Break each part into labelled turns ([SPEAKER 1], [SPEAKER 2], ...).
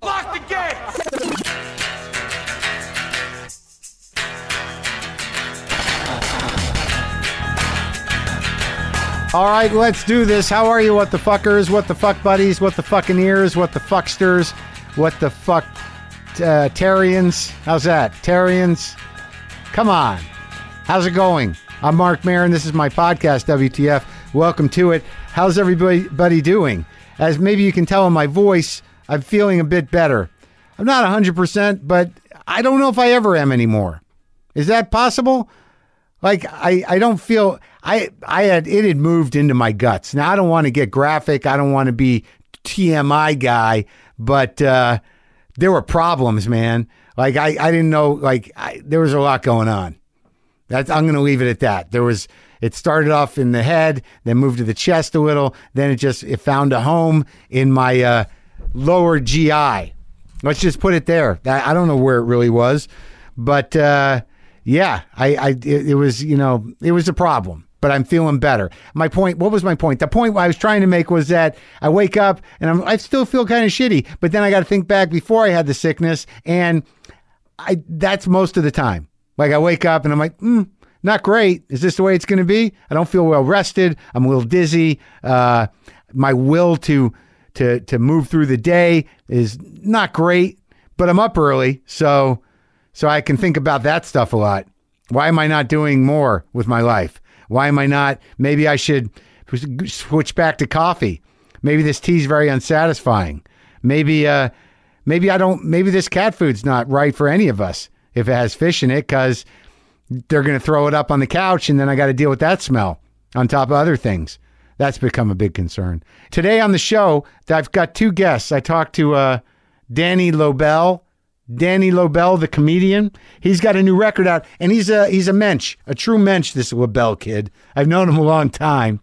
[SPEAKER 1] the gate.
[SPEAKER 2] All right, let's do this. How are you, what the fuckers? What the fuck buddies? What the fucking ears? What the fucksters? What the fuck uh, Tarians? How's that? Tarians? Come on. How's it going? I'm Mark Marin. This is my podcast, WTF. Welcome to it. How's everybody buddy doing? As maybe you can tell in my voice, I'm feeling a bit better. I'm not 100%, but I don't know if I ever am anymore. Is that possible? like I, I don't feel I I had it had moved into my guts. Now I don't want to get graphic. I don't want to be TMI guy, but uh, there were problems, man. Like I, I didn't know like I, there was a lot going on. That's I'm going to leave it at that. There was it started off in the head, then moved to the chest a little, then it just it found a home in my uh, lower GI. Let's just put it there. I, I don't know where it really was, but uh, yeah, I, I it, it was you know it was a problem, but I'm feeling better. My point, what was my point? The point I was trying to make was that I wake up and I'm I still feel kind of shitty, but then I got to think back before I had the sickness and. I that's most of the time. Like I wake up and I'm like, mm, not great. Is this the way it's going to be? I don't feel well rested. I'm a little dizzy. Uh, my will to to to move through the day is not great. But I'm up early, so so I can think about that stuff a lot. Why am I not doing more with my life? Why am I not? Maybe I should switch back to coffee. Maybe this tea's very unsatisfying. Maybe uh, maybe I don't. Maybe this cat food's not right for any of us if it has fish in it, because they're going to throw it up on the couch, and then I got to deal with that smell on top of other things. That's become a big concern today on the show. I've got two guests. I talked to uh, Danny Lobel. Danny Lobel, the comedian, he's got a new record out, and he's a he's a mensch, a true mensch. This Lobel kid, I've known him a long time.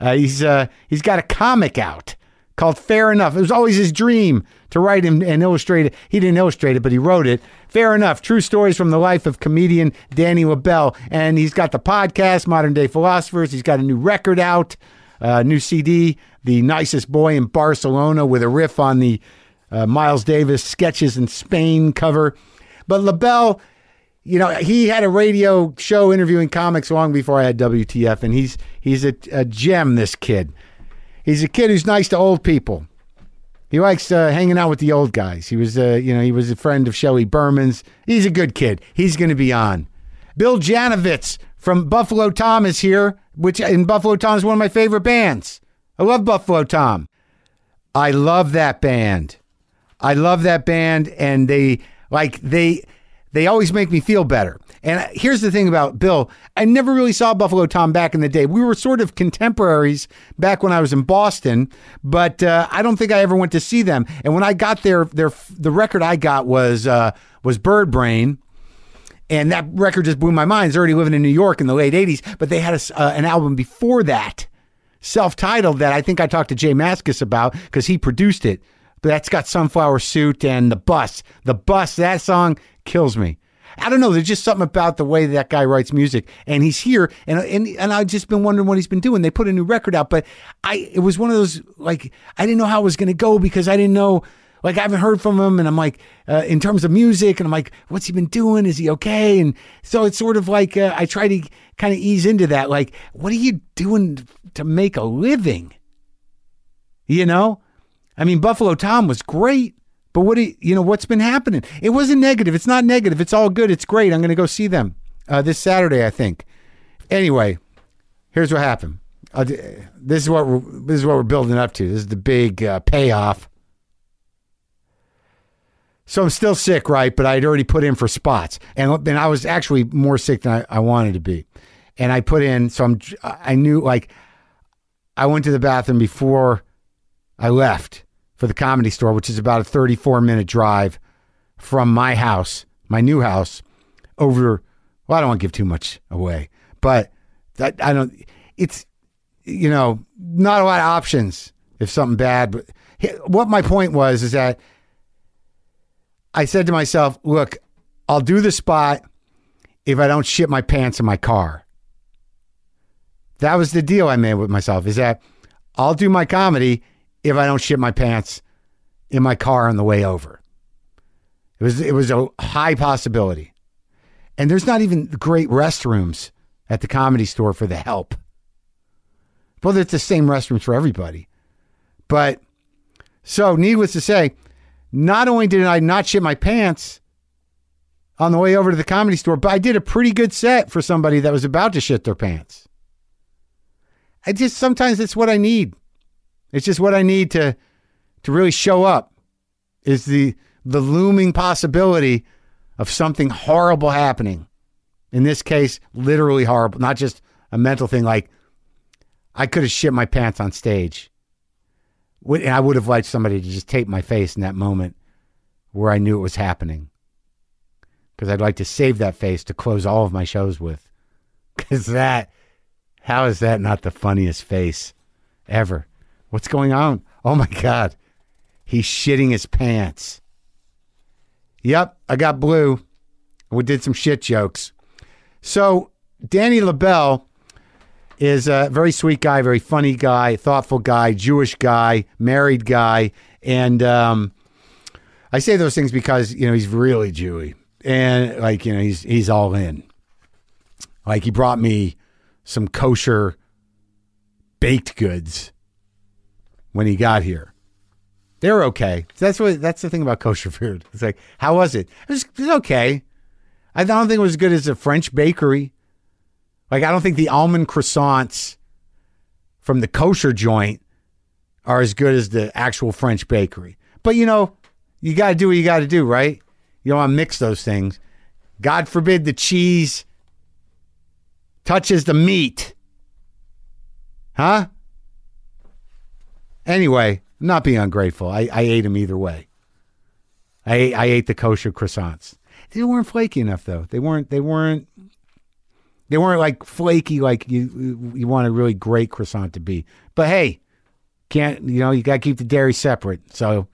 [SPEAKER 2] Uh, he's uh, he's got a comic out called Fair Enough. It was always his dream to write and, and illustrate it. He didn't illustrate it, but he wrote it. Fair Enough: True Stories from the Life of Comedian Danny LaBelle. And he's got the podcast Modern Day Philosophers. He's got a new record out, uh, new CD, The Nicest Boy in Barcelona, with a riff on the uh, Miles Davis Sketches in Spain cover. But LaBelle you know, he had a radio show interviewing comics long before I had WTF, and he's he's a, a gem. This kid, he's a kid who's nice to old people. He likes uh, hanging out with the old guys. He was, uh, you know, he was a friend of Shelley Berman's. He's a good kid. He's going to be on. Bill Janovitz from Buffalo Tom is here, which in Buffalo Tom is one of my favorite bands. I love Buffalo Tom. I love that band. I love that band, and they like they they always make me feel better. And I- here's the thing about Bill: I never really saw Buffalo Tom back in the day. We were sort of contemporaries back when I was in Boston, but uh, I don't think I ever went to see them. And when I got there, their the record I got was uh, was Bird Brain. And that record just blew my mind. It's already living in New York in the late 80s, but they had a s uh, an album before that, self titled, that I think I talked to Jay Maskus about because he produced it. But that's got Sunflower Suit and The Bus. The Bus, that song kills me. I don't know. There's just something about the way that guy writes music, and he's here, and and and I've just been wondering what he's been doing. They put a new record out, but I it was one of those like I didn't know how it was going to go because I didn't know like I haven't heard from him, and I'm like uh, in terms of music, and I'm like, what's he been doing? Is he okay? And so it's sort of like uh, I try to kind of ease into that. Like, what are you doing to make a living? You know, I mean, Buffalo Tom was great, but what do you, you know? What's been happening? It wasn't negative. It's not negative. It's all good. It's great. I'm going to go see them uh, this Saturday, I think. Anyway, here's what happened. I'll d- this is what we're, this is what we're building up to. This is the big uh, payoff. So I'm still sick, right? But I'd already put in for spots, and then I was actually more sick than I, I wanted to be, and I put in. So I'm I knew like I went to the bathroom before I left for the comedy store, which is about a 34 minute drive from my house, my new house, over. Well, I don't want to give too much away, but that I don't. It's you know not a lot of options if something bad. But he- what my point was is that I said to myself, "Look, I'll do the spot if I don't shit my pants in my car." That was the deal I made with myself is that I'll do my comedy if I don't shit my pants in my car on the way over. It was it was a high possibility. And there's not even great restrooms at the comedy store for the help. Well, it's the same restrooms for everybody. But so needless to say, not only did I not shit my pants on the way over to the comedy store, but I did a pretty good set for somebody that was about to shit their pants. I just sometimes it's what I need. It's just what I need to to really show up is the the looming possibility of something horrible happening. In this case, literally horrible, not just a mental thing like I could have shit my pants on stage. Would- And I would have liked somebody to just tape my face in that moment where I knew it was happening. Because I'd like to save that face to close all of my shows with. Because that, how is that not the funniest face ever? What's going on? Oh my God. He's shitting his pants. Yep, I got blue. We did some shit jokes. So Danny LaBelle is a very sweet guy, very funny guy, thoughtful guy, Jewish guy, married guy, and um, I say those things because you know he's really Jewy, and like you know he's he's all in. Like he brought me some kosher baked goods when he got here. They're okay. That's what that's the thing about kosher food. It's like, how was it? It was, it was okay. I don't think it was as good as a French bakery. Like I don't think the almond croissants from the kosher joint are as good as the actual French bakery. But you know, you got to do what you got to do, right? You don't want to mix those things. God forbid the cheese touches the meat. Huh? Anyway, I'm not being ungrateful. I, I ate them either way. I ate, I ate the kosher croissants. They weren't flaky enough though. They weren't they weren't they weren't like flaky like you you want a really great croissant to be. But hey, can't you know you got to keep the dairy separate. So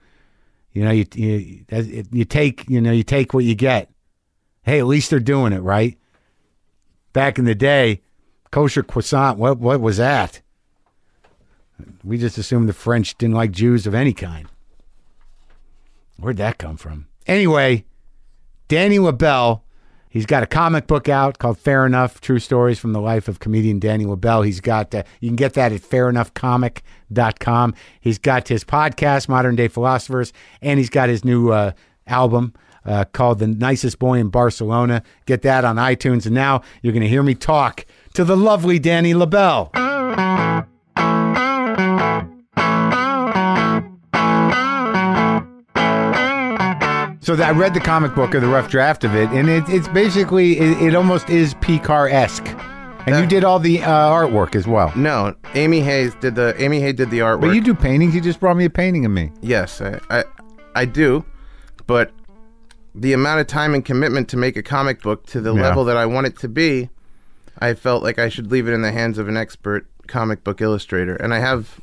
[SPEAKER 2] you know you, you as- it- you take you know you take what you get. Hey, at least they're doing it right. Back in the day, kosher croissant. What what was that? We just assumed the French didn't like Jews of any kind. Where'd that come from? Anyway, Danny LaBelle, he's got a comic book out called Fair Enough True Stories from the Life of Comedian Danny LaBelle. He's got, uh, you can get that at fairenoughcomic.com. He's got his podcast, Modern Day Philosophers, and he's got his new uh, album. Uh, called The Nicest Boy in Barcelona. Get that on iTunes. And now you're going to hear me talk to the lovely Danny LaBelle. So that, I read the comic book or the rough draft of it, and it, it's basically it, it almost is P-Car esque, and you
[SPEAKER 1] That-
[SPEAKER 2] did all the uh, artwork as well.
[SPEAKER 1] No, Amy Hayes did the Amy Hayes did the artwork.
[SPEAKER 2] But you do paintings. You just brought me a painting of me.
[SPEAKER 1] yes, I, I I do, but the amount of time and commitment to make a comic book to the
[SPEAKER 2] Yeah.
[SPEAKER 1] level that I want it to be, I felt like I should leave it in the hands of an expert comic book illustrator, and I have.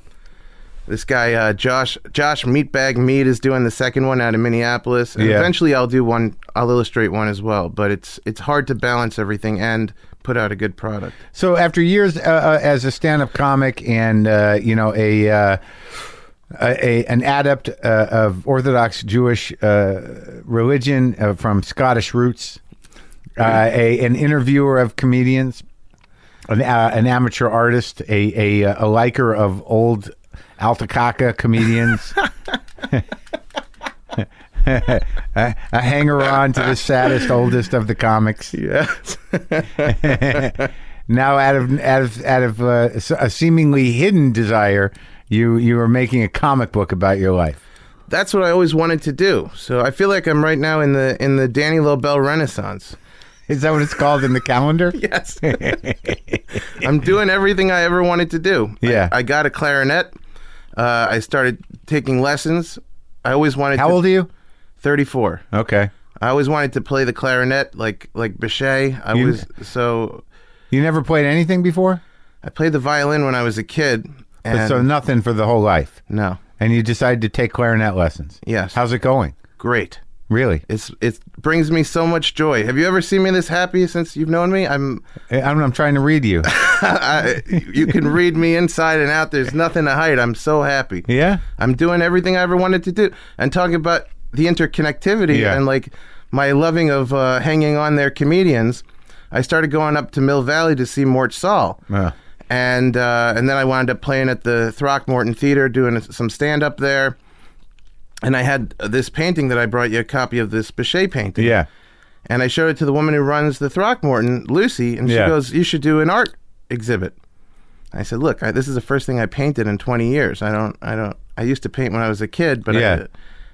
[SPEAKER 1] This guy uh, Josh Josh Meatbag Meat is doing the second one out of Minneapolis, and
[SPEAKER 2] Yeah.
[SPEAKER 1] eventually I'll do one. I'll illustrate one as well, but it's it's hard to balance everything and put out a good product.
[SPEAKER 2] So after years uh, uh, as a stand-up comic and uh, you know a, uh, a, a an adept uh, of Orthodox Jewish uh, religion uh, from Scottish roots, uh, a an interviewer of comedians, an, uh, an amateur artist, a, a a liker of old Altacaca comedians. a, a hanger on to the saddest, oldest of the comics
[SPEAKER 1] Yes.
[SPEAKER 2] now out of out of out of uh, s- a seemingly hidden desire you you are making a comic book about your life
[SPEAKER 1] that's what I always wanted to do. So I feel like I'm right now in the in the Danny Lobel Renaissance.
[SPEAKER 2] is that what it's called in the calendar
[SPEAKER 1] Yes. I'm doing everything I ever wanted to do. I-
[SPEAKER 2] Yeah.
[SPEAKER 1] I, got a clarinet. Uh, I started taking lessons. I always wanted
[SPEAKER 2] how
[SPEAKER 1] to,
[SPEAKER 2] old are you
[SPEAKER 1] 34.
[SPEAKER 2] okay
[SPEAKER 1] I always wanted to play the clarinet like like Bichet. I
[SPEAKER 2] You-
[SPEAKER 1] was so
[SPEAKER 2] you never played anything before
[SPEAKER 1] I played the violin when I was a kid. And
[SPEAKER 2] so nothing for the whole life
[SPEAKER 1] no.
[SPEAKER 2] and you decided to take clarinet lessons
[SPEAKER 1] Yes.
[SPEAKER 2] how's it going
[SPEAKER 1] Great.
[SPEAKER 2] really
[SPEAKER 1] It's it brings me so much joy. Have you ever seen me this happy since you've known me? I'm
[SPEAKER 2] I- i'm, I'm trying to read you
[SPEAKER 1] I, you can read me inside and out. There's nothing to hide. I'm so happy.
[SPEAKER 2] yeah
[SPEAKER 1] I'm doing everything I ever wanted to do. And talking about the interconnectivity
[SPEAKER 3] Yeah.
[SPEAKER 1] and like my loving of uh, hanging on their comedians, I started going up to Mill Valley to see Mort Saul.
[SPEAKER 3] Yeah.
[SPEAKER 1] And uh, and then I wound up playing at the Throckmorton Theater, doing some stand up there. And I had this painting that I brought you a copy of this Bichet painting.
[SPEAKER 3] Yeah.
[SPEAKER 1] And I showed it to the woman who runs the Throckmorton, Lucy, and she
[SPEAKER 3] Yeah.
[SPEAKER 1] goes, "You should do an art exhibit." I said, "Look, I, this is the first thing I painted in 20 years. I don't, I don't. I used to paint when I was a kid, but I-
[SPEAKER 3] Yeah.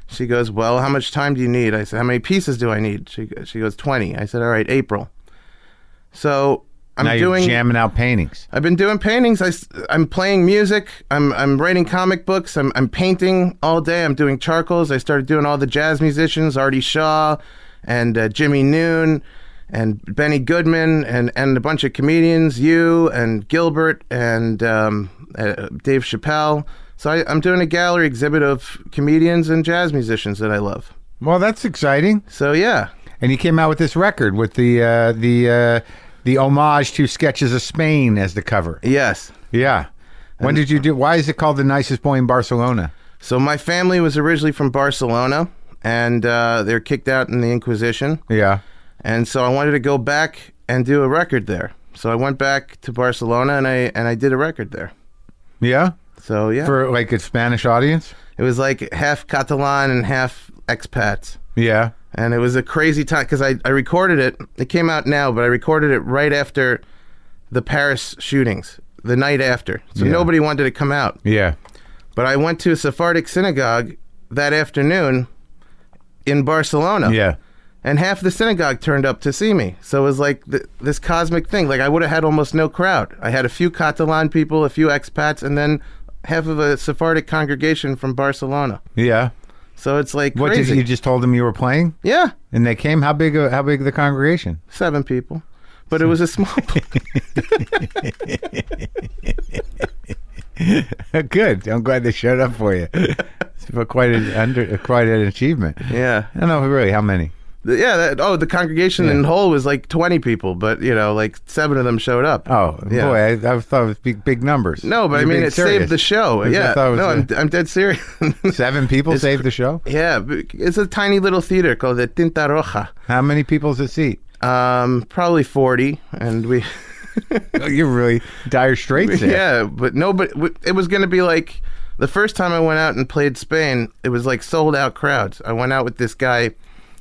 [SPEAKER 1] she goes, "Well, how much time do you need?" I said, "How many pieces do I need?" She she goes, "20." I said, "All right, April." So I'm
[SPEAKER 3] now
[SPEAKER 1] doing.
[SPEAKER 3] you're jamming out paintings.
[SPEAKER 1] I've been doing paintings. I, am playing music. I'm, I'm writing comic books. I'm, I'm painting all day. I'm doing charcoals. I started doing all the jazz musicians, Artie Shaw and uh, Jimmy Noon and Benny Goodman and, and a bunch of comedians, you and Gilbert and um, uh, Dave Chappelle. So I, I'm doing a gallery exhibit of comedians and jazz musicians that I love.
[SPEAKER 2] Well, that's exciting.
[SPEAKER 1] So yeah,
[SPEAKER 2] And you came out with this record with the uh, the uh, the homage to sketches of Spain as the cover.
[SPEAKER 1] yes.
[SPEAKER 2] Yeah. When did you do? Why is it called the nicest boy in Barcelona?
[SPEAKER 1] So my family was originally from Barcelona, and uh, they were kicked out in the Inquisition.
[SPEAKER 2] Yeah.
[SPEAKER 1] and so I wanted to go back and do a record there. So I went back to Barcelona and I and I did a record there.
[SPEAKER 2] Yeah.
[SPEAKER 1] So yeah,
[SPEAKER 2] For like a Spanish audience.
[SPEAKER 1] it was like half Catalan and half expats,
[SPEAKER 2] Yeah.
[SPEAKER 1] and it was a crazy time because I I recorded it. It came out now, but I recorded it right after the Paris shootings, the night after. So
[SPEAKER 2] Yeah.
[SPEAKER 1] nobody wanted to come out.
[SPEAKER 2] Yeah.
[SPEAKER 1] But I went to a Sephardic synagogue that afternoon in Barcelona.
[SPEAKER 3] Yeah.
[SPEAKER 1] and half the synagogue turned up to see me. So it was like th- this cosmic thing. Like I would have had almost no crowd. I had a few Catalan people, a few expats, and then half of a Sephardic congregation from Barcelona.
[SPEAKER 2] Yeah.
[SPEAKER 1] So it's like
[SPEAKER 2] What
[SPEAKER 1] crazy.
[SPEAKER 2] did you just told them you were playing,
[SPEAKER 1] yeah,
[SPEAKER 2] and they came? How big? a- How big the congregation?
[SPEAKER 1] seven people, but it was a small.
[SPEAKER 2] Good. I'm glad they showed up for you. It's for quite an under, quite an achievement.
[SPEAKER 1] yeah,
[SPEAKER 2] I don't know really how many.
[SPEAKER 1] Th- yeah. That, oh, the congregation in whole was like twenty people, but you know, like seven of them showed up.
[SPEAKER 2] Oh
[SPEAKER 1] Yeah.
[SPEAKER 2] boy, I, I thought it was big, big numbers.
[SPEAKER 1] No, but
[SPEAKER 2] You're
[SPEAKER 1] I mean,
[SPEAKER 2] being
[SPEAKER 1] it
[SPEAKER 2] serious.
[SPEAKER 1] saved the show.
[SPEAKER 2] I
[SPEAKER 1] Yeah,
[SPEAKER 2] thought it was
[SPEAKER 1] no,
[SPEAKER 2] a-
[SPEAKER 1] I'm, I'm dead serious.
[SPEAKER 2] Seven people saved the show.
[SPEAKER 1] yeah, b- it's a tiny little theater called the Tinta Roja.
[SPEAKER 2] How many people's a seat?
[SPEAKER 1] Um, probably forty, and we,
[SPEAKER 2] Oh, You're really dire straits. There.
[SPEAKER 1] yeah, but nobody. w- It was going to be like the first time I went out and played Spain. It was like sold out crowds. I went out with this guy,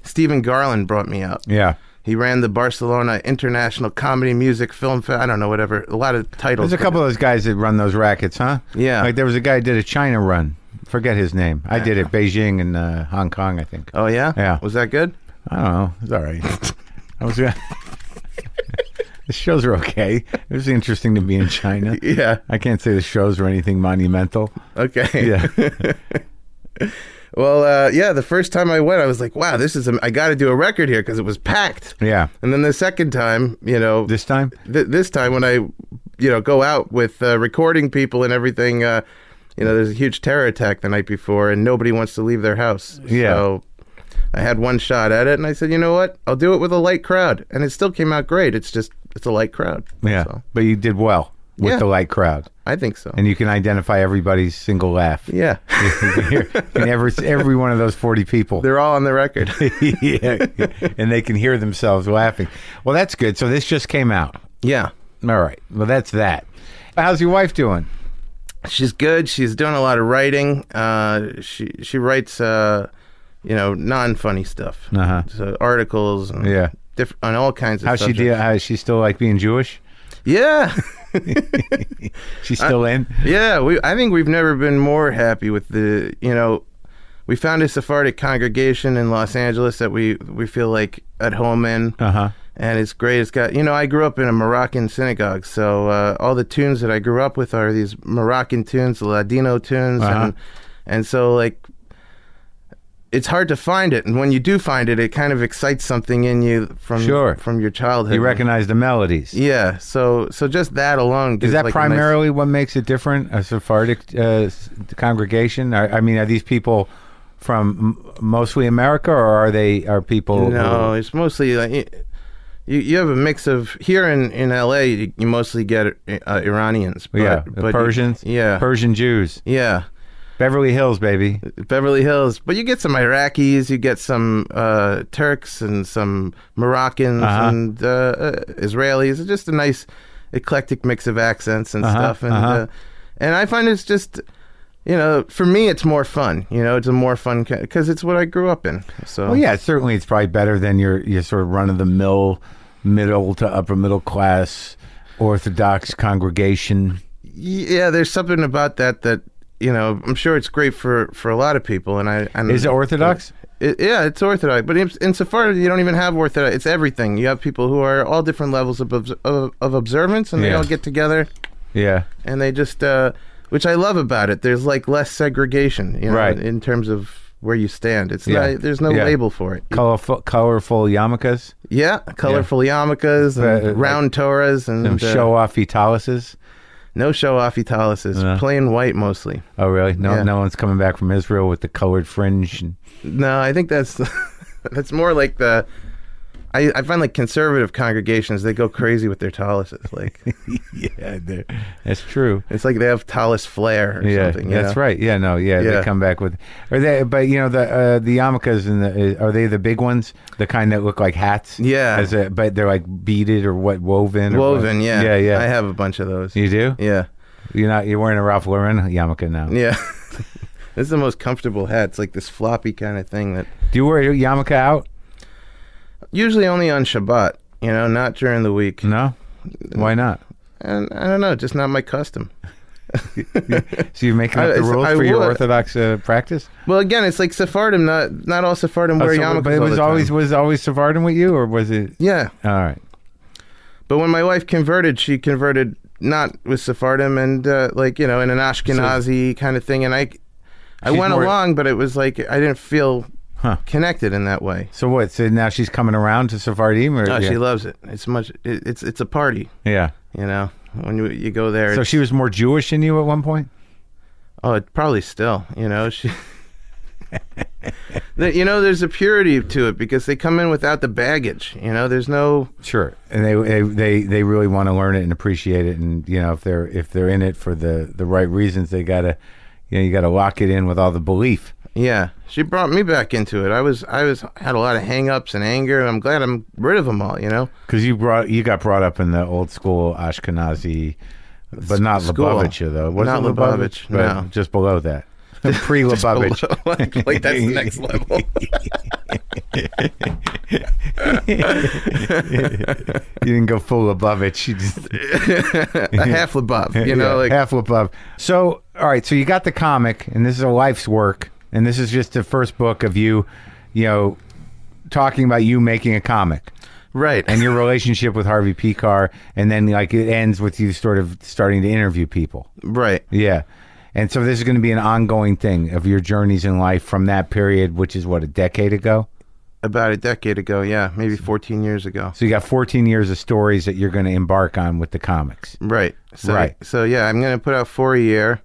[SPEAKER 1] Stephen Garland brought me out.
[SPEAKER 2] Yeah.
[SPEAKER 1] He ran the Barcelona International Comedy Music Film. Fe- I don't know, whatever. A lot of titles.
[SPEAKER 2] There's a couple of those guys that run those rackets, huh?
[SPEAKER 1] Yeah.
[SPEAKER 2] Like there was a guy that did a China run. Forget his name. I did it Beijing and uh, Hong Kong, I think.
[SPEAKER 1] Oh yeah,
[SPEAKER 2] Yeah.
[SPEAKER 1] Was that good?
[SPEAKER 2] I don't know. It's all right. I was. the shows are okay. It was interesting to be in China.
[SPEAKER 1] Yeah.
[SPEAKER 2] I can't say the shows were anything monumental.
[SPEAKER 1] Okay.
[SPEAKER 2] Yeah.
[SPEAKER 1] Well, uh, yeah. The first time I went, I was like, wow, this is. am- I got to do a record here because it was packed.
[SPEAKER 2] Yeah.
[SPEAKER 1] And then the second time, you know,
[SPEAKER 2] This time?
[SPEAKER 1] th- this time when I, you know, go out with uh, recording people and everything, uh, you know, there's a huge terror attack the night before, and nobody wants to leave their house.
[SPEAKER 2] Yeah.
[SPEAKER 1] So I had one shot at it, and I said, you know what? I'll do it with a light crowd, and it still came out great. It's just it's a light crowd.
[SPEAKER 2] Yeah.
[SPEAKER 1] So,
[SPEAKER 2] But you did well with
[SPEAKER 1] Yeah.
[SPEAKER 2] the light crowd.
[SPEAKER 1] I think so.
[SPEAKER 2] And you can identify everybody's single laugh.
[SPEAKER 1] yeah.
[SPEAKER 2] and every, every one of those 40 people.
[SPEAKER 1] They're all on the record.
[SPEAKER 2] yeah. And they can hear themselves laughing. Well, that's good. So this just came out.
[SPEAKER 1] yeah.
[SPEAKER 2] All right. Well, that's that. How's your wife doing?
[SPEAKER 1] she's good. She's doing a lot of writing. Uh, she she writes, uh, you know, non funny stuff,
[SPEAKER 2] Uh-huh.
[SPEAKER 1] so articles, and
[SPEAKER 2] Yeah.
[SPEAKER 1] diff- on all kinds of.
[SPEAKER 2] How's she
[SPEAKER 1] subjects.
[SPEAKER 2] deal? How is she still like being Jewish?
[SPEAKER 1] Yeah, Uh,
[SPEAKER 2] She's still in.
[SPEAKER 1] yeah. We I think we've never been more happy with the you know, we found a Sephardic congregation in Los Angeles that we we feel like at home in.
[SPEAKER 2] Uh huh.
[SPEAKER 1] And it's great. It's got you know. I grew up in a Moroccan synagogue, so uh, all the tunes that I grew up with are these Moroccan tunes, Ladino tunes,
[SPEAKER 2] Uh-huh.
[SPEAKER 1] and and so like it's hard to find it. And when you do find it, it kind of excites something in you from
[SPEAKER 2] Sure.
[SPEAKER 1] from your childhood.
[SPEAKER 2] You recognize the melodies.
[SPEAKER 1] Yeah. So so just that alone
[SPEAKER 2] Is
[SPEAKER 1] gives,
[SPEAKER 2] that
[SPEAKER 1] like, a nice-
[SPEAKER 2] primarily what makes it different? A Sephardic uh, s- congregation? I, I mean, are these people from m- mostly America, or are they are people?
[SPEAKER 1] No, it's mostly like y- you. You have a mix of here in in L.A. You, you mostly get uh, Iranians, but,
[SPEAKER 2] Oh, yeah,
[SPEAKER 1] but
[SPEAKER 2] Persians.
[SPEAKER 1] yeah,
[SPEAKER 2] Persian Jews.
[SPEAKER 1] yeah.
[SPEAKER 2] Beverly Hills, baby.
[SPEAKER 1] Beverly Hills. But you get some Iraqis, you get some uh, Turks and some Moroccans
[SPEAKER 2] Uh-huh.
[SPEAKER 1] and uh, uh, Israelis. It's just a nice eclectic mix of accents and stuff. And
[SPEAKER 2] uh-huh.
[SPEAKER 1] uh, and I find it's just. You know, for me, it's more fun. You know, it's a more fun because it's what I grew up in. So,
[SPEAKER 2] Well, Oh, yeah, certainly it's probably better than your your sort of run of the mill, middle to upper middle class Orthodox congregation.
[SPEAKER 1] yeah, there's something about that that you know. I'm sure it's great for for a lot of people. And I and
[SPEAKER 2] Is it Orthodox?
[SPEAKER 1] It, yeah, it's orthodox, but in, insofar as you don't even have orthodox, it's everything. You have people who are all different levels of obs- of, of observance, and they
[SPEAKER 2] Yeah.
[SPEAKER 1] all get together,
[SPEAKER 2] Yeah.
[SPEAKER 1] and they just, uh, which I love about it. There's like less segregation, you know,
[SPEAKER 2] Right.
[SPEAKER 1] in terms of where you stand. It's
[SPEAKER 2] Yeah.
[SPEAKER 1] not, there's no
[SPEAKER 2] Yeah.
[SPEAKER 1] label for it.
[SPEAKER 2] Colorful, colorful yarmulkes,
[SPEAKER 1] Yeah, colorful yarmulkes and
[SPEAKER 2] Uh, uh,
[SPEAKER 1] round toras and
[SPEAKER 2] some
[SPEAKER 1] uh,
[SPEAKER 2] show off etalises.
[SPEAKER 1] no show off etalysis,
[SPEAKER 2] Uh.
[SPEAKER 1] plain white mostly.
[SPEAKER 2] Oh, really? No,
[SPEAKER 1] Yeah.
[SPEAKER 2] no one's coming back from Israel with the colored fringe. And,
[SPEAKER 1] No, I think that's that's more like the. I, I find like conservative congregations they go crazy with their talises. Like
[SPEAKER 2] yeah, they're- that's true.
[SPEAKER 1] it's like they have talis flair or
[SPEAKER 2] yeah,
[SPEAKER 1] something. you
[SPEAKER 2] that's
[SPEAKER 1] know?
[SPEAKER 2] right. Yeah, no, yeah,
[SPEAKER 1] Yeah.
[SPEAKER 2] they come back with. Are they? But you know the uh, the yarmulkes and the uh, are they the big ones? The kind that look like hats.
[SPEAKER 1] Yeah.
[SPEAKER 2] As a, but they're like beaded or what woven. Or what-
[SPEAKER 1] Woven, yeah,
[SPEAKER 2] Yeah, yeah.
[SPEAKER 1] I have a bunch of those.
[SPEAKER 2] You do?
[SPEAKER 1] Yeah,
[SPEAKER 2] You're not. You're wearing a Ralph Lauren yarmulke now.
[SPEAKER 1] yeah. this is the most comfortable hat. It's like this floppy kind of thing that
[SPEAKER 2] Do you wear your yarmulke out?
[SPEAKER 1] usually only on Shabbat. You know, not during the week.
[SPEAKER 2] No. Why not?
[SPEAKER 1] And I don't know, just not my custom.
[SPEAKER 2] So you're making up
[SPEAKER 1] I-
[SPEAKER 2] the
[SPEAKER 1] it's-
[SPEAKER 2] rules
[SPEAKER 1] I
[SPEAKER 2] for your
[SPEAKER 1] would.
[SPEAKER 2] Orthodox uh, practice?
[SPEAKER 1] Well, again, it's like Sephardim. Not not all Sephardim
[SPEAKER 2] Oh,
[SPEAKER 1] wear
[SPEAKER 2] so-
[SPEAKER 1] yarmulkes.
[SPEAKER 2] but it
[SPEAKER 1] all
[SPEAKER 2] was
[SPEAKER 1] the
[SPEAKER 2] always
[SPEAKER 1] time.
[SPEAKER 2] was always Sephardim with you, or was it?
[SPEAKER 1] yeah.
[SPEAKER 2] All right.
[SPEAKER 1] But when my wife converted, she converted not with Sephardim and uh, like you know in an Ashkenazi kind of thing, and I, I
[SPEAKER 2] She's
[SPEAKER 1] went
[SPEAKER 2] more-
[SPEAKER 1] along, but it was like I didn't feel
[SPEAKER 2] Huh.
[SPEAKER 1] connected in that way.
[SPEAKER 2] So what? So now she's coming around to Sephardim, or
[SPEAKER 1] Oh,
[SPEAKER 2] yeah.
[SPEAKER 1] she loves it. It's much. It, it's it's a party,
[SPEAKER 2] yeah.
[SPEAKER 1] you know. When you you go there,
[SPEAKER 2] So
[SPEAKER 1] it's-
[SPEAKER 2] she was more Jewish than you at one point.
[SPEAKER 1] oh, it probably still, you know, she. There- you know, there's a purity to it because they come in without the baggage. You know, there's no.
[SPEAKER 2] Sure, and they they they, they really want to learn it and appreciate it, and you know if they're if they're in it for the the right reasons, they gotta you know you gotta lock it in with all the belief.
[SPEAKER 1] Yeah, she brought me back into it. I was I was had a lot of hang-ups and anger, and I'm glad I'm rid of them all. You know.
[SPEAKER 2] Because you brought you got brought up in the old school Ashkenazi, but not
[SPEAKER 1] school.
[SPEAKER 2] Lubavitch though. Was
[SPEAKER 1] Not
[SPEAKER 2] it
[SPEAKER 1] Lubavitch,
[SPEAKER 2] But
[SPEAKER 1] no.
[SPEAKER 2] just below that, pre Lubavitch.
[SPEAKER 1] like, like that's the next level.
[SPEAKER 2] you didn't go full Lubavitch. You just
[SPEAKER 1] a half above, you know,
[SPEAKER 2] Yeah,
[SPEAKER 1] like
[SPEAKER 2] half whip love. So, all right. So you got the comic, and this is a life's work, and this is just the first book of you, you know, talking about you making a comic
[SPEAKER 1] right.
[SPEAKER 2] and your relationship with Harvey Picar, and then like it ends with you sort of starting to interview people.
[SPEAKER 1] right.
[SPEAKER 2] Yeah. And so this is going to be an ongoing thing of your journeys in life from that period, which is what a decade ago.
[SPEAKER 1] About a decade ago, yeah, maybe 14 years ago.
[SPEAKER 2] So you got 14 years of stories that you're going to embark on with the comics.
[SPEAKER 1] Right. So,
[SPEAKER 2] Right.
[SPEAKER 1] So yeah, I'm gonna put out four a year,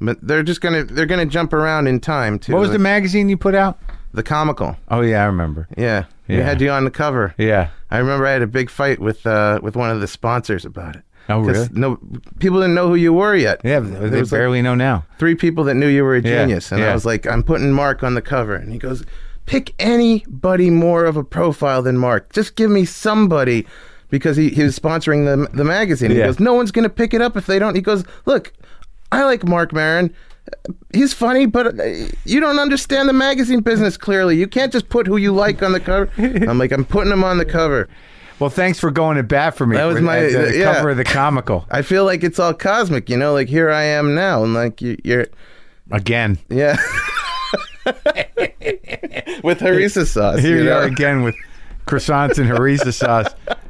[SPEAKER 1] but they're just gonna they're gonna jump around in time too.
[SPEAKER 2] What was the magazine you put out?
[SPEAKER 1] the comical?
[SPEAKER 2] Oh yeah, I remember.
[SPEAKER 1] Yeah. we
[SPEAKER 2] Yeah.
[SPEAKER 1] had you on the cover.
[SPEAKER 2] Yeah.
[SPEAKER 1] I remember I had a big fight with uh, with one of the sponsors about it.
[SPEAKER 2] Oh, really?
[SPEAKER 1] 'Cause No, people didn't know who you were yet.
[SPEAKER 2] Yeah,
[SPEAKER 1] There
[SPEAKER 2] they
[SPEAKER 1] was, like,
[SPEAKER 2] barely know now.
[SPEAKER 1] three people that knew you were a
[SPEAKER 2] Yeah,
[SPEAKER 1] genius. And
[SPEAKER 2] yeah.
[SPEAKER 1] I was like, I'm putting Mark on the cover. And he goes, pick anybody more of a profile than Mark. Just give me somebody because he, he was sponsoring the, the magazine. He
[SPEAKER 2] Yeah.
[SPEAKER 1] goes, no one's going to pick it up if they don't. He goes, look, I like Mark Marin. He's funny, but uh, you don't understand the magazine business clearly. You can't just put who you like on the cover. I'm like, I'm putting him on the cover.
[SPEAKER 2] Well, thanks for going to bat for me.
[SPEAKER 1] That was
[SPEAKER 2] for
[SPEAKER 1] my-
[SPEAKER 2] the, the
[SPEAKER 1] yeah.
[SPEAKER 2] cover of the comical
[SPEAKER 1] I feel like it's all cosmic, you know, like here I am now. And like, you, you're,
[SPEAKER 2] again.
[SPEAKER 1] Yeah. With harissa sauce.
[SPEAKER 2] Here
[SPEAKER 1] you
[SPEAKER 2] you
[SPEAKER 1] know?
[SPEAKER 2] are again with croissants and harissa sauce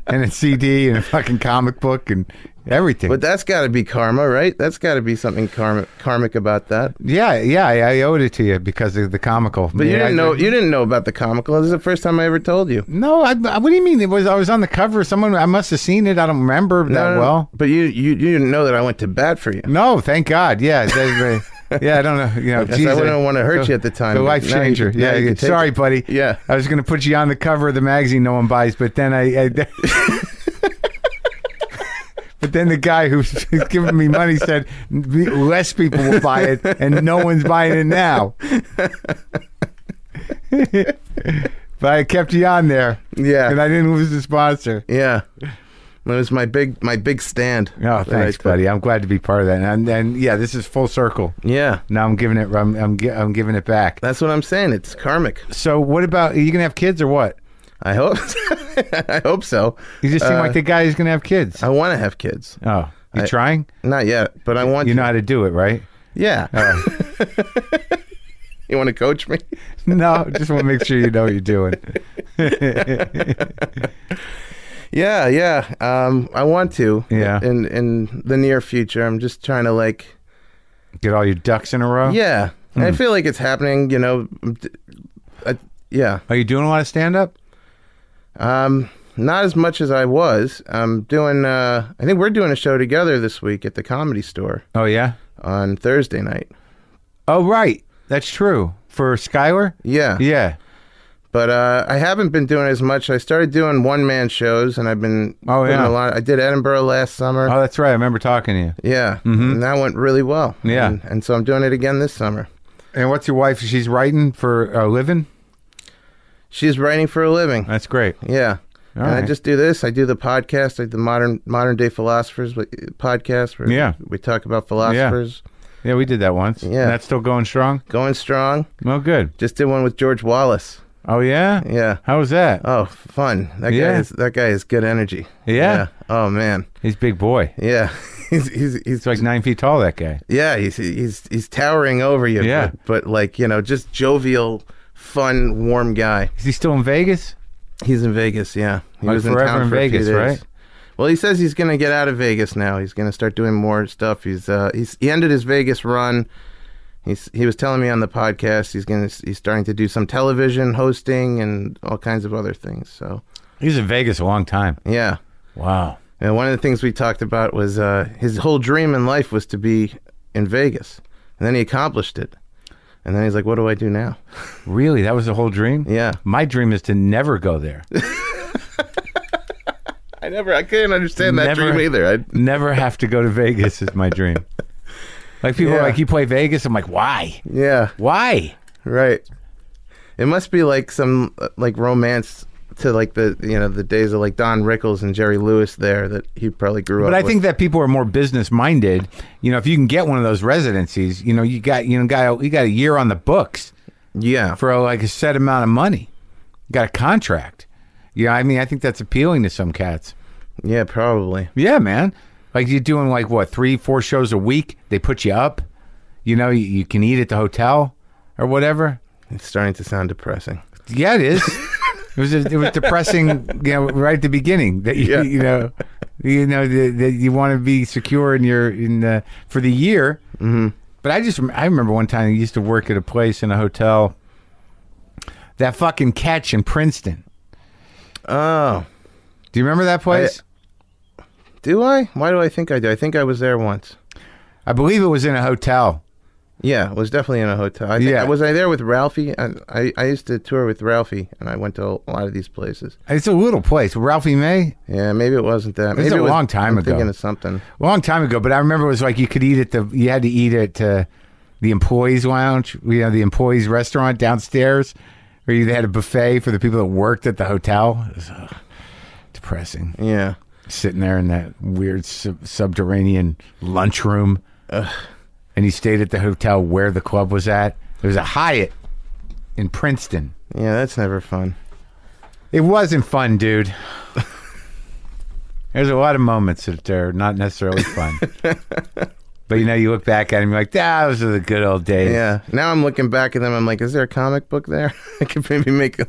[SPEAKER 2] and a CD and a fucking comic book and everything.
[SPEAKER 1] But that's got to be karma, right? That's got to be something karmic, karmic about that.
[SPEAKER 2] yeah, yeah, I, I owed it to you because of the comical.
[SPEAKER 1] But you didn't know you didn't know about the comical. This is the first time I ever told you.
[SPEAKER 2] no, I, I- what do you mean? It was I was on the cover. Someone I must have seen it. I don't remember that well.
[SPEAKER 1] but you, you you didn't know that I went to bat for you.
[SPEAKER 2] No, thank God. Yeah, that- yeah. I don't know. You know,
[SPEAKER 1] Yes, I
[SPEAKER 2] geez,
[SPEAKER 1] wouldn't wanna hurt you at the time,
[SPEAKER 2] The
[SPEAKER 1] but
[SPEAKER 2] life
[SPEAKER 1] now you
[SPEAKER 2] changer.
[SPEAKER 1] can- now
[SPEAKER 2] yeah.
[SPEAKER 1] you
[SPEAKER 2] yeah.
[SPEAKER 1] can take
[SPEAKER 2] Sorry,
[SPEAKER 1] it.
[SPEAKER 2] buddy.
[SPEAKER 1] Yeah.
[SPEAKER 2] I was going to put you on the cover of the magazine no one buys, but then I. I But then the guy who's giving me money said less people will buy it, and no one's buying it now. but I kept you on there,
[SPEAKER 1] Yeah.
[SPEAKER 2] and I didn't lose the sponsor.
[SPEAKER 1] yeah. It was my big my big stand.
[SPEAKER 2] Oh,
[SPEAKER 1] that I
[SPEAKER 2] thanks,
[SPEAKER 1] took.
[SPEAKER 2] buddy. I'm glad to be part of that. And and yeah, this is full circle.
[SPEAKER 1] Yeah.
[SPEAKER 2] Now I'm giving it. I'm I'm, gi- I'm giving it back.
[SPEAKER 1] That's what I'm saying. It's karmic.
[SPEAKER 2] So what about? Are you gonna have kids or what?
[SPEAKER 1] I hope I hope so.
[SPEAKER 2] You just seem
[SPEAKER 1] Uh,
[SPEAKER 2] like the guy who's gonna have kids.
[SPEAKER 1] I want to have kids.
[SPEAKER 2] oh, you
[SPEAKER 1] I-
[SPEAKER 2] trying?
[SPEAKER 1] Not yet, but I want
[SPEAKER 2] You know how to do it, right?
[SPEAKER 1] Yeah.
[SPEAKER 2] Uh,
[SPEAKER 1] You want to coach me?
[SPEAKER 2] no, just want to make sure you know what you're doing.
[SPEAKER 1] Yeah, yeah. Um, I want to.
[SPEAKER 2] Yeah.
[SPEAKER 1] In in the near future, I'm just trying to like.
[SPEAKER 2] Get all your ducks in a row.
[SPEAKER 1] Yeah, And
[SPEAKER 2] Hmm.
[SPEAKER 1] I feel like it's happening. You know. d- I, yeah.
[SPEAKER 2] Are you doing a lot of stand up?
[SPEAKER 1] Um, not as much as I was. I'm doing. Uh, I think we're doing a show together this week at the Comedy Store
[SPEAKER 2] Oh yeah.
[SPEAKER 1] on Thursday night.
[SPEAKER 2] Oh right, that's true for Skylar.
[SPEAKER 1] Yeah.
[SPEAKER 2] Yeah.
[SPEAKER 1] But uh, I haven't been doing as much. I started doing one man shows, and I've been
[SPEAKER 2] Oh,
[SPEAKER 1] putting
[SPEAKER 2] yeah.
[SPEAKER 1] a lot. I did Edinburgh last summer.
[SPEAKER 2] Oh, that's right. I remember talking to you.
[SPEAKER 1] yeah, and that went really well.
[SPEAKER 2] Yeah.
[SPEAKER 1] and, and so I'm doing it again this summer.
[SPEAKER 2] And what's your wife? She's writing for uh, a living.
[SPEAKER 1] She's writing for a living.
[SPEAKER 2] That's great.
[SPEAKER 1] Yeah.
[SPEAKER 2] All
[SPEAKER 1] and I
[SPEAKER 2] right.
[SPEAKER 1] just do this. I do the podcast, like the modern modern day philosophers like, podcast. Where
[SPEAKER 2] Yeah.
[SPEAKER 1] we talk about philosophers
[SPEAKER 2] Yeah, we did that once.
[SPEAKER 1] Yeah.
[SPEAKER 2] And that's still going strong.
[SPEAKER 1] going strong.
[SPEAKER 2] Well, good.
[SPEAKER 1] Just did one with George Wallace.
[SPEAKER 2] Oh yeah.
[SPEAKER 1] Yeah.
[SPEAKER 2] How was that?
[SPEAKER 1] Oh, fun! That
[SPEAKER 2] Yeah.
[SPEAKER 1] guy is that guy is good energy.
[SPEAKER 2] Yeah.
[SPEAKER 1] Oh man.
[SPEAKER 2] He's a big boy.
[SPEAKER 1] Yeah. he's he's he's
[SPEAKER 2] He's like nine feet tall. That guy.
[SPEAKER 1] yeah he's he's he's towering over you.
[SPEAKER 2] Yeah.
[SPEAKER 1] But, but like you know, just jovial, fun, warm guy.
[SPEAKER 2] Is he still in Vegas?
[SPEAKER 1] He's in Vegas. Yeah. He
[SPEAKER 2] Like forever in
[SPEAKER 1] a few
[SPEAKER 2] Vegas,
[SPEAKER 1] days.
[SPEAKER 2] right?
[SPEAKER 1] Well, he says he's gonna get out of Vegas now. He's gonna start doing more stuff. He's uh he's he ended his Vegas run. He's he was telling me on the podcast he's gonna he's starting to do some television hosting and all kinds of other things. So
[SPEAKER 2] He was in Vegas a long time.
[SPEAKER 1] yeah.
[SPEAKER 2] Wow.
[SPEAKER 1] And one of the things we talked about was uh, his whole dream in life was to be in Vegas, and then he accomplished it. And then he's like, "What do I do now?"
[SPEAKER 2] Really? That was the whole dream?
[SPEAKER 1] Yeah,
[SPEAKER 2] My dream is to never go there.
[SPEAKER 1] I never, I couldn't understand that
[SPEAKER 2] Never-
[SPEAKER 1] dream either. I,
[SPEAKER 2] never have to go to Vegas is my dream. Like people are
[SPEAKER 1] Yeah.
[SPEAKER 2] like, you play Vegas? I'm like, why?
[SPEAKER 1] yeah,
[SPEAKER 2] Why?
[SPEAKER 1] right. It must be like some uh, like romance to like the you know the days of like Don Rickles and Jerry Lewis there that he probably grew up.
[SPEAKER 2] But I
[SPEAKER 1] with.
[SPEAKER 2] think that people are more business minded. You know, if you can get one of those residencies, you know, you got you know, got you got a year on the books.
[SPEAKER 1] yeah,
[SPEAKER 2] for like a set amount of money. You got a contract. Yeah, I mean, I think that's appealing to some cats.
[SPEAKER 1] yeah, probably.
[SPEAKER 2] Yeah, man. Like you're doing like what three, four shows a week. They put you up. You know, you, you can eat at the hotel or whatever.
[SPEAKER 1] It's starting to sound depressing.
[SPEAKER 2] Yeah, it is. it was it was depressing. You know, right at the beginning that you,
[SPEAKER 1] Yeah.
[SPEAKER 2] you know. You know that that you want to be secure in your in the, for the year, mm-hmm. but I just rem- I remember one time I used to work at a place in a hotel. That fucking catch in Princeton.
[SPEAKER 1] Oh,
[SPEAKER 2] Do you remember that place?
[SPEAKER 1] do I? Why do I think I do? I think I was there once.
[SPEAKER 2] I, believe it was in a hotel.
[SPEAKER 1] Yeah, it was definitely in a hotel. I think,
[SPEAKER 2] Yeah.
[SPEAKER 1] was I there with Ralphie? I, I I used to tour with Ralphie, and I went to a lot of these places.
[SPEAKER 2] It's a little place. Ralphie May,
[SPEAKER 1] Yeah, maybe it wasn't that. Maybe
[SPEAKER 2] was a
[SPEAKER 1] it was,
[SPEAKER 2] long time
[SPEAKER 1] I'm
[SPEAKER 2] ago.
[SPEAKER 1] Thinking of something.
[SPEAKER 2] a long time ago, but I remember it was like you could eat at the you had to eat at uh, the employees lounge, you know, the employees restaurant downstairs, where you had a buffet for the people that worked at the hotel. It was, ugh, depressing
[SPEAKER 1] Yeah,
[SPEAKER 2] sitting there in that weird sub- subterranean lunchroom, and you stayed at the hotel where the club was at. There was a Hyatt in Princeton.
[SPEAKER 1] yeah, that's never fun.
[SPEAKER 2] It wasn't fun, dude. There's a lot of moments that are not necessarily fun. but you know, you look back at them, you're like, "Ah, those are the good old days.
[SPEAKER 1] Yeah, now I'm looking back at them. I'm like, is there a comic book there? I could maybe make. A,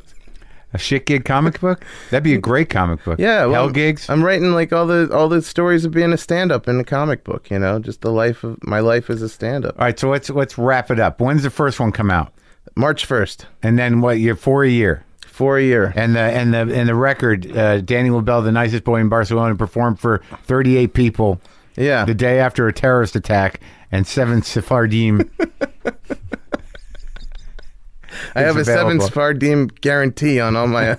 [SPEAKER 2] A shit gig comic book? That'd be a great comic book.
[SPEAKER 1] yeah, well,
[SPEAKER 2] Hell
[SPEAKER 1] I'm-
[SPEAKER 2] gigs?
[SPEAKER 1] I'm writing like all the all the stories of being a stand up in a comic book. You know, just the life of my life as a stand up.
[SPEAKER 2] All right, so let's let's wrap it up. When's the first one come out?
[SPEAKER 1] March first,
[SPEAKER 2] And then what, you're for a year.
[SPEAKER 1] for a year.
[SPEAKER 2] And the and the and the record, uh, Danny LaBelle, the nicest boy in Barcelona, performed for thirty eight people
[SPEAKER 1] Yeah,
[SPEAKER 2] the day after a terrorist attack and seven Sephardim
[SPEAKER 1] I have a seven
[SPEAKER 2] available.
[SPEAKER 1] Sephardim guarantee on all my.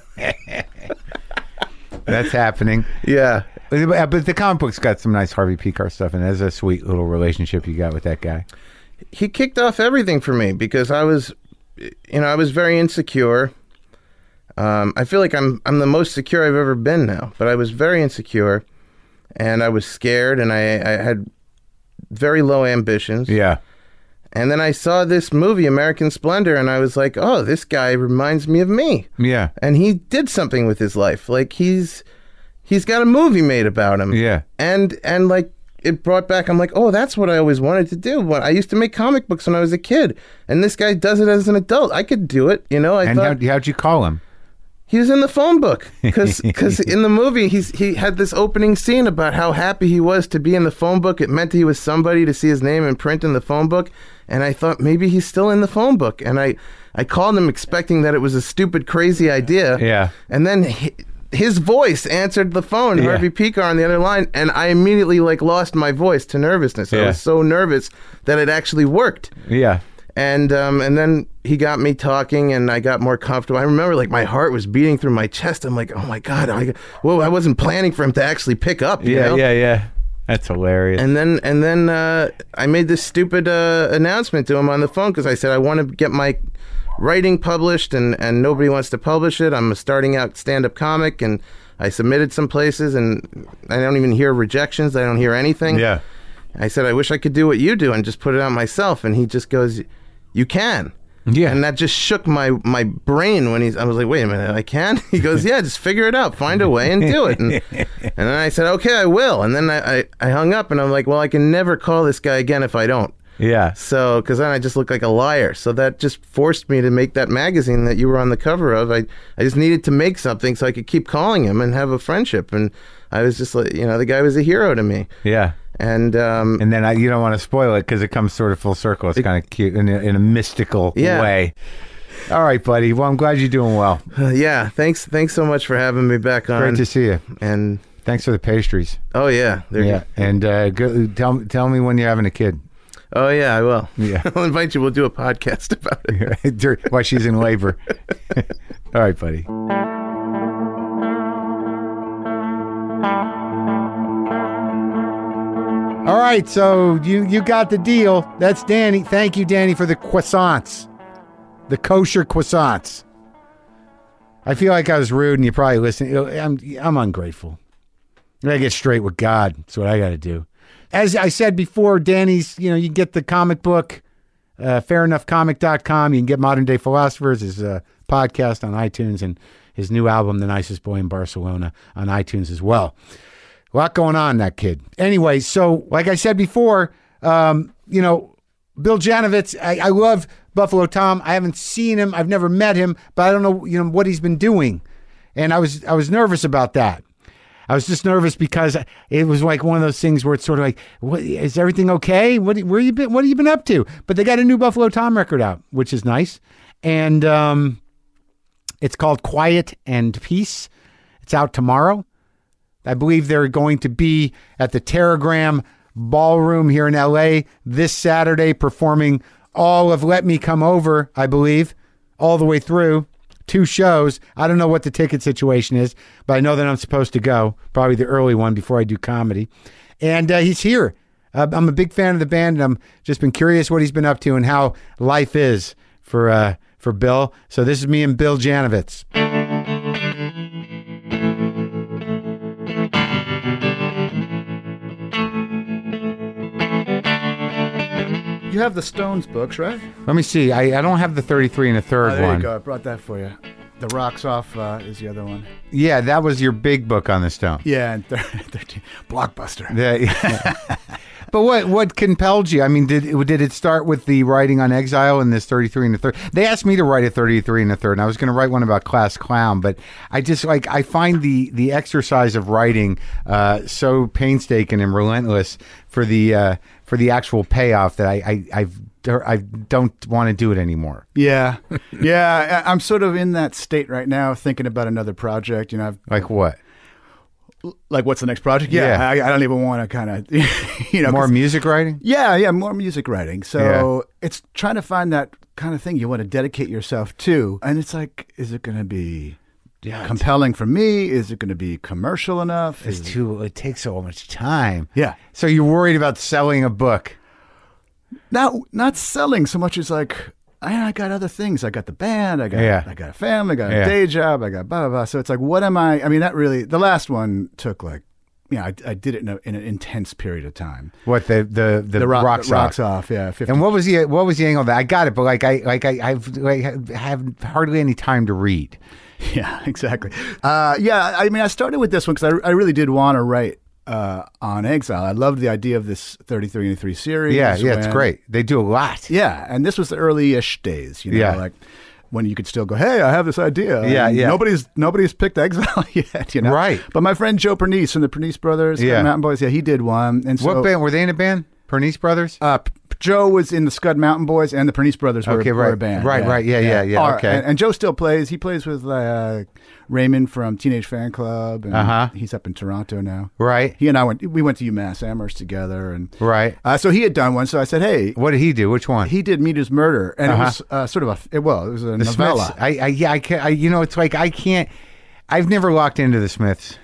[SPEAKER 2] that's happening.
[SPEAKER 1] yeah,
[SPEAKER 2] But but the comic book's got some nice Harvey Pekar stuff, and that's a sweet little relationship you got with that guy.
[SPEAKER 1] he kicked off everything for me because I was, you know, I was very insecure. Um, I feel like I'm I'm the most secure I've ever been now, but I was very insecure, and I was scared, and I, I had very low ambitions.
[SPEAKER 2] Yeah.
[SPEAKER 1] And then I saw this movie, American Splendor, and I was like, oh, this guy reminds me of me,
[SPEAKER 2] Yeah.
[SPEAKER 1] and he did something with his life. Like he's he's got a movie made about him
[SPEAKER 2] Yeah.
[SPEAKER 1] and and like it brought back i'm like oh that's what i always wanted to do when i used to make comic books when i was a kid and this guy does it as an adult i could do it you know i
[SPEAKER 2] And
[SPEAKER 1] thought
[SPEAKER 2] how, how'd you call him?
[SPEAKER 1] he was in the phone book because in the movie he's he had this opening scene about how happy he was to be in the phone book it meant he was somebody to see his name in print in the phone book and i thought maybe he's still in the phone book and i i called him expecting that it was a stupid crazy idea
[SPEAKER 2] Yeah.
[SPEAKER 1] and then hi- his voice answered the phone,
[SPEAKER 2] Yeah.
[SPEAKER 1] Harvey Pekar on the other line, and I immediately like lost my voice to nervousness. I
[SPEAKER 2] Yeah.
[SPEAKER 1] was so nervous that it actually worked.
[SPEAKER 2] Yeah.
[SPEAKER 1] And um, and then he got me talking, and I got more comfortable. I remember like my heart was beating through my chest. I'm like, oh my god, I, whoa! I wasn't planning for him to actually pick up. you
[SPEAKER 2] Yeah.
[SPEAKER 1] know?
[SPEAKER 2] Yeah. Yeah. That's hilarious.
[SPEAKER 1] And then and then uh, I made this stupid uh, announcement to him on the phone because I said I want to get my writing published and and nobody wants to publish it. I'm a starting out stand up comic and I submitted some places and I don't even hear rejections. I don't hear anything.
[SPEAKER 2] yeah.
[SPEAKER 1] I said I wish I could do what you do and just put it out myself. And he just goes, "You can."
[SPEAKER 2] Yeah.
[SPEAKER 1] And that just shook my my brain when he's. I was like, wait a minute, I can. He goes, yeah, just figure it out, find a way, and do it. And, and then I said, okay, I will. And then I, I I hung up, and I'm like, well, I can never call this guy again if I don't.
[SPEAKER 2] yeah.
[SPEAKER 1] So, because then I just look like a liar. So that just forced me to make that magazine that you were on the cover of. I, I just needed to make something so I could keep calling him and have a friendship. And I was just like, you know, the guy was a hero to me.
[SPEAKER 2] Yeah.
[SPEAKER 1] And um,
[SPEAKER 2] And then I, you don't want to spoil it because it comes sort of full circle. It's kind of cute in a, in a mystical
[SPEAKER 1] Yeah.
[SPEAKER 2] way. All right, buddy. Well, I'm glad you're doing well.
[SPEAKER 1] Uh, yeah, thanks, thanks so much for having me back on.
[SPEAKER 2] Great to see you.
[SPEAKER 1] and
[SPEAKER 2] Thanks for the pastries.
[SPEAKER 1] oh yeah, there you go.
[SPEAKER 2] Yeah. And uh, go, tell tell me when you're having a kid.
[SPEAKER 1] Oh yeah, I will.
[SPEAKER 2] Yeah.
[SPEAKER 1] I'll invite you. We'll do a podcast about it.
[SPEAKER 2] Dur- while she's in labor. All right, buddy. All right, so you you got the deal. That's Danny. Thank you, Danny, for the croissants, the kosher croissants. I feel like I was rude, and you probably listened. I'm I'm ungrateful. I gotta get straight with God. That's what I gotta do. As I said before, Danny's. You know, you can get the comic book uh, fairenoughcomic.com. You can get Modern Day Philosophers, his uh, podcast on iTunes, and his new album, The Nicest Boy in Barcelona, on iTunes as well. A lot going on, that kid. Anyway, so like I said before, um, you know, Bill Janovitz, I, I love Buffalo Tom. I haven't seen him, I've never met him, but I don't know, you know, what he's been doing. And I was I was nervous about that. I was just nervous because it was like one of those things where it's sort of like, what, is everything okay? What where you been? What have you been up to? But they got a new Buffalo Tom record out, which is nice, and um, it's called Quiet and Peace. It's out tomorrow. I believe they're going to be at the Terragram Ballroom here in LA this Saturday, performing all of Let Me Come Over, I believe, all the way through two shows. I don't know what the ticket situation is, but I know that I'm supposed to go, probably the early one before I do comedy. And uh, he's here. Uh, I'm a big fan of the band, and I'm just been curious what he's been up to and how life is for uh, for Bill. So this is me and Bill Janovitz.
[SPEAKER 3] You have the Stones books, right?
[SPEAKER 2] Let me see. I, I don't have the 33 and a third
[SPEAKER 3] Oh, there
[SPEAKER 2] one.
[SPEAKER 3] you go. I brought that for you. The Rocks Off uh, is the other one.
[SPEAKER 2] Yeah, that was your big book on the stone.
[SPEAKER 3] Yeah, and thir- 13. Blockbuster.
[SPEAKER 2] The- but what what compelled you? I mean, did it- did it start with the writing on exile and this thirty three and a third? They asked me to write a thirty three and a third, and I was going to write one about class clown, but I just like I find the the exercise of writing uh, so painstaking and relentless for the uh, for the actual payoff that I I I've, I don't want to do it anymore.
[SPEAKER 3] Yeah. Yeah. I- I'm sort of in that state right now thinking about another project. You know, I've,
[SPEAKER 2] Like what?
[SPEAKER 3] like, what's the next project? Yeah.
[SPEAKER 2] Yeah.
[SPEAKER 3] I, I don't even want to kind of, you know.
[SPEAKER 2] More
[SPEAKER 3] 'cause-
[SPEAKER 2] music writing?
[SPEAKER 3] yeah. Yeah. More music writing. So it's trying to find that kind of thing you want to dedicate yourself to. And it's like, is it going to be
[SPEAKER 2] Yeah, it's-
[SPEAKER 3] compelling for me? Is it going to be commercial enough?
[SPEAKER 2] It's
[SPEAKER 3] Is-
[SPEAKER 2] too. It takes so much time.
[SPEAKER 3] yeah.
[SPEAKER 2] So you're worried about selling a book.
[SPEAKER 3] Not not selling so much as like I, I got other things. I got the band. I got
[SPEAKER 2] Yeah.
[SPEAKER 3] I got a family. I got
[SPEAKER 2] Yeah.
[SPEAKER 3] a day job. I got blah blah blah. So it's like, what am I? I mean, that really. The last one took like, you know, I, I did it in, a, in an intense period of time.
[SPEAKER 2] What the the the,
[SPEAKER 3] The rock,
[SPEAKER 2] rocks
[SPEAKER 3] the rocks
[SPEAKER 2] off.
[SPEAKER 3] off. Yeah. 50
[SPEAKER 2] And what was the what was the angle of that? I got it, but like I like I I've like, I have hardly any time to read.
[SPEAKER 3] Yeah, exactly. Uh, yeah, I mean, I started with this one because I, I really did want to write uh, on exile. I loved the idea of this 33 and 3 series.
[SPEAKER 2] Yeah, yeah, it's
[SPEAKER 3] when-
[SPEAKER 2] great. They do a lot.
[SPEAKER 3] Yeah, and this was the early-ish days, you know,
[SPEAKER 2] Yeah.
[SPEAKER 3] like when you could still go, "Hey, I have this idea."
[SPEAKER 2] Yeah,
[SPEAKER 3] And
[SPEAKER 2] yeah.
[SPEAKER 3] Nobody's nobody's picked exile yet, you know.
[SPEAKER 2] Right.
[SPEAKER 3] But my friend Joe Pernice from the Pernice Brothers,
[SPEAKER 2] Yeah.
[SPEAKER 3] yeah, Mountain Boys, yeah, he did one. And so
[SPEAKER 2] What band were they in a band? Pernice Brothers.
[SPEAKER 3] uh, P- Joe was in the Scud Mountain Boys, and the Pernice Brothers were,
[SPEAKER 2] Okay,
[SPEAKER 3] were
[SPEAKER 2] right.
[SPEAKER 3] a band.
[SPEAKER 2] Right, right. Yeah, yeah, yeah.
[SPEAKER 3] Or-
[SPEAKER 2] Okay.
[SPEAKER 3] And, and Joe still plays. He plays with uh, Raymond from Teenage Fan Club. and
[SPEAKER 2] Uh-huh.
[SPEAKER 3] He's up in Toronto now.
[SPEAKER 2] right.
[SPEAKER 3] He and I went. We went to UMass Amherst together, and
[SPEAKER 2] Right.
[SPEAKER 3] uh, so he had done one. So I said, "Hey."
[SPEAKER 2] What did he do? Which one?
[SPEAKER 3] He did meet his murder, and it was uh, sort of a it, well, it was a
[SPEAKER 2] Uh-huh. the
[SPEAKER 3] novella.
[SPEAKER 2] Smiths. I, I yeah. I can. I, you know, it's like I can't. I've never locked into the Smiths.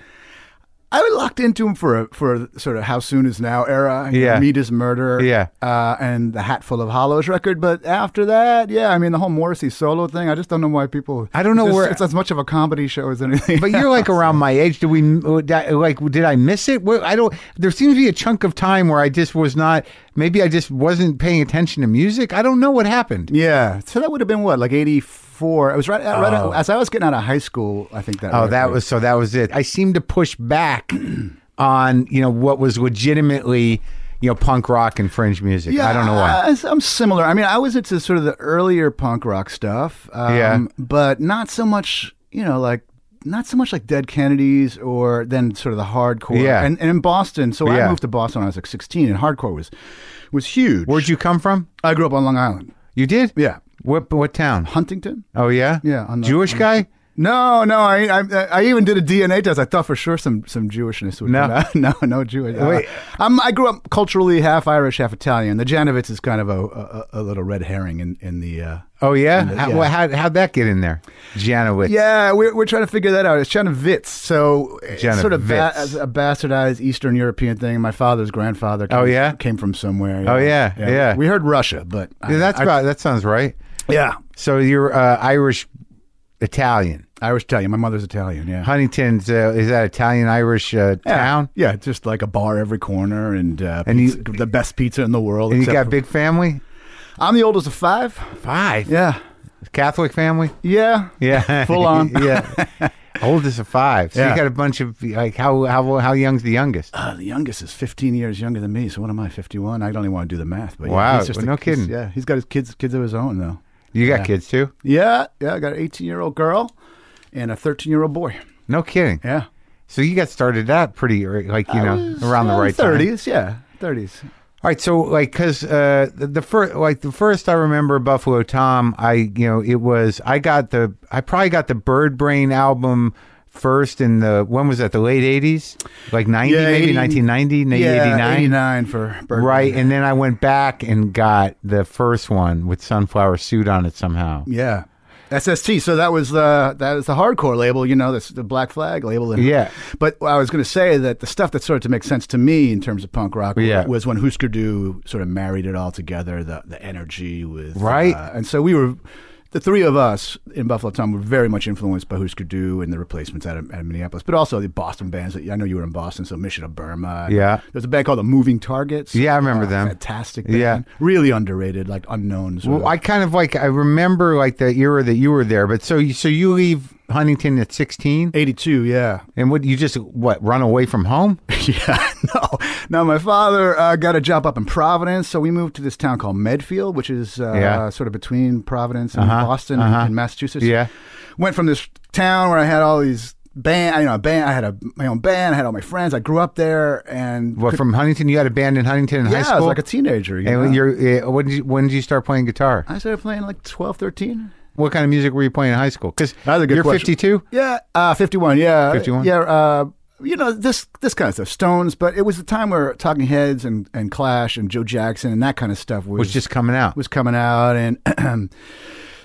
[SPEAKER 3] I was locked into him for a, for a sort of how soon is now era. you
[SPEAKER 2] Yeah.
[SPEAKER 3] know, meet is murder.
[SPEAKER 2] Yeah.
[SPEAKER 3] uh, and the Hatful of Hollows record. But after that, yeah, I mean the whole Morrissey solo thing. I just don't know why people.
[SPEAKER 2] I don't know
[SPEAKER 3] it's,
[SPEAKER 2] where-
[SPEAKER 3] it's as much of a comedy show as anything.
[SPEAKER 2] But you're like around my age. Did we like? Did I miss it? Well, I don't. There seems to be a chunk of time where I just was not. Maybe I just wasn't paying attention to music. I don't know what happened.
[SPEAKER 3] yeah, so that would have been what like eighty four. I was right, right as I was getting out of high school. I think that.
[SPEAKER 2] Oh,
[SPEAKER 3] record-
[SPEAKER 2] that was so. That was it. I seemed to push back on you know what was legitimately you know punk rock and fringe music. I don't know why.
[SPEAKER 3] I, am similar. I mean, I was into sort of the earlier punk rock stuff. Um,
[SPEAKER 2] Yeah.
[SPEAKER 3] But not so much, you know, like not so much like Dead Kennedys or then sort of the hardcore.
[SPEAKER 2] Yeah.
[SPEAKER 3] And, and in Boston, so
[SPEAKER 2] Yeah.
[SPEAKER 3] I moved to Boston when I was like 16, and hardcore was was huge.
[SPEAKER 2] Where'd you come from?
[SPEAKER 3] I grew up on Long Island.
[SPEAKER 2] You did?
[SPEAKER 3] Yeah.
[SPEAKER 2] What what town?
[SPEAKER 3] Huntington.
[SPEAKER 2] Oh yeah.
[SPEAKER 3] Yeah, on the-
[SPEAKER 2] Jewish guy.
[SPEAKER 3] No, no, I, I I even did a DNA test. I thought for sure some some Jewishness would
[SPEAKER 2] No.
[SPEAKER 3] come out. No, no Jewish. Uh,
[SPEAKER 2] Wait.
[SPEAKER 3] I'm, I grew up culturally half Irish, half Italian. The Janovitz is kind of a, a, a little red herring in, in the uh,
[SPEAKER 2] Oh yeah. How,
[SPEAKER 3] yeah.
[SPEAKER 2] well, how how'd that get in there? Janowitz.
[SPEAKER 3] Yeah, we're, we're trying to figure that out. It's Chenovitz. So it's
[SPEAKER 2] Chenovitz.
[SPEAKER 3] sort of ba- as a bastardized Eastern European thing. My father's grandfather came,
[SPEAKER 2] Oh, yeah?
[SPEAKER 3] came from somewhere.
[SPEAKER 2] Oh, yeah, yeah.
[SPEAKER 3] We heard Russia, but I-
[SPEAKER 2] Yeah, that's
[SPEAKER 3] I-
[SPEAKER 2] about, that sounds right.
[SPEAKER 3] yeah.
[SPEAKER 2] So you're uh, Irish Italian.
[SPEAKER 3] Irish Italian. My mother's Italian, yeah.
[SPEAKER 2] Huntington's uh, is that Italian Irish uh,
[SPEAKER 3] yeah.
[SPEAKER 2] town,
[SPEAKER 3] Yeah, just like a bar every corner and, uh,
[SPEAKER 2] And you-
[SPEAKER 3] pizza- the best pizza in the world.
[SPEAKER 2] and you
[SPEAKER 3] except
[SPEAKER 2] got
[SPEAKER 3] for-
[SPEAKER 2] big family.
[SPEAKER 3] I'm the oldest of five.
[SPEAKER 2] Five
[SPEAKER 3] Yeah.
[SPEAKER 2] Catholic family.
[SPEAKER 3] Yeah.
[SPEAKER 2] Yeah,
[SPEAKER 3] Full on.
[SPEAKER 2] yeah, oldest of five. So you
[SPEAKER 3] Yeah.
[SPEAKER 2] got a bunch of like how how how young's the youngest?
[SPEAKER 3] Uh, the youngest is 15 years younger than me. So what am I, 51? I don't even want to do the math. But yeah,
[SPEAKER 2] Wow,
[SPEAKER 3] he's just a-
[SPEAKER 2] no
[SPEAKER 3] he's-
[SPEAKER 2] kidding.
[SPEAKER 3] Yeah, he's got his kids kids of his own, though.
[SPEAKER 2] You got kids too?
[SPEAKER 3] Yeah, yeah. I got an 18 year old girl and a 13 year old boy.
[SPEAKER 2] No kidding.
[SPEAKER 3] Yeah.
[SPEAKER 2] So you got started that pretty ear- like you know around the
[SPEAKER 3] Uh,
[SPEAKER 2] right time.
[SPEAKER 3] 30s, yeah. 30s.
[SPEAKER 2] All right, so like, cause uh, the, the first, like the first I remember Buffalo Tom, I you know it was I got the I probably got the Bird Brain album first in the when was that the late eighties, like ninety
[SPEAKER 3] Yeah,
[SPEAKER 2] maybe
[SPEAKER 3] 80
[SPEAKER 2] nineteen ninety maybe
[SPEAKER 3] yeah,
[SPEAKER 2] eighty nine
[SPEAKER 3] 89 for Bergman.
[SPEAKER 2] right, and then I went back and got the first one with sunflower suit on it somehow.
[SPEAKER 3] Yeah. SST. So that was the that was the hardcore label, you know, this the Black Flag label. And,
[SPEAKER 2] Yeah.
[SPEAKER 3] But I was going to say that the stuff that started to make sense to me in terms of punk rock
[SPEAKER 2] Yeah.
[SPEAKER 3] was when Husker Du sort of married it all together, the the energy with
[SPEAKER 2] Right.
[SPEAKER 3] uh, and so we were. The three of us in Buffalo Tom were very much influenced by Husker Du and the replacements out of, out of Minneapolis, but also the Boston bands. That, I know you were in Boston, so Mission of Burma.
[SPEAKER 2] Yeah.
[SPEAKER 3] There's a band called the Moving Targets. Uh,
[SPEAKER 2] Yeah, I remember them.
[SPEAKER 3] Fantastic band.
[SPEAKER 2] Yeah.
[SPEAKER 3] Really underrated, like unknown. sort
[SPEAKER 2] Well,
[SPEAKER 3] of.
[SPEAKER 2] I kind of like I remember like the era that you were there, but so you, so you leave Huntington at sixteen,
[SPEAKER 3] 82, yeah.
[SPEAKER 2] and what you just what run away from home?
[SPEAKER 3] Yeah, no. Now, my father uh, got a job up in Providence, so we moved to this town called Medfield, which is uh,
[SPEAKER 2] Yeah. Uh-huh,
[SPEAKER 3] sort of between Providence and Boston and- and Massachusetts.
[SPEAKER 2] Yeah.
[SPEAKER 3] Went from this town where I had all these band, you know, a band, I had a, my own band, I had all my friends, I grew up there, and
[SPEAKER 2] What from Huntington? You had a band in Huntington in
[SPEAKER 3] yeah,
[SPEAKER 2] high
[SPEAKER 3] I
[SPEAKER 2] school.
[SPEAKER 3] was like a teenager. You know?
[SPEAKER 2] and you're, uh, when did you, when did you start playing guitar?
[SPEAKER 3] I started playing like 12, 13.
[SPEAKER 2] What kind of music were you playing in high school? Because
[SPEAKER 3] That's a good
[SPEAKER 2] you're
[SPEAKER 3] question.
[SPEAKER 2] 52.
[SPEAKER 3] Yeah, uh, fifty-one. Yeah,
[SPEAKER 2] 51?
[SPEAKER 3] Yeah, uh, you know this this kind of stuff, Stones. But it was the time where Talking Heads and, and Clash and Joe Jackson and that kind of stuff was,
[SPEAKER 2] Was just coming out.
[SPEAKER 3] was coming out, and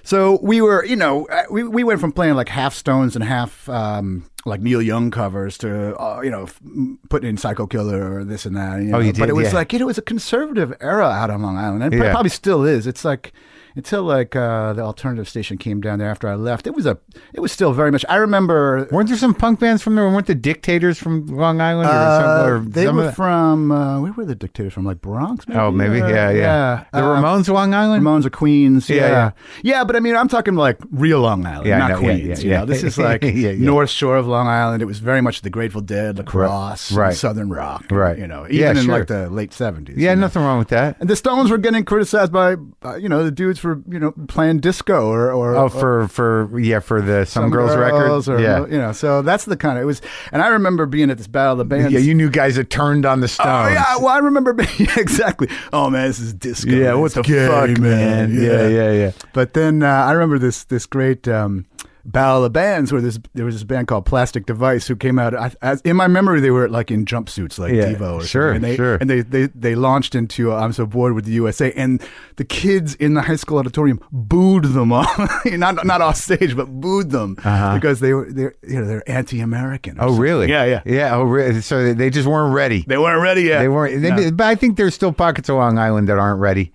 [SPEAKER 3] So we were, you know, uh, we, we went from playing like half Stones and half um, like Neil Young covers to, uh, you know, f- m- putting in Psycho Killer or this and that. You know?
[SPEAKER 2] Oh, you
[SPEAKER 3] But
[SPEAKER 2] did,
[SPEAKER 3] it was
[SPEAKER 2] yeah.
[SPEAKER 3] like, you know, it was a conservative era out on Long Island. And it
[SPEAKER 2] Yeah.
[SPEAKER 3] probably still is. It's like, until like uh, the alternative station came down there after I left, it was a, it was still very much. I remember
[SPEAKER 2] Weren't there some punk bands from there? Weren't the Dictators from Long Island or, some,
[SPEAKER 3] Uh,
[SPEAKER 2] or
[SPEAKER 3] they
[SPEAKER 2] some
[SPEAKER 3] were
[SPEAKER 2] of the-
[SPEAKER 3] from uh, where were the dictators from? Like Bronx? Maybe?
[SPEAKER 2] Oh, maybe.
[SPEAKER 3] Uh,
[SPEAKER 2] Yeah, yeah. The
[SPEAKER 3] Uh,
[SPEAKER 2] Ramones, Long Island.
[SPEAKER 3] Ramones are Queens.
[SPEAKER 2] Yeah,
[SPEAKER 3] Yeah yeah.
[SPEAKER 2] yeah.
[SPEAKER 3] but I mean, I'm talking like real Long Island,
[SPEAKER 2] Yeah, I
[SPEAKER 3] not
[SPEAKER 2] know, yeah,
[SPEAKER 3] Queens.
[SPEAKER 2] yeah,
[SPEAKER 3] you
[SPEAKER 2] yeah.
[SPEAKER 3] know? this is like
[SPEAKER 2] Yeah, yeah.
[SPEAKER 3] North Shore of Long Island. It was very much the Grateful Dead, lacrosse, and
[SPEAKER 2] right.
[SPEAKER 3] Southern rock,
[SPEAKER 2] Right.
[SPEAKER 3] You know, even
[SPEAKER 2] Yeah,
[SPEAKER 3] in
[SPEAKER 2] sure.
[SPEAKER 3] like the late '70s.
[SPEAKER 2] yeah,
[SPEAKER 3] you know?
[SPEAKER 2] nothing wrong with that.
[SPEAKER 3] And the Stones were getting criticized by, uh, you know, the dudes for you know playing disco or or
[SPEAKER 2] Oh, for for yeah, for the Some, Girls,
[SPEAKER 3] uh, girls
[SPEAKER 2] record.
[SPEAKER 3] or,
[SPEAKER 2] yeah,
[SPEAKER 3] you know. So that's the kind of it was. And I remember being at this Battle of the Bands.
[SPEAKER 2] yeah. You knew guys that turned on the Stones.
[SPEAKER 3] Oh, yeah, well, I remember being, yeah, exactly. Oh man, this is disco.
[SPEAKER 2] Yeah,
[SPEAKER 3] It's
[SPEAKER 2] what the
[SPEAKER 3] gay,
[SPEAKER 2] fuck, man? Yeah, yeah, yeah.
[SPEAKER 3] But then uh, I remember this this great um, battle of bands where this there was this band called Plastic Device who came out. I, as, in my memory, they were like in jumpsuits, like
[SPEAKER 2] Yeah,
[SPEAKER 3] Devo or
[SPEAKER 2] sure,
[SPEAKER 3] something. And they,
[SPEAKER 2] sure.
[SPEAKER 3] And they, they they launched into uh, I'm so bored with the USA, and the kids in the high school auditorium booed them off, not not off stage, but booed them because they were they are you know they're anti-American. or
[SPEAKER 2] Uh-huh. Oh,
[SPEAKER 3] something.
[SPEAKER 2] really?
[SPEAKER 3] Yeah, yeah.
[SPEAKER 2] yeah. Oh, really? So they- they just weren't ready.
[SPEAKER 3] They weren't ready yet.
[SPEAKER 2] They weren't. They,
[SPEAKER 3] No.
[SPEAKER 2] But I think there's still pockets of Long Island that aren't ready.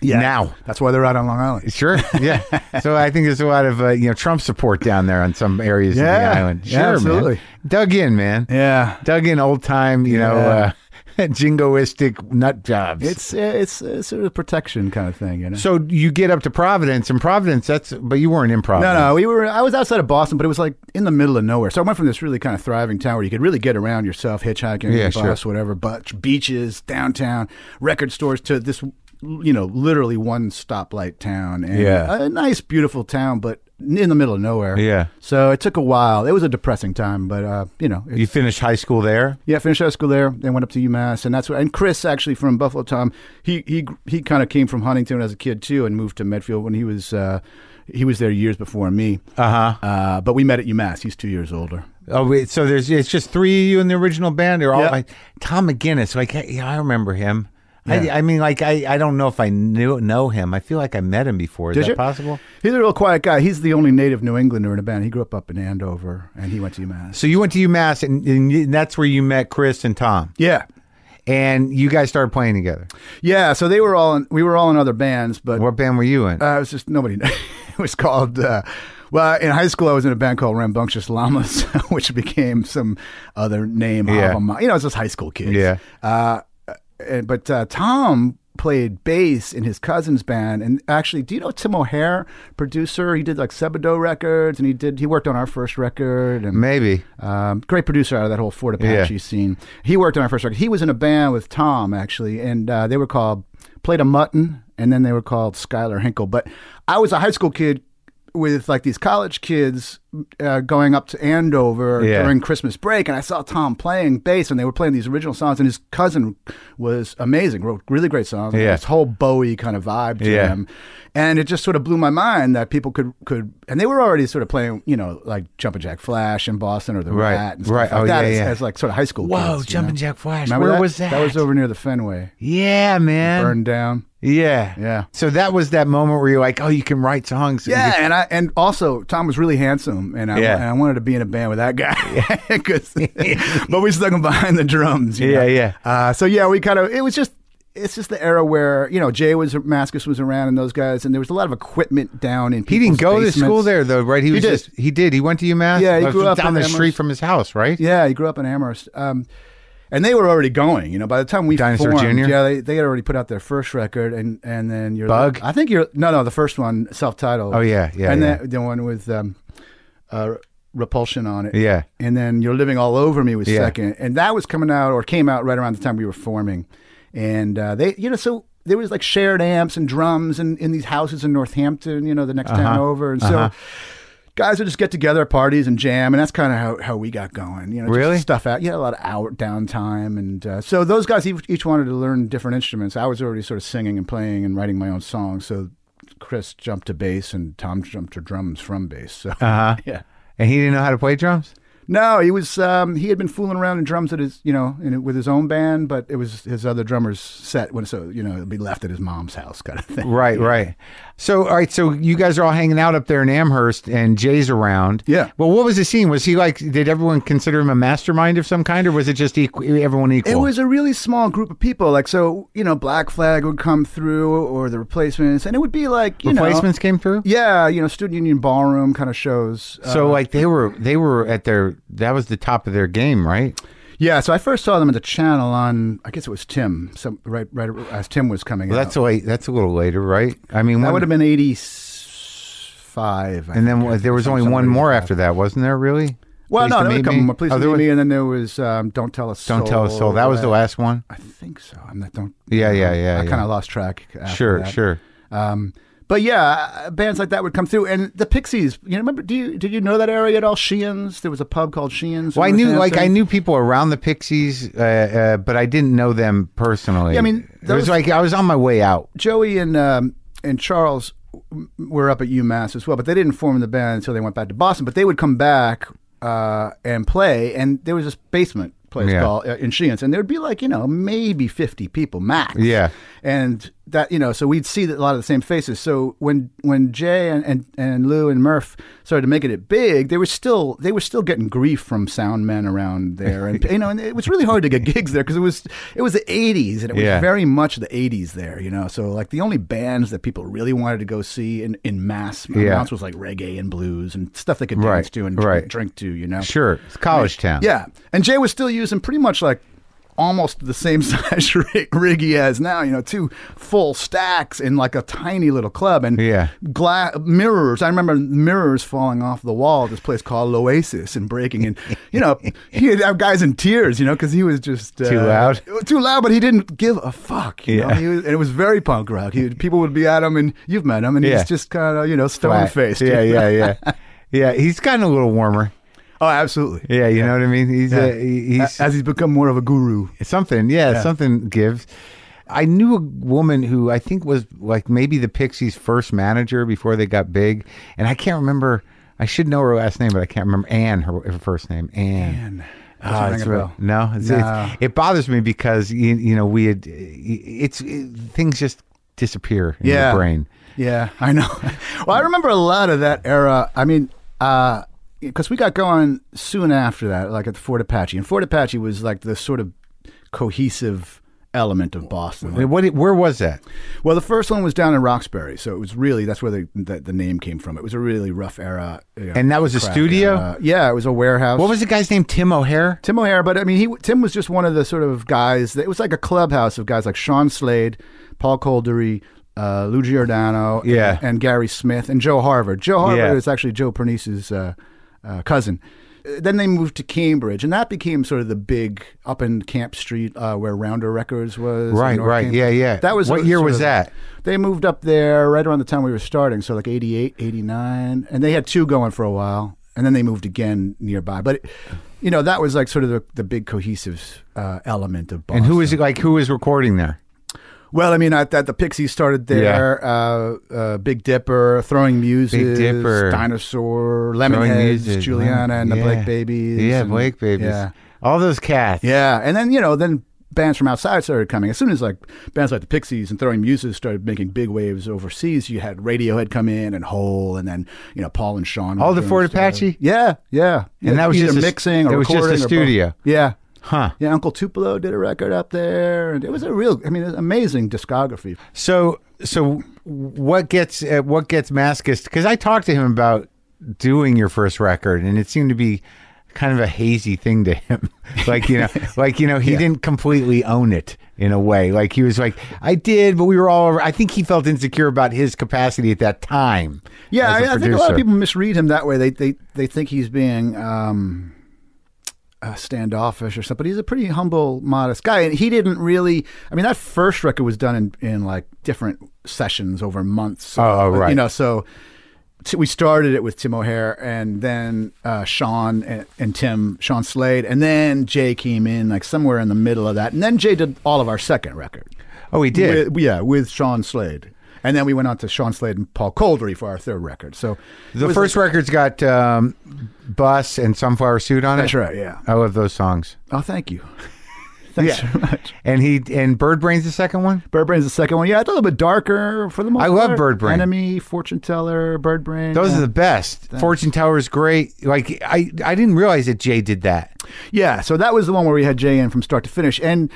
[SPEAKER 2] Now.
[SPEAKER 3] That's why they're out on Long Island.
[SPEAKER 2] Sure. Yeah. so I think there's a lot of uh, you know Trump support down there on some areas
[SPEAKER 3] Yeah.
[SPEAKER 2] of the island.
[SPEAKER 3] Yeah,
[SPEAKER 2] Sure,
[SPEAKER 3] absolutely.
[SPEAKER 2] man. Dug in, man.
[SPEAKER 3] Yeah.
[SPEAKER 2] Dug in old time. You know, uh,
[SPEAKER 3] Yeah.
[SPEAKER 2] jingoistic nut jobs.
[SPEAKER 3] It's uh, it's uh, sort of protection kind of thing, you know.
[SPEAKER 2] so you get up to Providence, and Providence. That's but you weren't in
[SPEAKER 3] no,
[SPEAKER 2] Providence.
[SPEAKER 3] no, we were. I was outside of Boston, but it was like in the middle of nowhere. So I went from this really kind of thriving town where you could really get around yourself, hitchhiking,
[SPEAKER 2] Yeah,
[SPEAKER 3] bus,
[SPEAKER 2] sure.
[SPEAKER 3] whatever, but beaches, downtown, record stores, to this, you know, literally one stoplight town. And
[SPEAKER 2] Yeah.
[SPEAKER 3] a nice, beautiful town, but in the middle of nowhere.
[SPEAKER 2] Yeah.
[SPEAKER 3] So it took a while. It was a depressing time, but uh, you know, it,
[SPEAKER 2] You finished high school there.
[SPEAKER 3] Yeah, finished high school there, then went up to UMass, and that's where. And Chris actually from Buffalo Tom, he he he kind of came from Huntington as a kid too, and moved to Medfield when he was uh, he was there years before me.
[SPEAKER 2] Uh huh.
[SPEAKER 3] Uh, but we met at UMass. He's two years older.
[SPEAKER 2] Oh, wait, so there's it's just three of you in the original band. Or all
[SPEAKER 3] Yeah.
[SPEAKER 2] like Tom McGinnis. Like I- yeah, I remember him. I, I mean, like I, I don't know if I knew know him. I feel like I met him before. Is
[SPEAKER 3] Did
[SPEAKER 2] that
[SPEAKER 3] you?
[SPEAKER 2] possible?
[SPEAKER 3] He's a real quiet guy. He's the only native New Englander in the band. He grew up up in Andover, and he went to UMass.
[SPEAKER 2] So you went to UMass, and, and that's where you met Chris and Tom,
[SPEAKER 3] Yeah,
[SPEAKER 2] and you guys started playing together.
[SPEAKER 3] yeah. So they were all in, we were all in other bands, but
[SPEAKER 2] What band were you in?
[SPEAKER 3] Uh, it was just nobody. kn- it was called. Uh, well, in high school, I was in a band called Rambunctious Llamas, which became some other name.
[SPEAKER 2] Yeah.
[SPEAKER 3] Yeah. you know, it's just high school kids.
[SPEAKER 2] Yeah.
[SPEAKER 3] Uh, and, but uh, Tom played bass in his cousin's band, and actually, do you know Tim O'Hare, producer? He did like Sebado records, and he did he worked on our first record, and
[SPEAKER 2] Maybe.
[SPEAKER 3] um, great producer out of that whole Fort Apache scene. He worked on our first record. He was in a band with Tom actually, and uh, they were called Played a Mutton, and then they were called Skylar Hinkle. But I was a high school kid with like these college kids uh, going up to Andover
[SPEAKER 2] Yeah.
[SPEAKER 3] during Christmas break, and I saw Tom playing bass, and they were playing these original songs, and his cousin was amazing, wrote really great songs.
[SPEAKER 2] Yeah.
[SPEAKER 3] This whole Bowie kind of vibe to
[SPEAKER 2] Yeah.
[SPEAKER 3] him. Um, And it just sort of blew my mind that people could could and they were already sort of playing, you know, like Jumpin' Jack Flash in Boston or the
[SPEAKER 2] Right,
[SPEAKER 3] Rat and stuff
[SPEAKER 2] right.
[SPEAKER 3] like
[SPEAKER 2] Oh,
[SPEAKER 3] that
[SPEAKER 2] yeah,
[SPEAKER 3] as,
[SPEAKER 2] yeah.
[SPEAKER 3] as like sort of high school
[SPEAKER 2] Whoa,
[SPEAKER 3] kids, you
[SPEAKER 2] Jumpin'
[SPEAKER 3] know?
[SPEAKER 2] Jack Flash.
[SPEAKER 3] Remember
[SPEAKER 2] Where
[SPEAKER 3] that?
[SPEAKER 2] was that?
[SPEAKER 3] That was over near the Fenway.
[SPEAKER 2] yeah, man.
[SPEAKER 3] Burned down.
[SPEAKER 2] Yeah,
[SPEAKER 3] Yeah.
[SPEAKER 2] So that was that moment where you're like, oh, you can write songs. and
[SPEAKER 3] Yeah, and I and also Tom was really handsome, and I
[SPEAKER 2] Yeah.
[SPEAKER 3] and I wanted to be in a band with that guy, 'Cause- but we stuck him behind the drums. you
[SPEAKER 2] Yeah,
[SPEAKER 3] know?
[SPEAKER 2] yeah.
[SPEAKER 3] Uh, so yeah, we kind of it was just it's just the era where you know Jay was Maskus was around and those guys, and there was a lot of equipment down in.
[SPEAKER 2] He didn't
[SPEAKER 3] people's
[SPEAKER 2] go to
[SPEAKER 3] basements.
[SPEAKER 2] school there though, right? He was
[SPEAKER 3] did.
[SPEAKER 2] just he did. He went to UMass.
[SPEAKER 3] Yeah, he
[SPEAKER 2] Like,
[SPEAKER 3] grew up
[SPEAKER 2] down
[SPEAKER 3] in
[SPEAKER 2] the
[SPEAKER 3] Amherst.
[SPEAKER 2] street from his house, right?
[SPEAKER 3] Yeah, he grew up in Amherst. Um, and they were already going, you know. By the time we
[SPEAKER 2] Dinosaur
[SPEAKER 3] formed,
[SPEAKER 2] Jr.?
[SPEAKER 3] yeah, they, they had already put out their first record, and and then you're
[SPEAKER 2] Bug?
[SPEAKER 3] I think you're no, no, the first one, self-titled.
[SPEAKER 2] Oh, yeah, yeah,
[SPEAKER 3] and
[SPEAKER 2] yeah.
[SPEAKER 3] That, the one with um, uh, Repulsion on it.
[SPEAKER 2] Yeah.
[SPEAKER 3] and then you're living all over me was
[SPEAKER 2] Yeah.
[SPEAKER 3] second, and that was coming out or came out right around the time we were forming, and uh, they, you know, so there was like shared amps and drums and in these houses in Northampton, you know, the next
[SPEAKER 2] Uh-huh.
[SPEAKER 3] town over, and so guys would just get together at parties and jam, and that's kind of how, how we got going. You know, just
[SPEAKER 2] Really?
[SPEAKER 3] stuff out. You had a lot of hour downtime, and uh, so those guys each, each wanted to learn different instruments. I was already sort of singing and playing and writing my own songs, so Chris jumped to bass and Tom jumped to drums from bass. So
[SPEAKER 2] Uh huh.
[SPEAKER 3] yeah.
[SPEAKER 2] And he didn't know how to play drums.
[SPEAKER 3] No, he was um, he had been fooling around in drums at his you know in, with his own band, but it was his other drummer's set when so you know it'd be left at his mom's house kind of thing.
[SPEAKER 2] Right, right. So, all right. So you guys are all hanging out up there in Amherst, and Jay's around.
[SPEAKER 3] Yeah.
[SPEAKER 2] Well, what was the scene? Was he like? Did everyone consider him a mastermind of some kind, or was it just equal, everyone equal?
[SPEAKER 3] It was a really small group of people. Like so, you know, Black Flag would come through, or the replacements, and it would be like you
[SPEAKER 2] Replacements
[SPEAKER 3] know,
[SPEAKER 2] came through.
[SPEAKER 3] yeah, you know, student union ballroom kind of shows. Uh,
[SPEAKER 2] So like they were they were at their that was the top of their game, right?
[SPEAKER 3] yeah, so I first saw them at the channel on I guess it was Tim. Some right right as Tim was coming.
[SPEAKER 2] Well,
[SPEAKER 3] out.
[SPEAKER 2] that's a late, that's a little later, right? I mean,
[SPEAKER 3] that
[SPEAKER 2] one,
[SPEAKER 3] would have been eighty five.
[SPEAKER 2] and then wa- there was only one more after that, wasn't there? Really?
[SPEAKER 3] Well,
[SPEAKER 2] Please to
[SPEAKER 3] no, there were a
[SPEAKER 2] Meet
[SPEAKER 3] couple
[SPEAKER 2] Me?
[SPEAKER 3] more. Please
[SPEAKER 2] Oh,
[SPEAKER 3] oh,
[SPEAKER 2] there was-
[SPEAKER 3] me, and then there was um, don't tell us.
[SPEAKER 2] Don't tell us soul. That was the last one.
[SPEAKER 3] I think so. I'm not. Don't.
[SPEAKER 2] Yeah, yeah, yeah,
[SPEAKER 3] I
[SPEAKER 2] yeah.
[SPEAKER 3] kind of lost track. After
[SPEAKER 2] Sure,
[SPEAKER 3] that.
[SPEAKER 2] sure.
[SPEAKER 3] Um, but yeah, uh, bands like that would come through, and the Pixies. You remember? Do you did you know that area at all? Sheehan's. There was a pub called Sheehan's. in
[SPEAKER 2] Well, I knew like I
[SPEAKER 3] Northampton.
[SPEAKER 2] knew people around the Pixies, uh, uh, but I didn't know them personally.
[SPEAKER 3] Yeah, I mean,
[SPEAKER 2] it was
[SPEAKER 3] those-
[SPEAKER 2] like I was on my way out.
[SPEAKER 3] Joey and um, and Charles w- were up at UMass as well, but they didn't form the band until they went back to Boston. But they would come back uh, and play, and there was this basement place
[SPEAKER 2] Yeah.
[SPEAKER 3] called uh, in Sheehan's, and there'd be like you know maybe fifty people max.
[SPEAKER 2] Yeah.
[SPEAKER 3] and that you know so we'd see that a lot of the same faces. So when when Jay and, and and Lou and Murph started making it big, they were still they were still getting grief from sound men around there, and you know, and it was really hard to get gigs there because it was it was the '80s and it was
[SPEAKER 2] Yeah.
[SPEAKER 3] very very much the 80s there, you know. So like the only bands that people really wanted to go see in, in mass amounts was like reggae and blues and stuff they could dance
[SPEAKER 2] Right,
[SPEAKER 3] to and
[SPEAKER 2] right.
[SPEAKER 3] drink to, you know.
[SPEAKER 2] Sure, it's college town.
[SPEAKER 3] Yeah. And Jay was still using pretty much like almost the same size rig, rig he has now, you know, two full stacks in like a tiny little club and
[SPEAKER 2] Yeah.
[SPEAKER 3] gla- mirrors. I remember mirrors falling off the wall at this place called Loasis and breaking and you know, he would have guys in tears, you know, cuz he was just uh,
[SPEAKER 2] Too loud?
[SPEAKER 3] Too loud, but he didn't give a fuck, you know.
[SPEAKER 2] Yeah.
[SPEAKER 3] He was, and it was very punk rock. He, would- people would be at him and you've met him and
[SPEAKER 2] Yeah.
[SPEAKER 3] he's just kind of, you know, stone-faced.
[SPEAKER 2] Yeah, yeah, yeah, yeah. He's gotten a little warmer.
[SPEAKER 3] Oh, absolutely.
[SPEAKER 2] Yeah, you know what I mean. He's uh,
[SPEAKER 3] Yeah.
[SPEAKER 2] he- he's
[SPEAKER 3] As he's become more of a guru.
[SPEAKER 2] Something, yeah, something gives. I knew a woman who I think was like maybe the Pixies' first manager before they got big, and I can't remember. I should know her last name, but I can't remember. Anne, her, her first name, Anne.
[SPEAKER 3] Anne.
[SPEAKER 2] Ah,
[SPEAKER 3] Doesn't ring
[SPEAKER 2] it's
[SPEAKER 3] a
[SPEAKER 2] real-
[SPEAKER 3] bell.
[SPEAKER 2] no, it's- it's-
[SPEAKER 3] No.
[SPEAKER 2] it bothers me because you, you know we had it's it, things just disappear in
[SPEAKER 3] Yeah.
[SPEAKER 2] your brain.
[SPEAKER 3] Yeah, I know. well, I remember a lot of that era. I mean, because we got going soon after that, like at Fort Apache, and Fort Apache was like the sort of cohesive element of Boston. Like,
[SPEAKER 2] What? Where was that?
[SPEAKER 3] well, the first one was down in Roxbury, so it was really that's where the the, the name came from. It was a really rough era. you know,
[SPEAKER 2] And that was a
[SPEAKER 3] crack
[SPEAKER 2] studio?
[SPEAKER 3] era. Yeah, it was a warehouse.
[SPEAKER 2] What was the guy's name? Tim O'Hare.
[SPEAKER 3] Tim O'Hare, but I mean, he Tim was just one of the sort of guys that it was like a clubhouse of guys like Sean Slade, Paul Coldery, uh, Lou Giordano,
[SPEAKER 2] Yeah.
[SPEAKER 3] and, and Gary Smith, and Joe Harvard. Joe Harvard
[SPEAKER 2] Yeah.
[SPEAKER 3] is actually Joe Pernice's uh, uh, cousin. Uh, Then they moved to Cambridge, and that became sort of the big up in Camp Street uh, where Rounder Records was. in
[SPEAKER 2] Right,
[SPEAKER 3] North
[SPEAKER 2] right.
[SPEAKER 3] Cambridge.
[SPEAKER 2] Yeah, yeah.
[SPEAKER 3] That was
[SPEAKER 2] What
[SPEAKER 3] sort of-
[SPEAKER 2] year
[SPEAKER 3] sort
[SPEAKER 2] was
[SPEAKER 3] of-
[SPEAKER 2] that?
[SPEAKER 3] They moved up there right around the time we were starting, so like 88, 89, and they had two going for a while, and then they moved again nearby. But you know, that was like sort of the, the big cohesive uh, element of Boston.
[SPEAKER 2] And who was it? Like who was recording there?
[SPEAKER 3] Well, I mean, at that the Pixies started there. Uh, uh, Big Dipper, Throwing Muses,
[SPEAKER 2] Dipper.
[SPEAKER 3] Dinosaur,
[SPEAKER 2] Throwing
[SPEAKER 3] Lemonheads,
[SPEAKER 2] music,
[SPEAKER 3] Juliana,
[SPEAKER 2] lemon-
[SPEAKER 3] and the
[SPEAKER 2] yeah.
[SPEAKER 3] Blake Babies.
[SPEAKER 2] Yeah,
[SPEAKER 3] and-
[SPEAKER 2] Blake Babies.
[SPEAKER 3] Yeah.
[SPEAKER 2] All those cats.
[SPEAKER 3] Yeah, and then you know, then bands from outside started coming. As soon as like bands like the Pixies and Throwing Muses started making big waves overseas, you had Radiohead come in and Hole, and then you know Paul and Sean. were
[SPEAKER 2] All the
[SPEAKER 3] doing
[SPEAKER 2] Fort
[SPEAKER 3] stuff.
[SPEAKER 2] Apache?
[SPEAKER 3] Yeah, yeah,
[SPEAKER 2] And that was
[SPEAKER 3] either
[SPEAKER 2] just a s-
[SPEAKER 3] mixing or
[SPEAKER 2] that was just a
[SPEAKER 3] recording or both.
[SPEAKER 2] studio.
[SPEAKER 3] Yeah.
[SPEAKER 2] Huh.
[SPEAKER 3] Yeah, Uncle Tupelo did a record up there, and it was a real—I mean, an amazing discography.
[SPEAKER 2] So so what gets uh, what gets Maskus? Because I talked to him about doing your first record, and it seemed to be kind of a hazy thing to him. like you know, like you know, he didn't completely own it in a way. Like he was like, I did, but we were all. I think he felt insecure about his capacity at that time.
[SPEAKER 3] Yeah,
[SPEAKER 2] as a
[SPEAKER 3] I, I think a lot
[SPEAKER 2] producer.
[SPEAKER 3] of people misread him that way. They they they think he's being um, uh, standoffish or something. But he's a pretty humble, modest guy, and he didn't really. I mean, that first record was done in in like different sessions over months.
[SPEAKER 2] Oh, oh, right.
[SPEAKER 3] You know, so. t- We started it with Tim O'Hare, and then uh, Sean and, and Tim, Sean Slade, and then Jay came in like somewhere in the middle of that, and then Jay did all of our second record.
[SPEAKER 2] Oh, he did.
[SPEAKER 3] With, yeah, with Sean Slade. And then we went on to Sean Slade and Paul Coldry for our third record. So it
[SPEAKER 2] The
[SPEAKER 3] was
[SPEAKER 2] first record's got um, Bus and Sunflower Suit on it.
[SPEAKER 3] That's right, yeah.
[SPEAKER 2] I love those songs.
[SPEAKER 3] Oh, thank you. Thanks so much.
[SPEAKER 2] And he and Bird Brain's the second one?
[SPEAKER 3] Bird Brain's the second one. Yeah, it's a little bit darker for the most
[SPEAKER 2] I love
[SPEAKER 3] part.
[SPEAKER 2] Bird Brain.
[SPEAKER 3] Enemy, Fortune Teller, Bird Brain.
[SPEAKER 2] Those
[SPEAKER 3] yeah.
[SPEAKER 2] are the best. Fortune Tower is great. Like I, I didn't realize that Jay did that.
[SPEAKER 3] Yeah, so that was the one where we had Jay in from start to finish, and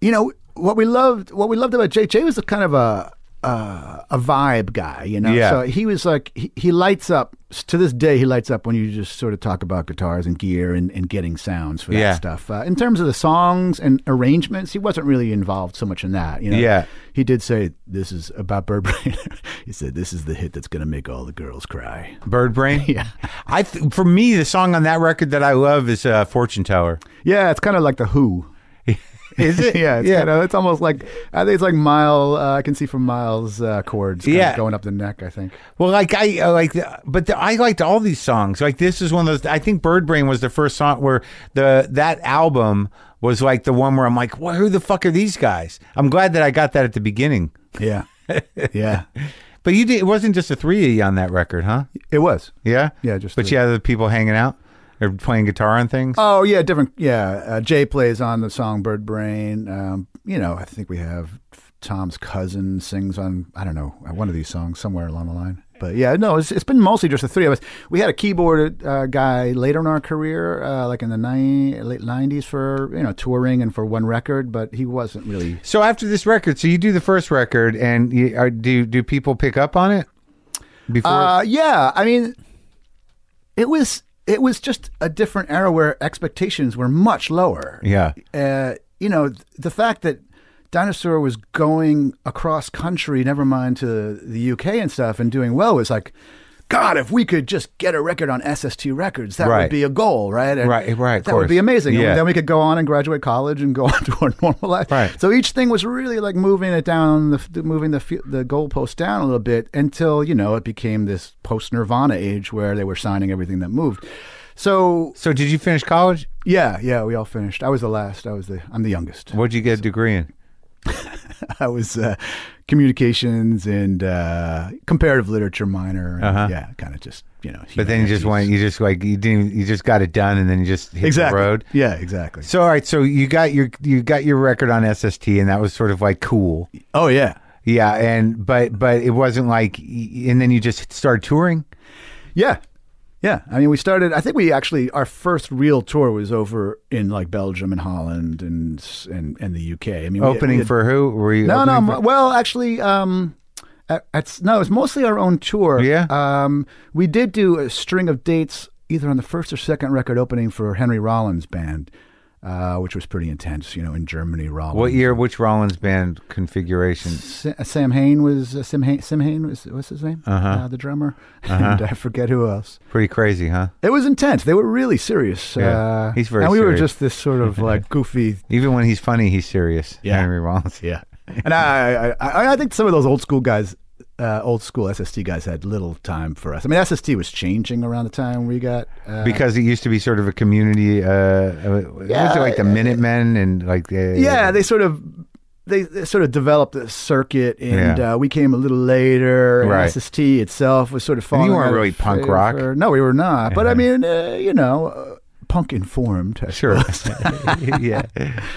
[SPEAKER 3] you know what we loved, what we loved about Jay. Jay was a kind of a uh, a vibe guy, you know.
[SPEAKER 2] Yeah.
[SPEAKER 3] So he was like he, he lights up to this day. He lights up when you just sort of talk about guitars and gear and, and getting sounds for that
[SPEAKER 2] Yeah.
[SPEAKER 3] stuff. Uh, in terms of the songs and arrangements, he wasn't really involved so much in that. You know.
[SPEAKER 2] Yeah.
[SPEAKER 3] He did say this is about Bird Brain. he said this is the hit that's going to make all the girls cry.
[SPEAKER 2] Bird Brain. yeah. I th- for me the song on that record that I love is uh, Fortune Tower.
[SPEAKER 3] Yeah, it's kind of like the Who.
[SPEAKER 2] Is it?
[SPEAKER 3] yeah, it's
[SPEAKER 2] yeah.
[SPEAKER 3] Kind of, it's almost like I think it's like mile. Uh, I can see from miles uh, chords. kind of
[SPEAKER 2] Yeah.
[SPEAKER 3] going up the neck. I think.
[SPEAKER 2] Well, like I uh, like, uh, but the, I liked all these songs. Like this is one of those. I think Bird Brain was the first song where the that album was like the one where I'm like, well, who the fuck are these guys? I'm glad that I got that at the beginning.
[SPEAKER 3] Yeah, yeah,
[SPEAKER 2] But you did. It wasn't just the three of you on that record, huh?
[SPEAKER 3] it was.
[SPEAKER 2] Yeah.
[SPEAKER 3] Yeah, just
[SPEAKER 2] But
[SPEAKER 3] the-
[SPEAKER 2] you had other people hanging out or playing guitar and things.
[SPEAKER 3] Oh yeah, different. Yeah, uh, Jay plays on the song "Bird Brain." Um, you know, I think we have Tom's cousin sings on. I don't know uh, one of these songs somewhere along the line. But yeah, no, it's, it's been mostly just the three of us. We had a keyboard uh, guy later in our career, uh, like in the ni- late '90s, for you know touring and for one record, but he wasn't really
[SPEAKER 2] so after this record, so you do the first record, and you, are, do do people pick up on it? Before
[SPEAKER 3] Uh, yeah, I mean, it was it was just a different era where expectations were much lower.
[SPEAKER 2] Yeah.
[SPEAKER 3] uh, you know th- the fact that Dinosaur was going across country, never mind to the UK and stuff, and doing well was like. God, if we could just get a record on SST Records, that
[SPEAKER 2] Right.
[SPEAKER 3] would be a goal, right? And
[SPEAKER 2] Right, right, of
[SPEAKER 3] That would be
[SPEAKER 2] course.
[SPEAKER 3] amazing.
[SPEAKER 2] Yeah.
[SPEAKER 3] And then we could go on and graduate college and go on to our normal life.
[SPEAKER 2] Right.
[SPEAKER 3] So each thing was really like moving it down, the, the moving the fe- the goalpost down a little bit until you know it became this post Nirvana age where they were signing everything that moved. So
[SPEAKER 2] so did you finish college?
[SPEAKER 3] yeah, yeah, we all finished. I was the last. I was the I'm the youngest.
[SPEAKER 2] What'd you get a degree in?
[SPEAKER 3] I was uh, communications and uh, comparative literature minor. and, Yeah, kind of just you know.
[SPEAKER 2] Uh-huh. But then you just went,
[SPEAKER 3] humanities.
[SPEAKER 2] you just like you didn't, you just got it done, and then you just hit
[SPEAKER 3] exactly.
[SPEAKER 2] the road.
[SPEAKER 3] Yeah, exactly.
[SPEAKER 2] So all right, so you got your you got your record on SST, and that was sort of like cool,
[SPEAKER 3] Oh yeah.
[SPEAKER 2] yeah. And but but it wasn't like, and then you just started touring.
[SPEAKER 3] Yeah. Yeah. I mean, we started, I think we actually, our first real tour was over in like Belgium and Holland and and, and the UK. I mean, we-
[SPEAKER 2] Opening
[SPEAKER 3] we had-
[SPEAKER 2] for who? Were you
[SPEAKER 3] No, no.
[SPEAKER 2] opening
[SPEAKER 3] m- well, actually, um, at, at, no, it's mostly our own tour.
[SPEAKER 2] Yeah?
[SPEAKER 3] Um, we did do a string of dates either on the first or second record opening for Henry Rollins' band, uh, which was pretty intense, you know, in Germany. Rollins.
[SPEAKER 2] for- what year? Which Rollins band configuration?
[SPEAKER 3] Sa- Sam Hain was uh, Sim Hain, Sim Hain was what's his name?
[SPEAKER 2] Uh-huh.
[SPEAKER 3] Uh, the drummer, and I forget who else.
[SPEAKER 2] Pretty crazy, huh?
[SPEAKER 3] It was intense. They were really serious.
[SPEAKER 2] Yeah.
[SPEAKER 3] Uh,
[SPEAKER 2] He's very
[SPEAKER 3] And we were
[SPEAKER 2] serious.
[SPEAKER 3] just this sort of like goofy.
[SPEAKER 2] Even when he's funny, he's serious.
[SPEAKER 3] Yeah.
[SPEAKER 2] Henry Rollins.
[SPEAKER 3] Yeah. And I, I, I, I think some of those old school guys, uh, old school SST guys, had little time for us. I mean, SST was changing around the time we got. Uh,
[SPEAKER 2] Because it used to be sort of a community, uh, uh, was it like the Minutemen and like uh, the
[SPEAKER 3] yeah, they sort of. They, they sort of developed a circuit, and
[SPEAKER 2] Yeah.
[SPEAKER 3] uh, we came a little later. and
[SPEAKER 2] Right.
[SPEAKER 3] SST itself was sort of
[SPEAKER 2] you
[SPEAKER 3] falling.
[SPEAKER 2] weren't
[SPEAKER 3] out of
[SPEAKER 2] really punk rock.
[SPEAKER 3] favor. No, we were not. But I mean, uh, you know, uh, punk informed. I
[SPEAKER 2] Sure.
[SPEAKER 3] suppose.
[SPEAKER 2] yeah.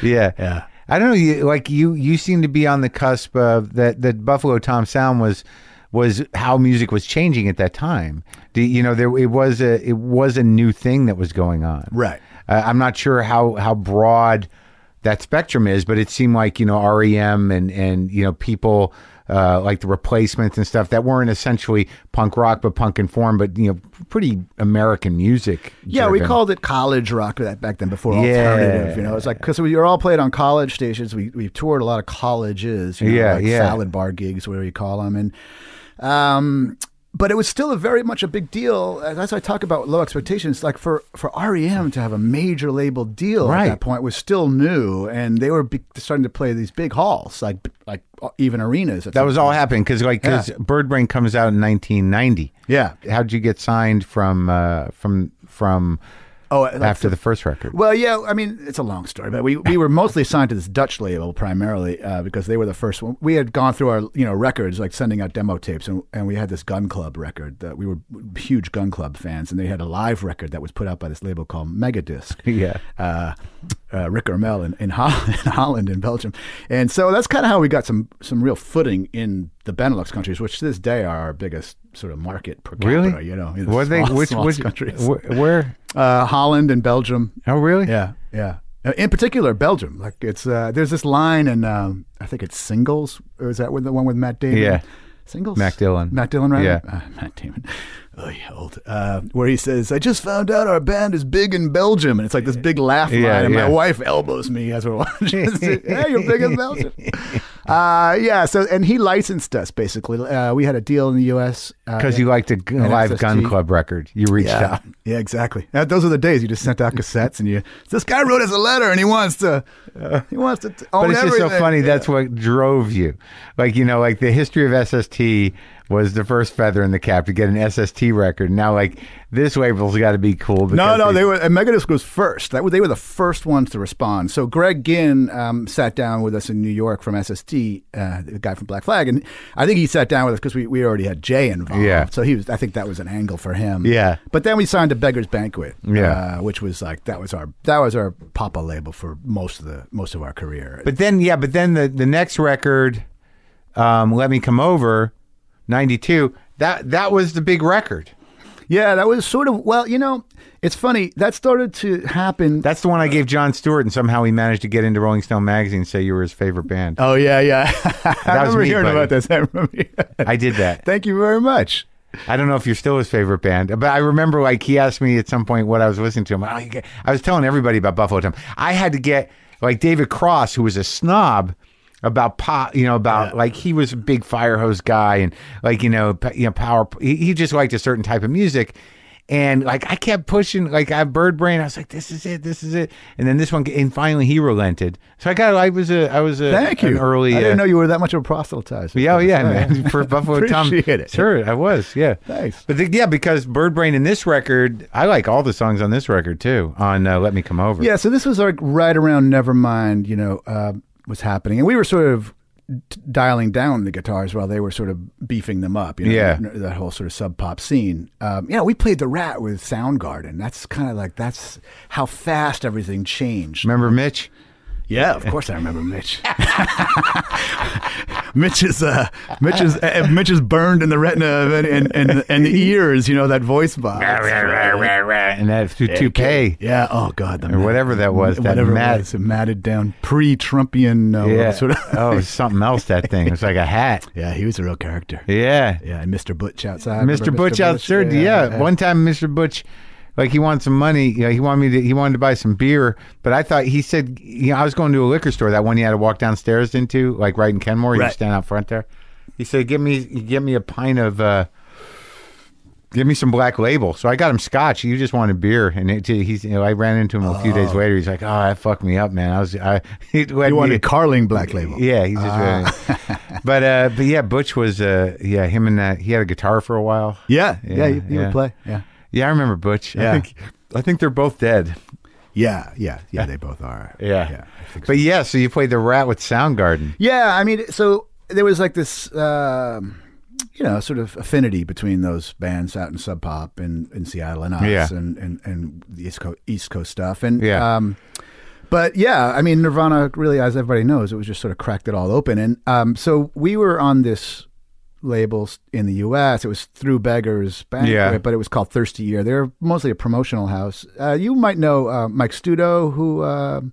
[SPEAKER 2] Yeah.
[SPEAKER 3] Yeah.
[SPEAKER 2] I don't know. You, like you, you seem to be on the cusp of that. That Buffalo Tom sound was was how music was changing at that time. Do, you know, there it was a it was a new thing that was going on.
[SPEAKER 3] Right.
[SPEAKER 2] Uh, I'm not sure how how broad that spectrum is, but it seemed like you know REM and and you know people. Uh, like the replacements and stuff that weren't essentially punk rock, but punk informed, but you know, pretty American music.
[SPEAKER 3] Yeah, we
[SPEAKER 2] driven.
[SPEAKER 3] called it college rock that back then before
[SPEAKER 2] Yeah.
[SPEAKER 3] alternative. You know, it's like because we were all played on college stations. We we toured a lot of colleges. You know,
[SPEAKER 2] Yeah,
[SPEAKER 3] like
[SPEAKER 2] yeah.
[SPEAKER 3] Salad bar gigs, whatever you call them, and um, but it was still a very much a big deal. Uh, That's why I talk about low expectations. Like for for REM to have a major label deal
[SPEAKER 2] Right.
[SPEAKER 3] at that point was still new, and they were be- starting to play these big halls, like like uh, even arenas. at
[SPEAKER 2] That
[SPEAKER 3] some
[SPEAKER 2] was all happening because like because Bird Brain comes out in 1990.
[SPEAKER 3] Yeah.
[SPEAKER 2] How'd you get signed from uh, from from
[SPEAKER 3] Oh, like
[SPEAKER 2] after the first record.
[SPEAKER 3] Well, yeah, I mean, it's a long story, but we, we were mostly assigned to this Dutch label primarily uh, because they were the first one. We had gone through our, you know, records, like sending out demo tapes, and, and we had this Gun Club record that we were huge Gun Club fans, and they had a live record that was put out by this label called Megadisc.
[SPEAKER 2] Yeah.
[SPEAKER 3] Uh, uh, Rick Ermel in, in, Holland, in Holland, in Belgium. And so that's kind of how we got some, some real footing in the Benelux countries, which to this day are our biggest sort of market per capita,
[SPEAKER 2] Really?
[SPEAKER 3] you know. in the
[SPEAKER 2] Were they
[SPEAKER 3] small-
[SPEAKER 2] which
[SPEAKER 3] small
[SPEAKER 2] which
[SPEAKER 3] countries.
[SPEAKER 2] wh- where?
[SPEAKER 3] uh, Holland and Belgium.
[SPEAKER 2] Oh, really?
[SPEAKER 3] Yeah, yeah. Uh, In particular, Belgium. Like it's uh, there's this line, and um, I think it's singles. Or is that with the one with Matt Damon?
[SPEAKER 2] Yeah.
[SPEAKER 3] singles.
[SPEAKER 2] Matt Dillon.
[SPEAKER 3] Matt Dillon, right?
[SPEAKER 2] Yeah.
[SPEAKER 3] uh, Matt Damon. Oh, yeah, old. Uh, where he says, "I just found out our band is big in Belgium," and it's like this big laugh line,
[SPEAKER 2] Yeah,
[SPEAKER 3] and
[SPEAKER 2] yeah.
[SPEAKER 3] my wife elbows me as we're watching. hey, you're big in Belgium. Uh, yeah. So, and he licensed us basically. Uh, we had a deal in the U.S. uh,
[SPEAKER 2] Because you liked a g-
[SPEAKER 3] And
[SPEAKER 2] live
[SPEAKER 3] SST.
[SPEAKER 2] Gun Club record. You reached
[SPEAKER 3] yeah.
[SPEAKER 2] out.
[SPEAKER 3] Yeah, exactly. Uh, those are the days you just sent out cassettes and you. This guy wrote us a letter and he wants to. He wants to. T- own
[SPEAKER 2] But it's just so
[SPEAKER 3] everything."
[SPEAKER 2] funny. That's what drove you. Like, you know, like the history of SST was the first feather in the cap to get an SST record. Now, like, this label's got to be cool.
[SPEAKER 3] No,
[SPEAKER 2] because
[SPEAKER 3] no, they were. And Megadisc was first. That was, they were the first ones to respond. So Greg Ginn um, sat down with us in New York from SST, uh, the guy from Black Flag, and I think he sat down with us because we, we already had Jay involved.
[SPEAKER 2] Yeah.
[SPEAKER 3] So he was. I think that was an angle for him.
[SPEAKER 2] Yeah.
[SPEAKER 3] But then we signed to Beggar's Banquet.
[SPEAKER 2] Yeah.
[SPEAKER 3] Uh, which was like that was our that was our Papa label for most of the most of our career.
[SPEAKER 2] But then, yeah, but then the, the next record, um, Let Me Come Over, 92, that, that was the big record.
[SPEAKER 3] Yeah, that was sort of well, you know, it's funny that started to happen.
[SPEAKER 2] That's the one I gave John Stewart, and somehow he managed to get into Rolling Stone magazine and say you were his favorite band.
[SPEAKER 3] oh yeah, yeah. I
[SPEAKER 2] was
[SPEAKER 3] remember
[SPEAKER 2] me,
[SPEAKER 3] hearing
[SPEAKER 2] buddy.
[SPEAKER 3] about this. I remember.
[SPEAKER 2] I did that.
[SPEAKER 3] Thank you very much.
[SPEAKER 2] I don't know if you're still his favorite band, but I remember like he asked me at some point what I was listening to. I'm like, "Oh, you get-" I was telling everybody about Buffalo Tom. I had to get like David Cross, who was a snob about pop, you know, about like he was a big fire hose guy and like you know, p- you know, power. He, he just liked a certain type of music. And like I kept pushing, like I bird brain. I was like, "This is it, this is it." And then this one, and finally he relented. So I got, I was a, I was a,
[SPEAKER 3] Thank
[SPEAKER 2] an
[SPEAKER 3] you.
[SPEAKER 2] early.
[SPEAKER 3] I
[SPEAKER 2] uh,
[SPEAKER 3] didn't know you were that much of a proselytizer.
[SPEAKER 2] yeah, oh, yeah, man. For Buffalo Tom.
[SPEAKER 3] Appreciate it.
[SPEAKER 2] Sure, I was. Yeah.
[SPEAKER 3] Nice.
[SPEAKER 2] But the, yeah, because Bird Brain in this record, I like all the songs on this record too. On uh, Let Me Come Over.
[SPEAKER 3] Yeah, so this was like right around Nevermind, you know, uh, was happening, and we were sort of t- dialing down the guitars while they were sort of beefing them up. You know,
[SPEAKER 2] Yeah.
[SPEAKER 3] that, that whole sort of sub pop scene. Um, you know, we played the Rat with Soundgarden. That's kind of like that's how fast everything changed.
[SPEAKER 2] Remember Mitch?
[SPEAKER 3] Yeah, of course I remember Mitch. Mitch is uh, Mitch is uh, Mitch is burned in the retina and and, and, and the ears. You know that voice box.
[SPEAKER 2] and that through toupee.
[SPEAKER 3] Yeah. Oh God. The or
[SPEAKER 2] whatever that was, that
[SPEAKER 3] Whatever
[SPEAKER 2] mat-
[SPEAKER 3] it was, it matted down pre-Trumpian. Uh,
[SPEAKER 2] Yeah.
[SPEAKER 3] Sort of.
[SPEAKER 2] oh, it was something else. That thing. It was like a hat.
[SPEAKER 3] Yeah. He was a real character.
[SPEAKER 2] Yeah.
[SPEAKER 3] Yeah. And Mr. Butch outside. Remember
[SPEAKER 2] Mr. Butch out there. Yeah, One time, Mr. Butch, like he wanted some money. You know, he wanted me to. He wanted to buy some beer, but I thought he said. You know, I was going to a liquor store. That one you had to walk downstairs into, like right in Kenmore. You
[SPEAKER 3] Right.
[SPEAKER 2] stand out front there. He said, "Give me, give me a pint of." uh Give me some black label. So I got him scotch. You just wanted beer, and it, he's. You know, I ran into him a few days later. He's like, "Oh, that fucked me up, man." I was. I. He let
[SPEAKER 3] You
[SPEAKER 2] me-
[SPEAKER 3] wanted Carling Black Label.
[SPEAKER 2] yeah, he's just really- but uh, but yeah, Butch was uh, yeah him and that he had a guitar for a while.
[SPEAKER 3] Yeah. Yeah.
[SPEAKER 2] Yeah,
[SPEAKER 3] you, you
[SPEAKER 2] yeah.
[SPEAKER 3] would play. Yeah.
[SPEAKER 2] Yeah, I remember Butch. I
[SPEAKER 3] Yeah.
[SPEAKER 2] think I think they're both dead.
[SPEAKER 3] Yeah. Yeah. Yeah. They both are.
[SPEAKER 2] yeah.
[SPEAKER 3] Yeah. I think so.
[SPEAKER 2] But yeah, so you played the Rat with Soundgarden.
[SPEAKER 3] Yeah, I mean, so there was like this, um, you know, sort of affinity between those bands out in Sub Pop and in Seattle and us
[SPEAKER 2] Yeah.
[SPEAKER 3] and, and, and the East Coast, East Coast stuff. And,
[SPEAKER 2] Yeah.
[SPEAKER 3] um, but yeah, I mean, Nirvana really, as everybody knows, it was just sort of cracked it all open. And um, so we were on this label in the U.S. It was through Beggars Banquet,
[SPEAKER 2] Yeah.
[SPEAKER 3] but it was called Thirsty Year. They're mostly a promotional house. Uh, you might know uh, Mike Studo, who um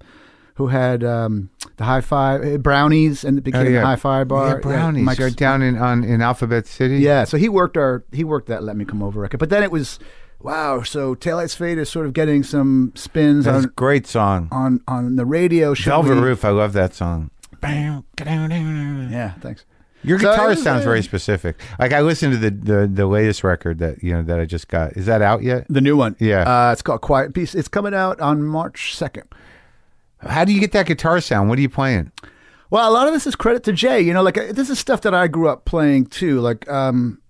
[SPEAKER 3] who had um, the High Five uh, Brownies, and it became the High Five
[SPEAKER 2] Oh, Yeah,
[SPEAKER 3] Bar.
[SPEAKER 2] brownies.
[SPEAKER 3] Mike
[SPEAKER 2] are
[SPEAKER 3] Stu-
[SPEAKER 2] down in on in Alphabet City.
[SPEAKER 3] yeah, so he worked our he worked that Let Me Come Over record, but then it was wow. So Taillights Fade is sort of getting some spins
[SPEAKER 2] that's a
[SPEAKER 3] on,
[SPEAKER 2] great song.
[SPEAKER 3] on on the radio. Should
[SPEAKER 2] Velvet
[SPEAKER 3] we-
[SPEAKER 2] Roof. I love that song.
[SPEAKER 3] Yeah, thanks.
[SPEAKER 2] Your
[SPEAKER 3] So
[SPEAKER 2] guitar
[SPEAKER 3] it was,
[SPEAKER 2] sounds
[SPEAKER 3] uh,
[SPEAKER 2] very specific. Like I listened to the, the the latest record that you know that I just got. Is that out yet?
[SPEAKER 3] The new one.
[SPEAKER 2] Yeah.
[SPEAKER 3] Uh, it's called Quiet Peace. It's coming out on March 2nd.
[SPEAKER 2] How do you get that guitar sound? What are you playing?
[SPEAKER 3] Well, a lot of this is credit to Jay. You know, like uh, this is stuff that I grew up playing too. Like, um,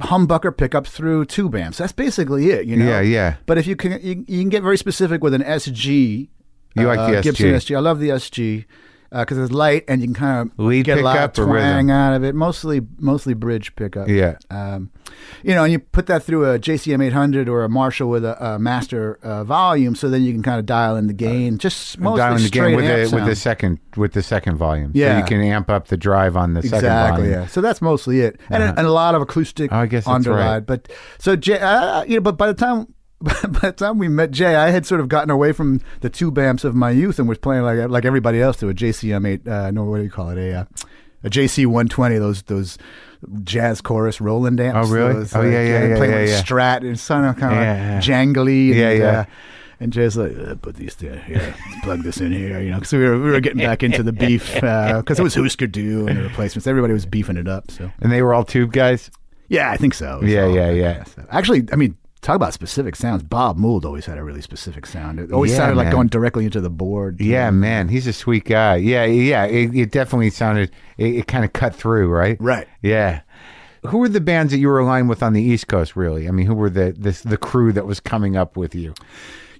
[SPEAKER 3] humbucker pickup through two BAMs. That's basically it, you know.
[SPEAKER 2] Yeah, yeah.
[SPEAKER 3] But if you can, you, you can get very specific with an SG.
[SPEAKER 2] You like the SG.
[SPEAKER 3] Gibson SG. I love the SG because it's light and you can kind of
[SPEAKER 2] Lead
[SPEAKER 3] get a lot of
[SPEAKER 2] pickup or rhythm?
[SPEAKER 3] twang out of it. Mostly, mostly bridge pickup.
[SPEAKER 2] Yeah.
[SPEAKER 3] Um, you know, and you put that through a JCM 800 or a Marshall with a, a master uh, volume, so then you can kind of dial in the gain. Just mostly
[SPEAKER 2] dialing Uh, the
[SPEAKER 3] straight
[SPEAKER 2] game with
[SPEAKER 3] amp
[SPEAKER 2] the with the
[SPEAKER 3] sound.
[SPEAKER 2] second with the second volume.
[SPEAKER 3] Yeah.
[SPEAKER 2] so you can amp up the drive on the second
[SPEAKER 3] Exactly.
[SPEAKER 2] volume. Uh-huh.
[SPEAKER 3] Yeah. So that's mostly it, and, and a lot of acoustic
[SPEAKER 2] Oh, I guess that's
[SPEAKER 3] underride.
[SPEAKER 2] right.
[SPEAKER 3] But so Jay, uh, you know, but by the time by the time we met Jay, I had sort of gotten away from the two bamps of my youth and was playing like like everybody else to a JCM eight. Uh, no, what do you call it? A uh, a JC one twenty. Those those jazz chorus Roland amps.
[SPEAKER 2] Oh, really?
[SPEAKER 3] Those,
[SPEAKER 2] Oh,
[SPEAKER 3] like,
[SPEAKER 2] yeah, yeah,
[SPEAKER 3] and
[SPEAKER 2] yeah,
[SPEAKER 3] playing
[SPEAKER 2] yeah,
[SPEAKER 3] with
[SPEAKER 2] yeah.
[SPEAKER 3] Strat and sounding kind of
[SPEAKER 2] Yeah.
[SPEAKER 3] like jangly. And,
[SPEAKER 2] Yeah, yeah.
[SPEAKER 3] Uh, and Jay's like, uh, put these there, here, plug this in here, you know, because we were, we were getting back into the beef because it was Husker Du and the replacements. Everybody was beefing it up. So
[SPEAKER 2] And they were all tube guys.
[SPEAKER 3] yeah, I think so. It was
[SPEAKER 2] Yeah,
[SPEAKER 3] all
[SPEAKER 2] yeah,
[SPEAKER 3] that
[SPEAKER 2] yeah.
[SPEAKER 3] kinda stuff. Actually, I mean, talk about specific sounds. Bob Mould always had a really specific sound. It always
[SPEAKER 2] Yeah,
[SPEAKER 3] sounded like
[SPEAKER 2] man.
[SPEAKER 3] going directly into the board. you
[SPEAKER 2] Yeah,
[SPEAKER 3] know?
[SPEAKER 2] man, he's a sweet guy. Yeah, yeah. It, it definitely sounded. It, it kind of cut through, right?
[SPEAKER 3] Right.
[SPEAKER 2] Yeah. Who were the bands that you were aligned with on the East Coast? Really? I mean, who were the this, the crew that was coming up with you?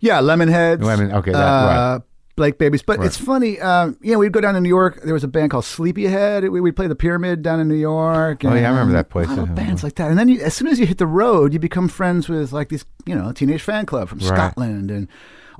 [SPEAKER 3] Yeah, Lemonheads. uh,
[SPEAKER 2] Lemon- okay, that- right.
[SPEAKER 3] Blake Babies. But it's funny, um, you know, we'd go down to New York. There was a band called Sleepyhead. We, we'd play the Pyramid down in New York.
[SPEAKER 2] Oh, yeah, I remember
[SPEAKER 3] and
[SPEAKER 2] that place.
[SPEAKER 3] A lot of bands like that. And then you, as soon as you hit the road, you become friends with like these, you know, teenage fan club from Scotland and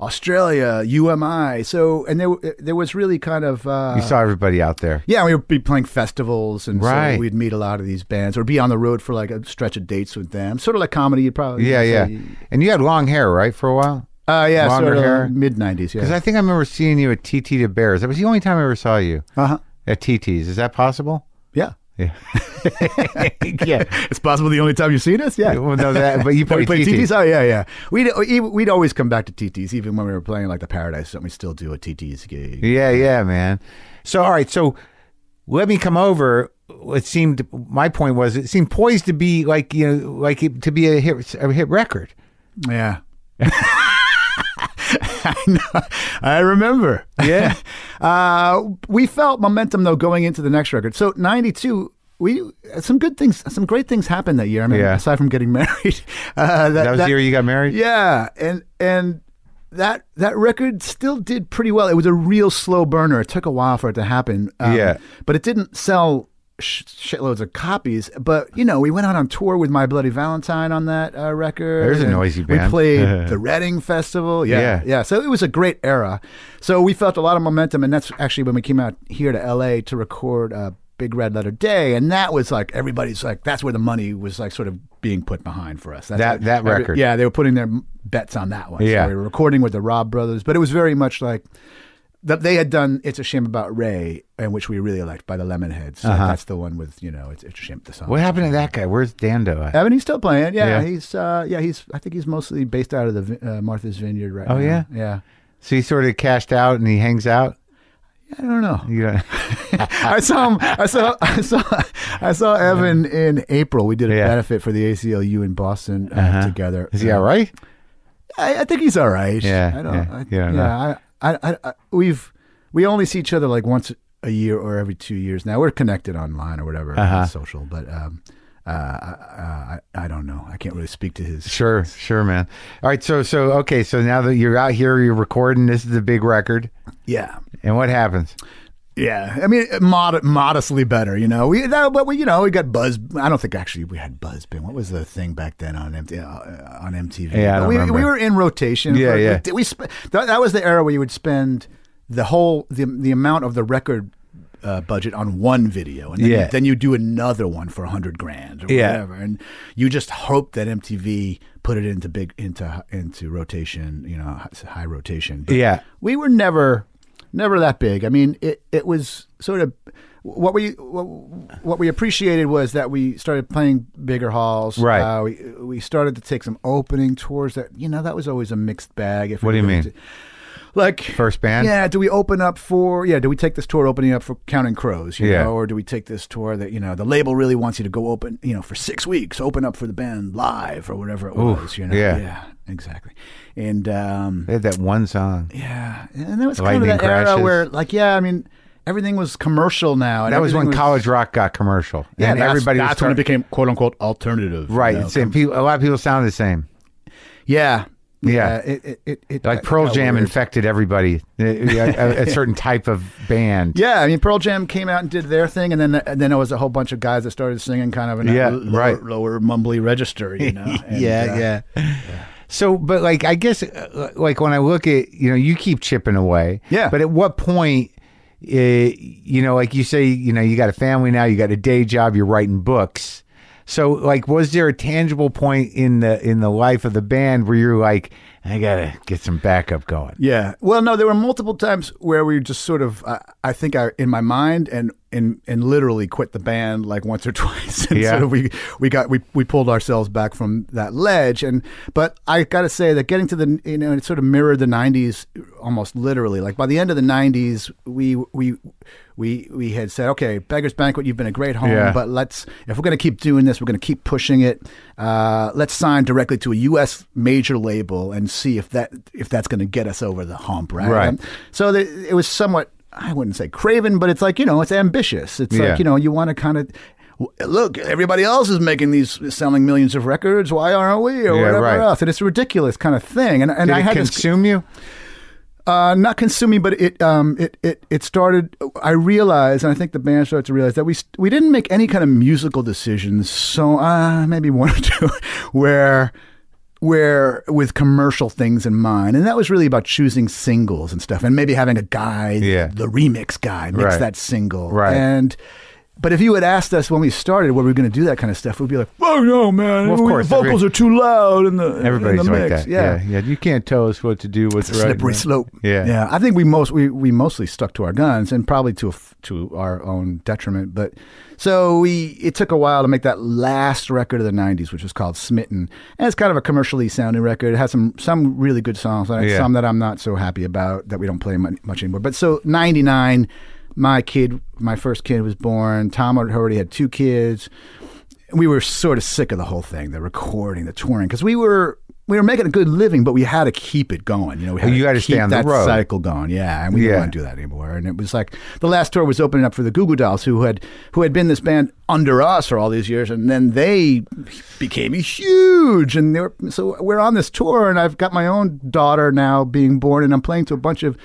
[SPEAKER 3] Australia, UMI. So, and there, w- there was really kind of. Uh,
[SPEAKER 2] You saw everybody out there.
[SPEAKER 3] yeah, we would be playing festivals, and so
[SPEAKER 2] Right.
[SPEAKER 3] we'd meet a lot of these bands, or be on the road for like a stretch of dates with them. Sort of like comedy, you'd probably
[SPEAKER 2] Yeah,
[SPEAKER 3] say.
[SPEAKER 2] yeah. And you had long hair, right, for a while?
[SPEAKER 3] uh, yeah,
[SPEAKER 2] Longer
[SPEAKER 3] sort
[SPEAKER 2] hair.
[SPEAKER 3] of mid '90s.
[SPEAKER 2] Because
[SPEAKER 3] Yeah,
[SPEAKER 2] I think I remember seeing you at TT to Bears. That was the only time I ever saw you
[SPEAKER 3] uh-huh.
[SPEAKER 2] at TT's. Is that possible?
[SPEAKER 3] yeah.
[SPEAKER 2] Yeah.
[SPEAKER 3] yeah, it's possible the only time you've seen us. Yeah,
[SPEAKER 2] Well, no, that, but you
[SPEAKER 3] That we
[SPEAKER 2] played,
[SPEAKER 3] played
[SPEAKER 2] TT's.
[SPEAKER 3] TTs. Oh yeah, yeah. We'd e- we'd always come back to TTs, even when we were playing like the Paradise. or Something we still do a TTs gig.
[SPEAKER 2] Yeah, yeah, man. So, all right. So, let me come over. It seemed my point was it seemed poised to be like you know like it, to be a hit a hit record.
[SPEAKER 3] Yeah. I know. I remember. Yeah. uh, we felt momentum though going into the next record. So '92, we some good things, some great things happened that year. I mean,
[SPEAKER 2] Yeah.
[SPEAKER 3] aside from getting married, uh,
[SPEAKER 2] That was the year you got married.
[SPEAKER 3] yeah, and and that that record still did pretty well. It was a real slow burner. It took a while for it to happen. Um,
[SPEAKER 2] Yeah.
[SPEAKER 3] but it didn't sell sh- shitloads of copies. But you know, we went out on tour with My Bloody Valentine on that uh, record.
[SPEAKER 2] There's a
[SPEAKER 3] and
[SPEAKER 2] noisy
[SPEAKER 3] We
[SPEAKER 2] band.
[SPEAKER 3] played the Reading Festival. Yeah, yeah,
[SPEAKER 2] Yeah.
[SPEAKER 3] So it was a great era. So we felt a lot of momentum, and that's actually when we came out here to L.A. to record. Uh, Big Red Letter Day, and that was like everybody's like that's where the money was like sort of being put behind for us. That's
[SPEAKER 2] That-
[SPEAKER 3] like,
[SPEAKER 2] that
[SPEAKER 3] every-
[SPEAKER 2] record.
[SPEAKER 3] yeah, yeah, they were putting their bets on that one.
[SPEAKER 2] Yeah.
[SPEAKER 3] so we were recording with the Rob brothers, but it was very much like that they had done "It's a Shame About Ray," and which we really liked by the Lemonheads. So
[SPEAKER 2] Uh-huh.
[SPEAKER 3] That's the one with you know "It's, it's a Shame." The song.
[SPEAKER 2] What happened to that guy? Where's Dando? At?
[SPEAKER 3] Evan, he's still playing. Yeah,
[SPEAKER 2] Yeah.
[SPEAKER 3] he's uh, yeah he's. I think he's mostly based out of the Vi- uh, Martha's Vineyard right
[SPEAKER 2] Oh,
[SPEAKER 3] now.
[SPEAKER 2] yeah?
[SPEAKER 3] yeah.
[SPEAKER 2] So he sort of cashed out and he hangs out.
[SPEAKER 3] I don't know.
[SPEAKER 2] You know,
[SPEAKER 3] I saw him. I saw. I saw. I saw Evan in April. We did a
[SPEAKER 2] Yeah. Uh-huh.
[SPEAKER 3] benefit for the ACLU in Boston uh, together.
[SPEAKER 2] is he
[SPEAKER 3] Uh,
[SPEAKER 2] all right?
[SPEAKER 3] I, I think he's all right.
[SPEAKER 2] Yeah,
[SPEAKER 3] I don't.
[SPEAKER 2] yeah,
[SPEAKER 3] I,
[SPEAKER 2] you
[SPEAKER 3] yeah,
[SPEAKER 2] don't
[SPEAKER 3] I, I, I, I, we've we only see each other like once a year or every two years. Now we're connected online or whatever
[SPEAKER 2] Uh-huh.
[SPEAKER 3] on social, but um, uh, uh, I, I don't know. I can't really speak to his.
[SPEAKER 2] Sure, sure, man. All right. So, so okay. So now that you're out here, you're recording. This is the big record.
[SPEAKER 3] Yeah,
[SPEAKER 2] And what happens?
[SPEAKER 3] yeah. I mean, mod- modestly better, you know. We that, but we, you know, we got Buzz. I don't think actually we had Buzzbin. What was the thing back then on MT, uh, on MTV?
[SPEAKER 2] Yeah, I
[SPEAKER 3] But
[SPEAKER 2] don't
[SPEAKER 3] we,
[SPEAKER 2] remember.
[SPEAKER 3] we were in rotation.
[SPEAKER 2] Yeah,
[SPEAKER 3] for-
[SPEAKER 2] yeah.
[SPEAKER 3] Did we sp- that, that was the era where you would spend the whole the the amount of the record uh, budget on one video, and then,
[SPEAKER 2] Yeah.
[SPEAKER 3] you, then you do another one for a hundred grand or
[SPEAKER 2] Yeah.
[SPEAKER 3] whatever, and you just hope that MTV put it into big into into rotation, you know, h- high rotation. But
[SPEAKER 2] Yeah.
[SPEAKER 3] we were never never that big. I mean, it it was sort of. What we what, what we appreciated was that we started playing bigger halls.
[SPEAKER 2] Right.
[SPEAKER 3] Uh, we we started to take some opening tours. That you know that was always a mixed bag. If
[SPEAKER 2] What do you
[SPEAKER 3] we
[SPEAKER 2] mean?
[SPEAKER 3] did- Like
[SPEAKER 2] First band?
[SPEAKER 3] Yeah. Do we open up for? Yeah. Do we take this tour opening up for Counting Crows? You
[SPEAKER 2] Yeah.
[SPEAKER 3] Know, or do we take this tour that you know the label really wants you to go open? You know, for six weeks, open up for the band live or whatever it was. You know.
[SPEAKER 2] yeah.
[SPEAKER 3] Yeah. Exactly. And um,
[SPEAKER 2] They had that one song.
[SPEAKER 3] yeah, and that was kind of
[SPEAKER 2] Lightning
[SPEAKER 3] that era
[SPEAKER 2] crashes.
[SPEAKER 3] where, like, yeah, I mean, everything was commercial now. And
[SPEAKER 2] That was when
[SPEAKER 3] everything
[SPEAKER 2] college rock got commercial,
[SPEAKER 3] Yeah,
[SPEAKER 2] and
[SPEAKER 3] that's,
[SPEAKER 2] everybody
[SPEAKER 3] that's
[SPEAKER 2] was
[SPEAKER 3] when it
[SPEAKER 2] talking-
[SPEAKER 3] became quote unquote alternative. you
[SPEAKER 2] right.
[SPEAKER 3] know,
[SPEAKER 2] it's- and people, a lot of people sound the same.
[SPEAKER 3] Yeah.
[SPEAKER 2] Yeah.
[SPEAKER 3] It, it, it, it,
[SPEAKER 2] Like
[SPEAKER 3] it
[SPEAKER 2] Pearl
[SPEAKER 3] got
[SPEAKER 2] Jam
[SPEAKER 3] weird.
[SPEAKER 2] infected everybody, a, a- a certain type of band.
[SPEAKER 3] Yeah, I mean Pearl Jam came out and did their thing, and then and then it was a whole bunch of guys that started singing kind of in
[SPEAKER 2] Yeah,
[SPEAKER 3] a l-
[SPEAKER 2] right.
[SPEAKER 3] lower, lower mumbly register, you know. And, uh,
[SPEAKER 2] yeah, So, but like, I guess, uh, like when I look at you know, you keep chipping away.
[SPEAKER 3] Yeah.
[SPEAKER 2] But at what point, uh, you know, like you say, you know, you got a family now, you got a day job, you're writing books. So, like, was there a tangible point in the in the life of the band where you're like, I gotta get some backup going?
[SPEAKER 3] Yeah. Well, no, there were multiple times where we just sort of, I I think, I in my mind and and and literally quit the band like once or twice. And
[SPEAKER 2] Yeah.
[SPEAKER 3] sort of we we got we we pulled ourselves back from that ledge. And but I got to say that getting to the you know it sort of mirrored the '90s almost literally. Like by the end of the '90s, we we. We, we had said okay, Beggars Banquet. You've been a great home,
[SPEAKER 2] Yeah.
[SPEAKER 3] but let's if we're going to keep doing this, we're going to keep pushing it. Uh, let's sign directly to a U.S. major label and see if that if that's going to get us over the hump, right?
[SPEAKER 2] Right.
[SPEAKER 3] Um, so the, it was somewhat I wouldn't say craven, but it's like you know it's ambitious. It's
[SPEAKER 2] Yeah.
[SPEAKER 3] like you know you want to kind of. Look, everybody else is making these, selling millions of records. Why aren't we, or
[SPEAKER 2] Yeah,
[SPEAKER 3] whatever
[SPEAKER 2] right.
[SPEAKER 3] else? And it's a ridiculous kind of thing. And and
[SPEAKER 2] Did
[SPEAKER 3] I
[SPEAKER 2] it
[SPEAKER 3] had this
[SPEAKER 2] consume you?
[SPEAKER 3] uh, not consuming, but it um it it it started. I realized, and I think the band started to realize that we st- we didn't make any kind of musical decisions. So uh, maybe one or two, where where with commercial things in mind, and that was really about choosing singles and stuff, and maybe having a guy,
[SPEAKER 2] Yeah.
[SPEAKER 3] the remix guy, mix
[SPEAKER 2] Right.
[SPEAKER 3] that single,
[SPEAKER 2] Right.
[SPEAKER 3] and. But if you had asked us when we started, were we going to do that kind of stuff, we'd be like, "Oh no, man!
[SPEAKER 2] Well, of
[SPEAKER 3] we-
[SPEAKER 2] course,
[SPEAKER 3] vocals
[SPEAKER 2] every-
[SPEAKER 3] are too loud." And the
[SPEAKER 2] Everybody's
[SPEAKER 3] in the
[SPEAKER 2] like
[SPEAKER 3] mix.
[SPEAKER 2] that. yeah, You can't tell us what to do. What's
[SPEAKER 3] It's a
[SPEAKER 2] right.
[SPEAKER 3] slippery
[SPEAKER 2] and-
[SPEAKER 3] slope.
[SPEAKER 2] Yeah.
[SPEAKER 3] yeah. I think we most we, we mostly stuck to our guns and probably to a f to our own detriment. But so we it took a while to make that last record of the '90s, which was called "Smitten," and it's kind of a commercially sounding record. It has some some really good songs on it,
[SPEAKER 2] Yeah.
[SPEAKER 3] some that I'm not so happy about that we don't play mon- much anymore. But so '99, my kid, my first kid was born. Tom had already had two kids we were sort of sick of the whole thing the recording the touring because we were we were making a good living but we had to keep it going you know we had
[SPEAKER 2] You
[SPEAKER 3] to
[SPEAKER 2] gotta stay
[SPEAKER 3] keep
[SPEAKER 2] on the
[SPEAKER 3] that
[SPEAKER 2] road.
[SPEAKER 3] cycle going yeah and we didn't
[SPEAKER 2] Yeah.
[SPEAKER 3] want to do that anymore and it was like the last tour was opening up for the Goo Goo Dolls who had who had been this band under us for all these years and then they became huge and they were so we're on this tour and I've got my own daughter now being born and I'm playing to a bunch of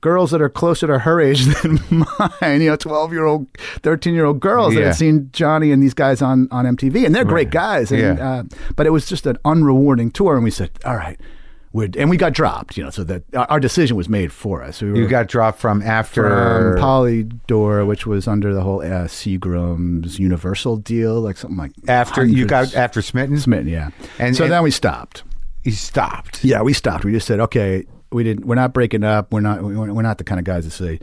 [SPEAKER 3] girls that are closer to her age than mine you know 12 year old 13 year old girls that
[SPEAKER 2] Yeah.
[SPEAKER 3] had seen seen Johnny and these guys on, on MTV, and they're great guys. And,
[SPEAKER 2] Yeah.
[SPEAKER 3] uh, but it was just an unrewarding tour, and we said, "All right, we're," and we got dropped. You know, so that our, our decision was made for us. We were
[SPEAKER 2] You got dropped from after
[SPEAKER 3] from Polydor, which was under the whole uh, Seagram's Universal deal, like something like
[SPEAKER 2] after you got
[SPEAKER 3] hundreds-
[SPEAKER 2] after Smitten.
[SPEAKER 3] Smitten, yeah.
[SPEAKER 2] And-
[SPEAKER 3] And so
[SPEAKER 2] and-
[SPEAKER 3] then we stopped.
[SPEAKER 2] You stopped.
[SPEAKER 3] Yeah, we stopped. We just said, okay, we didn't. We're not breaking up. We're not. we- We're not the kind of guys that say,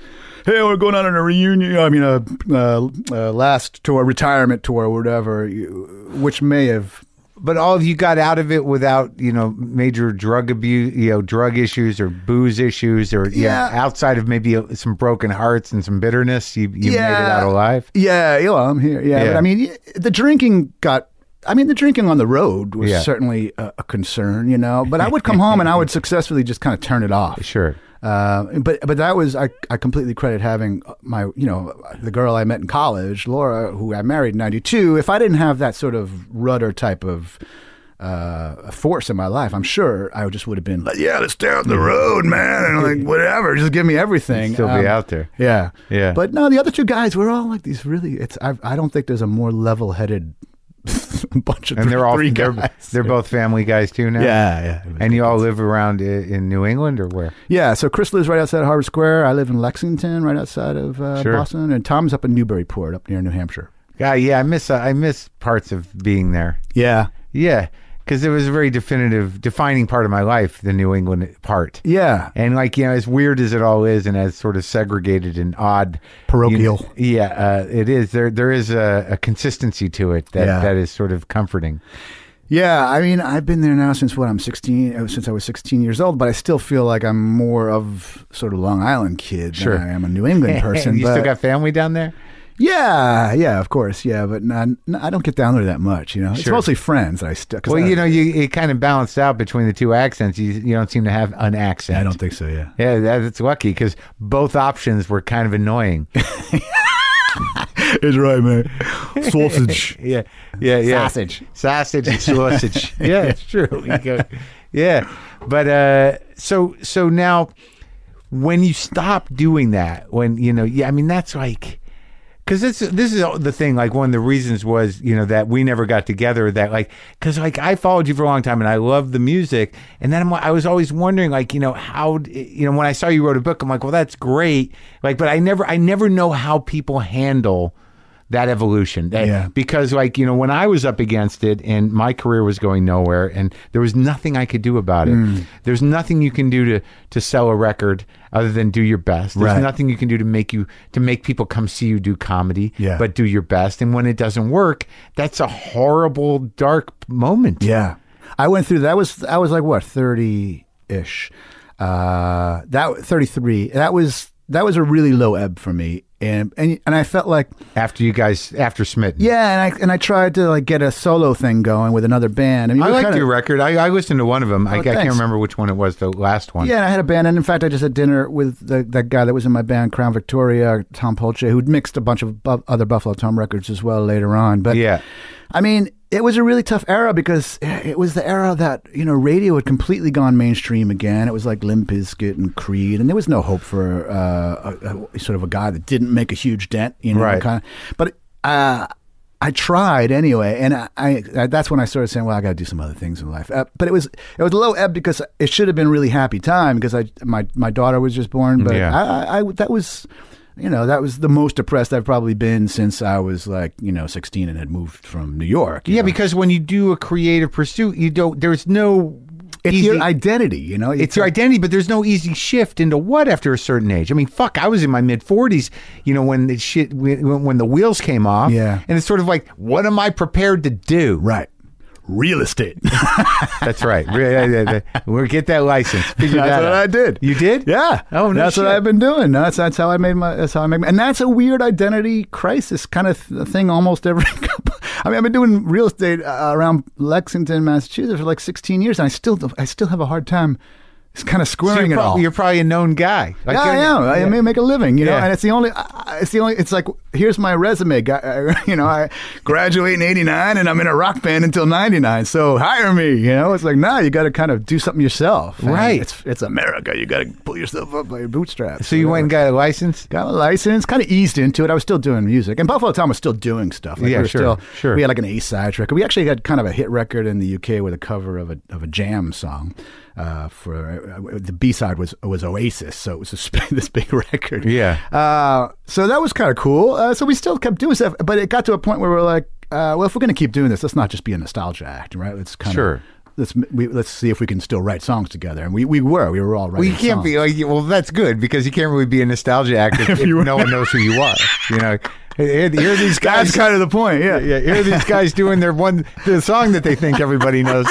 [SPEAKER 3] hey, we're going on a reunion. I mean, a, uh uh last tour, retirement tour, whatever. you- Which may have.
[SPEAKER 2] But all of you got out of it without, you know, major drug abuse, you know, drug issues or booze issues or yeah,
[SPEAKER 3] Yeah.
[SPEAKER 2] outside of maybe uh some broken hearts and some bitterness, you, you made it
[SPEAKER 3] Yeah.
[SPEAKER 2] out alive.
[SPEAKER 3] Yeah, you know, I'm here. Yeah,
[SPEAKER 2] Yeah.
[SPEAKER 3] but I mean, y- the drinking got. I mean, the drinking on the road was
[SPEAKER 2] Yeah.
[SPEAKER 3] certainly a, a concern, you know. But I would come home and I would successfully just kind of turn it off.
[SPEAKER 2] Sure.
[SPEAKER 3] Uh, but but that was I, I completely credit having my you know the girl I met in college Laura who I married in '92. If I didn't have that sort of rudder type of uh, force in my life, I'm sure I just would have been like, yeah, let's down the road, man, and like whatever, just give me everything.
[SPEAKER 2] Mm-hmm. Still
[SPEAKER 3] Um,
[SPEAKER 2] be out there.
[SPEAKER 3] Yeah,
[SPEAKER 2] Yeah.
[SPEAKER 3] But no, the other two guys were all like these really. It's I, I don't think there's a more level-headed bunch of
[SPEAKER 2] And they're all
[SPEAKER 3] three
[SPEAKER 2] they're,
[SPEAKER 3] guys.
[SPEAKER 2] they're both family guys too now.
[SPEAKER 3] yeah, yeah. It was
[SPEAKER 2] And you all live around i- in New England or where?
[SPEAKER 3] Yeah, so Chris lives right outside of Harvard Square. I live in Lexington, right outside of uh,
[SPEAKER 2] Sure.
[SPEAKER 3] Boston, and Tom's up in Newburyport, up near New Hampshire.
[SPEAKER 2] Yeah, yeah, I miss uh, I miss parts of being there.
[SPEAKER 3] Yeah,
[SPEAKER 2] Yeah, because it was a very definitive, defining part of my life, the New England part.
[SPEAKER 3] yeah,
[SPEAKER 2] And like you know, as weird as it all is, and as sort of segregated and odd,
[SPEAKER 3] Parochial.
[SPEAKER 2] you know- yeah, uh, it is. There, there is a, a consistency to it that,
[SPEAKER 3] Yeah.
[SPEAKER 2] that is sort of comforting.
[SPEAKER 3] yeah. I mean, I've been there now since what I'm 16, uh, since I was 16 years old, but I still feel like I'm more of sort of Long Island kid
[SPEAKER 2] Sure.
[SPEAKER 3] than I am a New England person.
[SPEAKER 2] you
[SPEAKER 3] but
[SPEAKER 2] still got family down there?
[SPEAKER 3] Yeah, yeah, of course, yeah, but not, n- I don't get down there that much, you know. It's mostly friends that I still.
[SPEAKER 2] Well, you know, you it kind of balanced out between the two accents. You you don't seem to have an accent.
[SPEAKER 3] I don't think so. Yeah,
[SPEAKER 2] Yeah, that- that's lucky because both options were kind of annoying.
[SPEAKER 3] it's right, man. Sausage.
[SPEAKER 2] yeah, yeah, yeah.
[SPEAKER 3] Sausage.
[SPEAKER 2] sausage, and sausage. yeah, it's true. You go- yeah, but uh, so so now, when you stop doing that, when you know, yeah, I mean that's like. Cause this this is the thing. Like one of the reasons was you know that we never got together. That like because like I followed you for a long time and I loved the music. And then I'm, I was always wondering like you know how d- you know when I saw you wrote a book I'm like well that's great like but I never I never know how people handle that evolution. That-
[SPEAKER 3] Yeah.
[SPEAKER 2] Because like you know when I was up against it and my career was going nowhere and there was nothing I could do about it.
[SPEAKER 3] Hmm.
[SPEAKER 2] There's nothing you can do to to sell a record other than do your best. There's
[SPEAKER 3] Right.
[SPEAKER 2] nothing nothing you can do to make you to make people come see you do comedy
[SPEAKER 3] Yeah.
[SPEAKER 2] but do your best and when it doesn't work that's a horrible dark moment
[SPEAKER 3] Yeah, I went through. That was I was like what thirty ish. Uh, that thirty three. That was that was a really low ebb for me, and and and I felt like
[SPEAKER 2] after you guys after smitten
[SPEAKER 3] yeah, and I and I tried to like get a solo thing going with another band. I mean,
[SPEAKER 2] I
[SPEAKER 3] we
[SPEAKER 2] liked
[SPEAKER 3] kinda-
[SPEAKER 2] your record. I, I listened to one of them. I, I can't
[SPEAKER 3] thanks.
[SPEAKER 2] remember which one it was, the last one.
[SPEAKER 3] Yeah, and I had a band, and in fact, I just had dinner with the, that guy that was in my band, Crown Victoria, Tom Polche, who'd mixed a bunch of bu- other Buffalo Tom records as well later on. But
[SPEAKER 2] Yeah.
[SPEAKER 3] I mean, it was a really tough era because it was the era that you know radio had completely gone mainstream again. It was like Limp Bizkit and Creed, and there was no hope for uh, a, a- sort of a guy that didn't make a huge dent, you know.
[SPEAKER 2] Right.
[SPEAKER 3] Kind of, but. Uh, I tried anyway, and I, I, I that's when I started saying, "Well, I got to do some other things in life." Uh, but it was it was low ebb because it should have been really happy time because I my my daughter was just born, but
[SPEAKER 2] Yeah.
[SPEAKER 3] I, I, I that was. You know, that was the most depressed I've probably been since I was like, you know, 16 and had moved from New York. you
[SPEAKER 2] Yeah,
[SPEAKER 3] know?
[SPEAKER 2] because when you do a creative pursuit, you don't, there's no.
[SPEAKER 3] it's
[SPEAKER 2] easy-
[SPEAKER 3] your identity, you know?
[SPEAKER 2] it's your identity, but there's no easy shift into what after a certain age. I mean, fuck, I was in my mid 40s, you know, when the shit, when, when the wheels came off.
[SPEAKER 3] Yeah.
[SPEAKER 2] And it's sort of like, what am I prepared to do?
[SPEAKER 3] Right. Real estate.
[SPEAKER 2] That's right. Re- yeah, yeah, yeah. We'll get that license. Figure
[SPEAKER 3] That's
[SPEAKER 2] that
[SPEAKER 3] what
[SPEAKER 2] out.
[SPEAKER 3] I did.
[SPEAKER 2] You did?
[SPEAKER 3] Yeah.
[SPEAKER 2] Oh, no
[SPEAKER 3] That's
[SPEAKER 2] shit.
[SPEAKER 3] what I've been doing. That's that's how I made my. That's how I make. My, and that's a weird identity crisis kind of th- thing. Almost every. couple- I mean, I've been doing real estate uh, around Lexington, Massachusetts, for like 16 years, and I still don't- I still have a hard time. It's kind of
[SPEAKER 2] So
[SPEAKER 3] squaring
[SPEAKER 2] you're,
[SPEAKER 3] it
[SPEAKER 2] prob-
[SPEAKER 3] all.
[SPEAKER 2] you're probably a known guy. Like,
[SPEAKER 3] yeah, I
[SPEAKER 2] you're-
[SPEAKER 3] am. I may make a living, you know,
[SPEAKER 2] Yeah.
[SPEAKER 3] and it's the only, I- I- it's the only, it's like, here's my resume. Guy, I- you know, I graduate in 89 and I'm in a rock band until 99. So hire me, you know, it's like, nah, you got to kind of do something yourself. And
[SPEAKER 2] Right.
[SPEAKER 3] It's, it's America. You got to pull yourself up by your bootstraps.
[SPEAKER 2] So you went and got a license?
[SPEAKER 3] Got a license, kind of eased into it. I was still doing music, and Buffalo Tom was still doing stuff. Like,
[SPEAKER 2] Yeah,
[SPEAKER 3] we were
[SPEAKER 2] sure,
[SPEAKER 3] still,
[SPEAKER 2] sure.
[SPEAKER 3] We had like an East Side record. We actually had kind of a hit record in the UK with a cover of a of a jam song. Uh, for uh, the B side was was Oasis, so it was this, big- this big record.
[SPEAKER 2] Yeah.
[SPEAKER 3] Uh, so that was kind of cool. Uh, so we still kept doing stuff, but it got to a point where we are like, uh, well, if we're going to keep doing this, let's not just be a nostalgia act, right? Let's kind
[SPEAKER 2] Sure.
[SPEAKER 3] of let's we, let's see if we can still write songs together, and we, we were we were all writing.
[SPEAKER 2] Well, you can't
[SPEAKER 3] songs.
[SPEAKER 2] be like, well, that's good because you can't really be a nostalgia actor if, if no one knows who you are. You know, here, here are these guys.
[SPEAKER 3] That's kind of the point. Yeah.
[SPEAKER 2] yeah, here are these guys doing their one the song that they think everybody knows.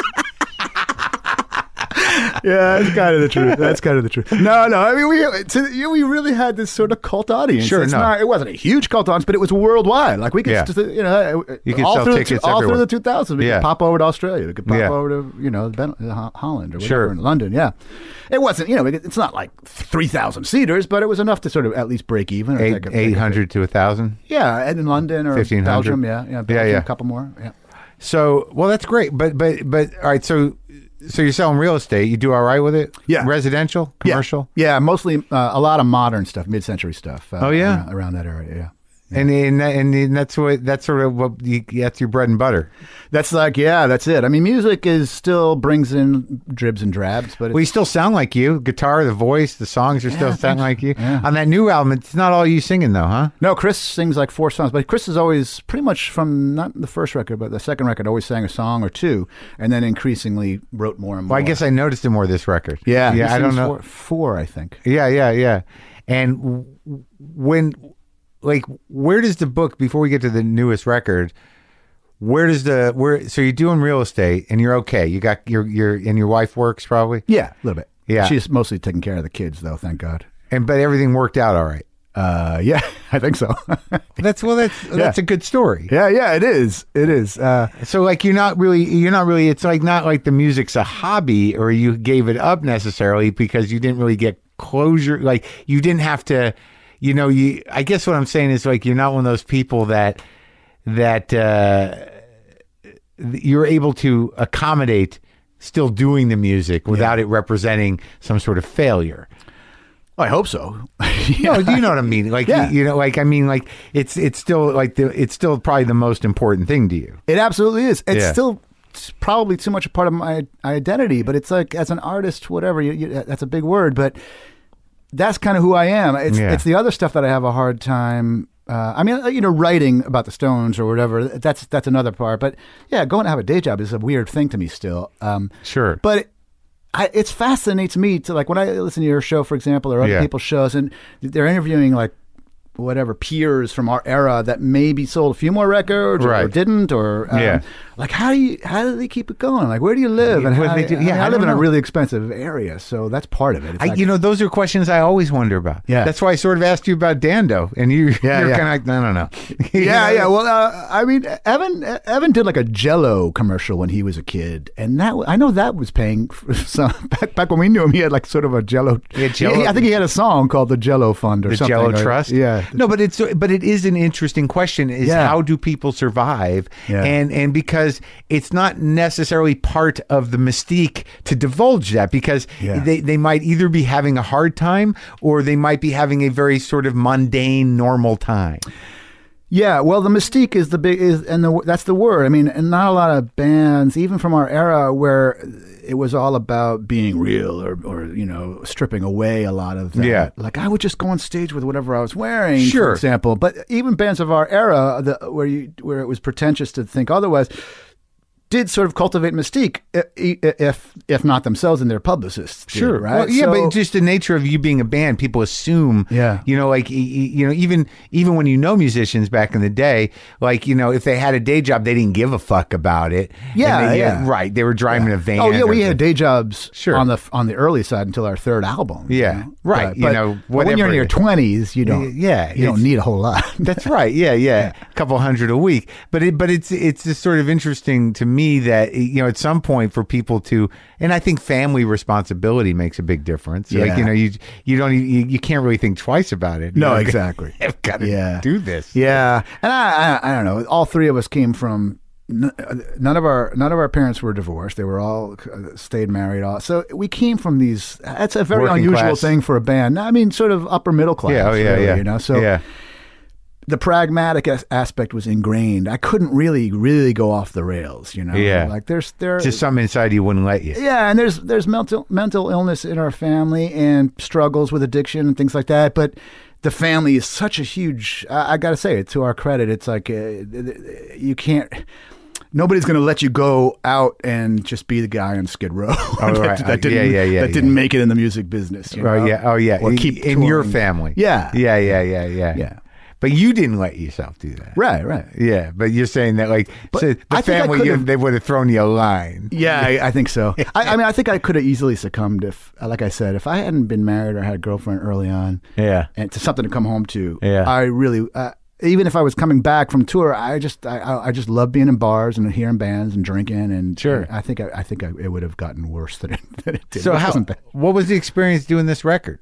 [SPEAKER 3] yeah, that's kind of the truth. That's kind of the truth. No, no. I mean, we to, you, we really had this sort of cult audience.
[SPEAKER 2] Sure,
[SPEAKER 3] It's
[SPEAKER 2] no.
[SPEAKER 3] not- it wasn't a huge cult audience, but it was worldwide. Like we could,
[SPEAKER 2] Yeah.
[SPEAKER 3] just, you know, uh,
[SPEAKER 2] You could
[SPEAKER 3] all
[SPEAKER 2] sell
[SPEAKER 3] through the-
[SPEAKER 2] tickets
[SPEAKER 3] all
[SPEAKER 2] everywhere.
[SPEAKER 3] through the two thousands. We
[SPEAKER 2] Yeah.
[SPEAKER 3] could pop over to Australia. We could pop
[SPEAKER 2] Yeah.
[SPEAKER 3] over to you know ben, uh, Ho- Holland or whatever
[SPEAKER 2] Sure.
[SPEAKER 3] in London. Yeah, it wasn't. You know, it- it's not like three thousand seaters, but it was enough to sort of at least break even. Or
[SPEAKER 2] Eight
[SPEAKER 3] take a- take a-
[SPEAKER 2] eight hundred to a thousand.
[SPEAKER 3] Yeah, and in London or
[SPEAKER 2] 1500.
[SPEAKER 3] Belgium. Yeah, yeah, Belgium,
[SPEAKER 2] yeah.
[SPEAKER 3] A couple more. Yeah.
[SPEAKER 2] So well, that's great. But but but all right. So so you're selling real estate. You do all right with it.
[SPEAKER 3] Yeah.
[SPEAKER 2] Residential,
[SPEAKER 3] Yeah.
[SPEAKER 2] commercial,
[SPEAKER 3] Yeah, mostly uh, a lot of modern stuff, mid-century stuff. Uh,
[SPEAKER 2] Oh, yeah?
[SPEAKER 3] around, around that area. Yeah.
[SPEAKER 2] and and that- and that's what that's sort of what you, that's your bread and butter.
[SPEAKER 3] That's like, yeah, that's it. I mean, music is still brings in dribs and drabs, but it's,
[SPEAKER 2] Well, you still sound like you. Guitar, the voice, the songs are still sounding like you. On that new album, it's not all you singing though, huh?
[SPEAKER 3] no, Chris sings like four songs, but Chris is always pretty much from not the first record, but the second record, always sang a song or two, and then increasingly wrote more and more.
[SPEAKER 2] Well, I guess I noticed it more this record.
[SPEAKER 3] yeah, he
[SPEAKER 2] yeah. I don't
[SPEAKER 3] sings
[SPEAKER 2] know.
[SPEAKER 3] Four, four, I think.
[SPEAKER 2] Yeah, yeah, yeah. And w- w- when, like, where does the book? Before we get to the newest record, where does the where? So you're doing real estate, and you're okay. You got your your and your wife works probably,
[SPEAKER 3] Yeah, a little bit.
[SPEAKER 2] Yeah.
[SPEAKER 3] she's mostly taking care of the kids, though, thank God.
[SPEAKER 2] and but everything worked out all right.
[SPEAKER 3] Uh, yeah, I think so.
[SPEAKER 2] That's well. That's that's a good story.
[SPEAKER 3] yeah, yeah, it is. It is. Uh,
[SPEAKER 2] So like you're not really you're not really. It's like not like the music's a hobby or you gave it up necessarily because you didn't really get closure. Like you didn't have to. You know. You. I guess what I'm saying is like you're not one of those people that that uh, you're able to accommodate still doing the music without it representing some sort of failure.
[SPEAKER 3] I hope so.
[SPEAKER 2] No, you know what I mean. Like
[SPEAKER 3] Oh, Yeah.
[SPEAKER 2] you, you know, like I mean, like it's it's still like the it's still probably the most important thing to you.
[SPEAKER 3] It absolutely is. It's
[SPEAKER 2] Yeah.
[SPEAKER 3] still s- probably too much a part of my identity, but it's like as an artist, whatever. You, you, that's a big word, but that's kind of who I am. It's
[SPEAKER 2] Yeah.
[SPEAKER 3] it's the other stuff that I have a hard time. Uh, I mean, you know, writing about the Stones or whatever. That's that's another part. But yeah, going to have a day job is a weird thing to me still. Um,
[SPEAKER 2] Sure.
[SPEAKER 3] but. It, I, it's fascinates me to like when I listen to your show, for example, or other
[SPEAKER 2] Yeah.
[SPEAKER 3] people's shows, and they're interviewing like whatever peers from our era that maybe sold a few more records or,
[SPEAKER 2] Right.
[SPEAKER 3] didn't or um,
[SPEAKER 2] Yeah.
[SPEAKER 3] like how do you how do they keep it going like where do you live and
[SPEAKER 2] What
[SPEAKER 3] how,
[SPEAKER 2] they do-
[SPEAKER 3] I,
[SPEAKER 2] yeah,
[SPEAKER 3] mean, I
[SPEAKER 2] I
[SPEAKER 3] live
[SPEAKER 2] don't
[SPEAKER 3] in a
[SPEAKER 2] know.
[SPEAKER 3] really expensive area so that's part of it It's
[SPEAKER 2] I,
[SPEAKER 3] like-
[SPEAKER 2] you know, those are questions I always wonder about.
[SPEAKER 3] Yeah.
[SPEAKER 2] That's why I sort of asked you about Dando, and you,
[SPEAKER 3] Yeah,
[SPEAKER 2] you're
[SPEAKER 3] yeah.
[SPEAKER 2] kind of like, I don't know. You
[SPEAKER 3] yeah,
[SPEAKER 2] know?
[SPEAKER 3] yeah. Well, uh, I mean, Evan Evan did like a Jello commercial when he was a kid, and that I know that was paying for some back, back when we knew him. He had like sort of a Jello.
[SPEAKER 2] He had Jell-O-
[SPEAKER 3] I think he had a song called the Jello Fund or
[SPEAKER 2] The
[SPEAKER 3] something.
[SPEAKER 2] Jello
[SPEAKER 3] or-
[SPEAKER 2] Trust.
[SPEAKER 3] Yeah.
[SPEAKER 2] No, but it's but it is an interesting question. Is
[SPEAKER 3] Yeah.
[SPEAKER 2] how do people survive?
[SPEAKER 3] Yeah.
[SPEAKER 2] And and because it's not necessarily part of the mystique to divulge that because
[SPEAKER 3] Yeah.
[SPEAKER 2] they they might either be having a hard time or they might be having a very sort of mundane normal time.
[SPEAKER 3] Yeah, well, the mystique is the big is, and the, that's the word. I mean, and not a lot of bands, even from our era, where it was all about being real or, or you know, stripping away a lot of that.
[SPEAKER 2] Yeah.
[SPEAKER 3] Like I would just go on stage with whatever I was wearing, for
[SPEAKER 2] Sure.
[SPEAKER 3] example. But even bands of our era, the, where you where it was pretentious to think otherwise, did sort of cultivate mystique, i- i- if if not themselves and their publicists. did, right?
[SPEAKER 2] Well, yeah,
[SPEAKER 3] So-
[SPEAKER 2] but just the nature of you being a band, people assume.
[SPEAKER 3] Yeah.
[SPEAKER 2] You know, like y- y- you know, even even when you know musicians back in the day, like you know, if they had a day job, they didn't give a fuck about it. And
[SPEAKER 3] Yeah,
[SPEAKER 2] they- uh,
[SPEAKER 3] yeah.
[SPEAKER 2] Right. They were driving a van.
[SPEAKER 3] Oh yeah,
[SPEAKER 2] or-
[SPEAKER 3] we had day jobs
[SPEAKER 2] Sure.
[SPEAKER 3] on the on the early side until our third album. you
[SPEAKER 2] Yeah,
[SPEAKER 3] know?
[SPEAKER 2] right,
[SPEAKER 3] But,
[SPEAKER 2] you
[SPEAKER 3] but-
[SPEAKER 2] know,
[SPEAKER 3] but when you're
[SPEAKER 2] whatever
[SPEAKER 3] in
[SPEAKER 2] it
[SPEAKER 3] your
[SPEAKER 2] is.
[SPEAKER 3] twenties, you don't.
[SPEAKER 2] yeah,
[SPEAKER 3] you don't
[SPEAKER 2] it's-
[SPEAKER 3] need a whole lot.
[SPEAKER 2] That's right. Yeah, yeah, a couple hundred a week. But it, but it's it's just sort of interesting to me that you know at some point for people to, and I think family responsibility makes a big difference.
[SPEAKER 3] Yeah.
[SPEAKER 2] Like you know you you don't you, you can't really think twice about it.
[SPEAKER 3] No,
[SPEAKER 2] You're like,
[SPEAKER 3] exactly.
[SPEAKER 2] I've got to
[SPEAKER 3] Yeah.
[SPEAKER 2] do this.
[SPEAKER 3] yeah, and I, I I don't know. All three of us came from. n- uh, None of our none of our parents were divorced. They were all uh, stayed married. All so we came from these. That's a very
[SPEAKER 2] Working
[SPEAKER 3] unusual
[SPEAKER 2] class.
[SPEAKER 3] thing for a band. I mean, sort of upper middle class.
[SPEAKER 2] Yeah, oh, yeah,
[SPEAKER 3] really,
[SPEAKER 2] yeah.
[SPEAKER 3] You know, so
[SPEAKER 2] yeah.
[SPEAKER 3] the pragmatic as- aspect was ingrained. I couldn't really really go off the rails. You know,
[SPEAKER 2] Yeah.
[SPEAKER 3] like there's there
[SPEAKER 2] just something inside you wouldn't let you.
[SPEAKER 3] yeah and there's there's mental mental illness in our family and struggles with addiction and things like that but the family is such a huge i, I gotta say it to our credit it's like uh, th- th- you can't Nobody's going to let you go out and just be the guy on Skid Row that,
[SPEAKER 2] right.
[SPEAKER 3] that
[SPEAKER 2] Uh,
[SPEAKER 3] didn't
[SPEAKER 2] yeah, yeah, yeah,
[SPEAKER 3] that didn't
[SPEAKER 2] yeah.
[SPEAKER 3] make it in the music business. you know?
[SPEAKER 2] Oh yeah. Oh yeah.
[SPEAKER 3] Or
[SPEAKER 2] In-
[SPEAKER 3] keep
[SPEAKER 2] in your
[SPEAKER 3] touring.
[SPEAKER 2] family.
[SPEAKER 3] Yeah.
[SPEAKER 2] Yeah. Yeah. Yeah. Yeah.
[SPEAKER 3] Yeah.
[SPEAKER 2] But you didn't let yourself do that.
[SPEAKER 3] Right, right.
[SPEAKER 2] Yeah. But you're saying that like so the
[SPEAKER 3] I think I
[SPEAKER 2] family you,
[SPEAKER 3] could've-
[SPEAKER 2] they would have thrown you a line.
[SPEAKER 3] Yeah, I, I think so. I, I mean, I think I could have easily succumbed if, uh, like I said, if I hadn't been married or had a girlfriend early on.
[SPEAKER 2] Yeah.
[SPEAKER 3] and to something to come home to.
[SPEAKER 2] Yeah.
[SPEAKER 3] I really, uh, even if I was coming back from tour, I just, I, I, I just love being in bars and hearing bands and drinking, and
[SPEAKER 2] Sure.
[SPEAKER 3] I think, I, I think I, it would have gotten worse than it, than it did.
[SPEAKER 2] So
[SPEAKER 3] which
[SPEAKER 2] how?
[SPEAKER 3] wasn't bad.
[SPEAKER 2] What was the experience doing this record?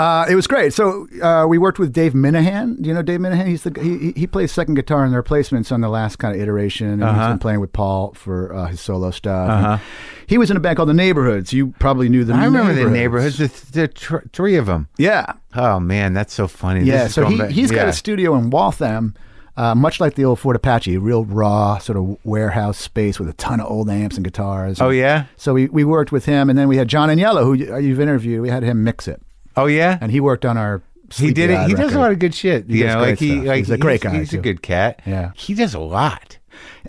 [SPEAKER 3] Uh, it was great. So uh, we worked with Dave Minahan. Do you know Dave Minahan? He's the he, he plays second guitar in the replacements on the last kind of iteration. And
[SPEAKER 2] Uh-huh.
[SPEAKER 3] He's been playing with Paul for uh, his solo stuff. And He was in a band called The Neighborhoods. You probably knew the.
[SPEAKER 2] I remember the neighborhoods. The, the tr- three of them.
[SPEAKER 3] Yeah,
[SPEAKER 2] Oh man, that's so funny.
[SPEAKER 3] Yeah,
[SPEAKER 2] This is
[SPEAKER 3] so
[SPEAKER 2] going
[SPEAKER 3] he,
[SPEAKER 2] back-
[SPEAKER 3] he's got
[SPEAKER 2] yeah.
[SPEAKER 3] a studio in Waltham, uh, much like the old Fort Apache, real raw sort of warehouse space with a ton of old amps and guitars.
[SPEAKER 2] Oh yeah.
[SPEAKER 3] So we, we worked with him, and then we had John Agnello, who you- you've interviewed. We had him mix it,
[SPEAKER 2] Oh yeah.
[SPEAKER 3] and he worked on our.
[SPEAKER 2] He did it.
[SPEAKER 3] Sleepy
[SPEAKER 2] He does
[SPEAKER 3] Eye
[SPEAKER 2] a
[SPEAKER 3] record.
[SPEAKER 2] lot of good shit.
[SPEAKER 3] He
[SPEAKER 2] you
[SPEAKER 3] does
[SPEAKER 2] know,
[SPEAKER 3] great
[SPEAKER 2] like he
[SPEAKER 3] stuff.
[SPEAKER 2] like
[SPEAKER 3] He's a great guy,
[SPEAKER 2] He's
[SPEAKER 3] too.
[SPEAKER 2] a good cat.
[SPEAKER 3] Yeah.
[SPEAKER 2] He does a lot.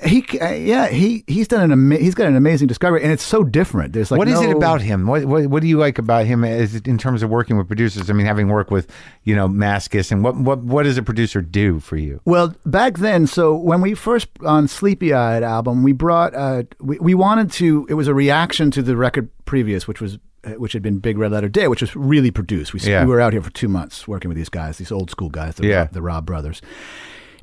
[SPEAKER 3] He c- uh, yeah he he's done an ama- he's got an amazing discovery, and it's so different. There's like
[SPEAKER 2] What is it
[SPEAKER 3] no-
[SPEAKER 2] about him? What, what what do you like about him as in terms of working with producers? I mean, having worked with you know Maskus and what what what does a producer do for you?
[SPEAKER 3] Well, back then, so when we first on Sleepy Eyed album, we brought uh, we, we wanted to. It was a reaction to the record previous, which was uh, which had been Big Red Letter Day, which was really produced. We, s-
[SPEAKER 2] Yeah.
[SPEAKER 3] we were out here for two months working with these guys, these old school guys, the,
[SPEAKER 2] Yeah.
[SPEAKER 3] the Rob brothers.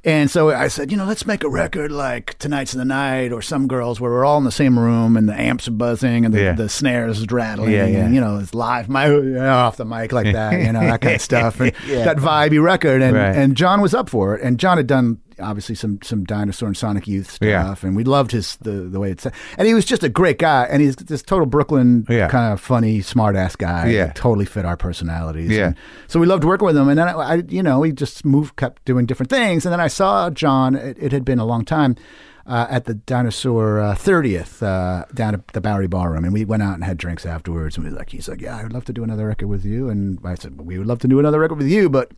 [SPEAKER 3] And so I said, you know, let's make a record like Tonight's the Night or Some Girls where we're all in the same room and the amps are buzzing and the,
[SPEAKER 2] Yeah.
[SPEAKER 3] the snares is rattling
[SPEAKER 2] Yeah, yeah.
[SPEAKER 3] and, you know, it's live, my off the mic like that, you know, that kind of stuff. And That vibey record. And,
[SPEAKER 2] Right.
[SPEAKER 3] and John was up for it. And John had done obviously some some dinosaur and Sonic Youth stuff.
[SPEAKER 2] Yeah.
[SPEAKER 3] And we loved his the, the way it's and he was just a great guy. And he's this total Brooklyn
[SPEAKER 2] Yeah.
[SPEAKER 3] kind of funny, smart ass guy.
[SPEAKER 2] Yeah.
[SPEAKER 3] He Totally fit our personalities.
[SPEAKER 2] Yeah.
[SPEAKER 3] And so we loved working with him. And then I, I you know, we just moved kept doing different things. And then I saw John, it, it had been a long time. Uh, at the dinosaur uh, 30th uh, down at the Bowery Ballroom. And we went out and had drinks afterwards. And we were like, he's like, yeah, I would love to do another record with you. And I said, we would love to do another record with you, but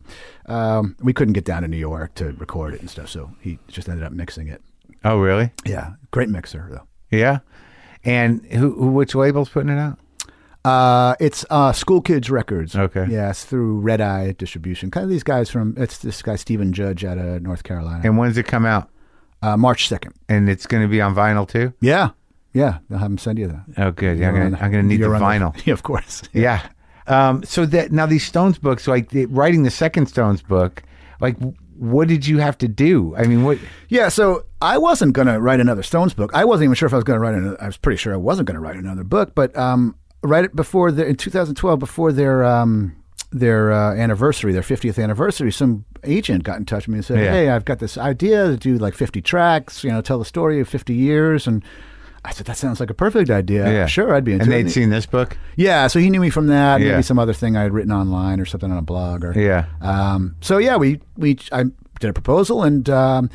[SPEAKER 3] um, we couldn't get down to New York to record it and stuff. So he just ended up mixing it.
[SPEAKER 2] Oh, really?
[SPEAKER 3] Yeah. Great mixer, though.
[SPEAKER 2] Yeah. And who, who which label's putting it out?
[SPEAKER 3] Uh, it's uh, School Kids Records.
[SPEAKER 2] Okay.
[SPEAKER 3] Yeah, it's through Red Eye Distribution. Kind of these guys from it's this guy Stephen Judge out of North Carolina.
[SPEAKER 2] And when's it come out?
[SPEAKER 3] Uh, March second.
[SPEAKER 2] And it's going to be on vinyl too.
[SPEAKER 3] Yeah, yeah. They'll have him send you that.
[SPEAKER 2] Oh, good. Yeah, I'm going to I'm going to need the
[SPEAKER 3] You're on
[SPEAKER 2] vinyl.
[SPEAKER 3] yeah, of course.
[SPEAKER 2] Yeah. Um, so that now these Stones books, like the, writing the second Stones book, like w- what did you have to do? I mean, what?
[SPEAKER 3] Yeah, so I wasn't going to write another Stones book. I wasn't even sure if I was going to write another. I was pretty sure I wasn't going to write another book, but um, right before the in 2012, before their um, their uh, anniversary, their 50th anniversary, some agent got in touch with me and said,
[SPEAKER 2] Yeah.
[SPEAKER 3] "Hey, I've got this idea to do like 50 tracks. You know, tell the story of 50 years." And I said, "That sounds like a perfect idea.
[SPEAKER 2] Uh,
[SPEAKER 3] Sure, I'd be into
[SPEAKER 2] And
[SPEAKER 3] it."
[SPEAKER 2] they'd
[SPEAKER 3] And he-
[SPEAKER 2] seen this book.
[SPEAKER 3] yeah, so he knew me from that,
[SPEAKER 2] Yeah.
[SPEAKER 3] maybe some other thing I had written online or something on a blog or
[SPEAKER 2] Yeah.
[SPEAKER 3] Um, so yeah, we we I did a proposal and um,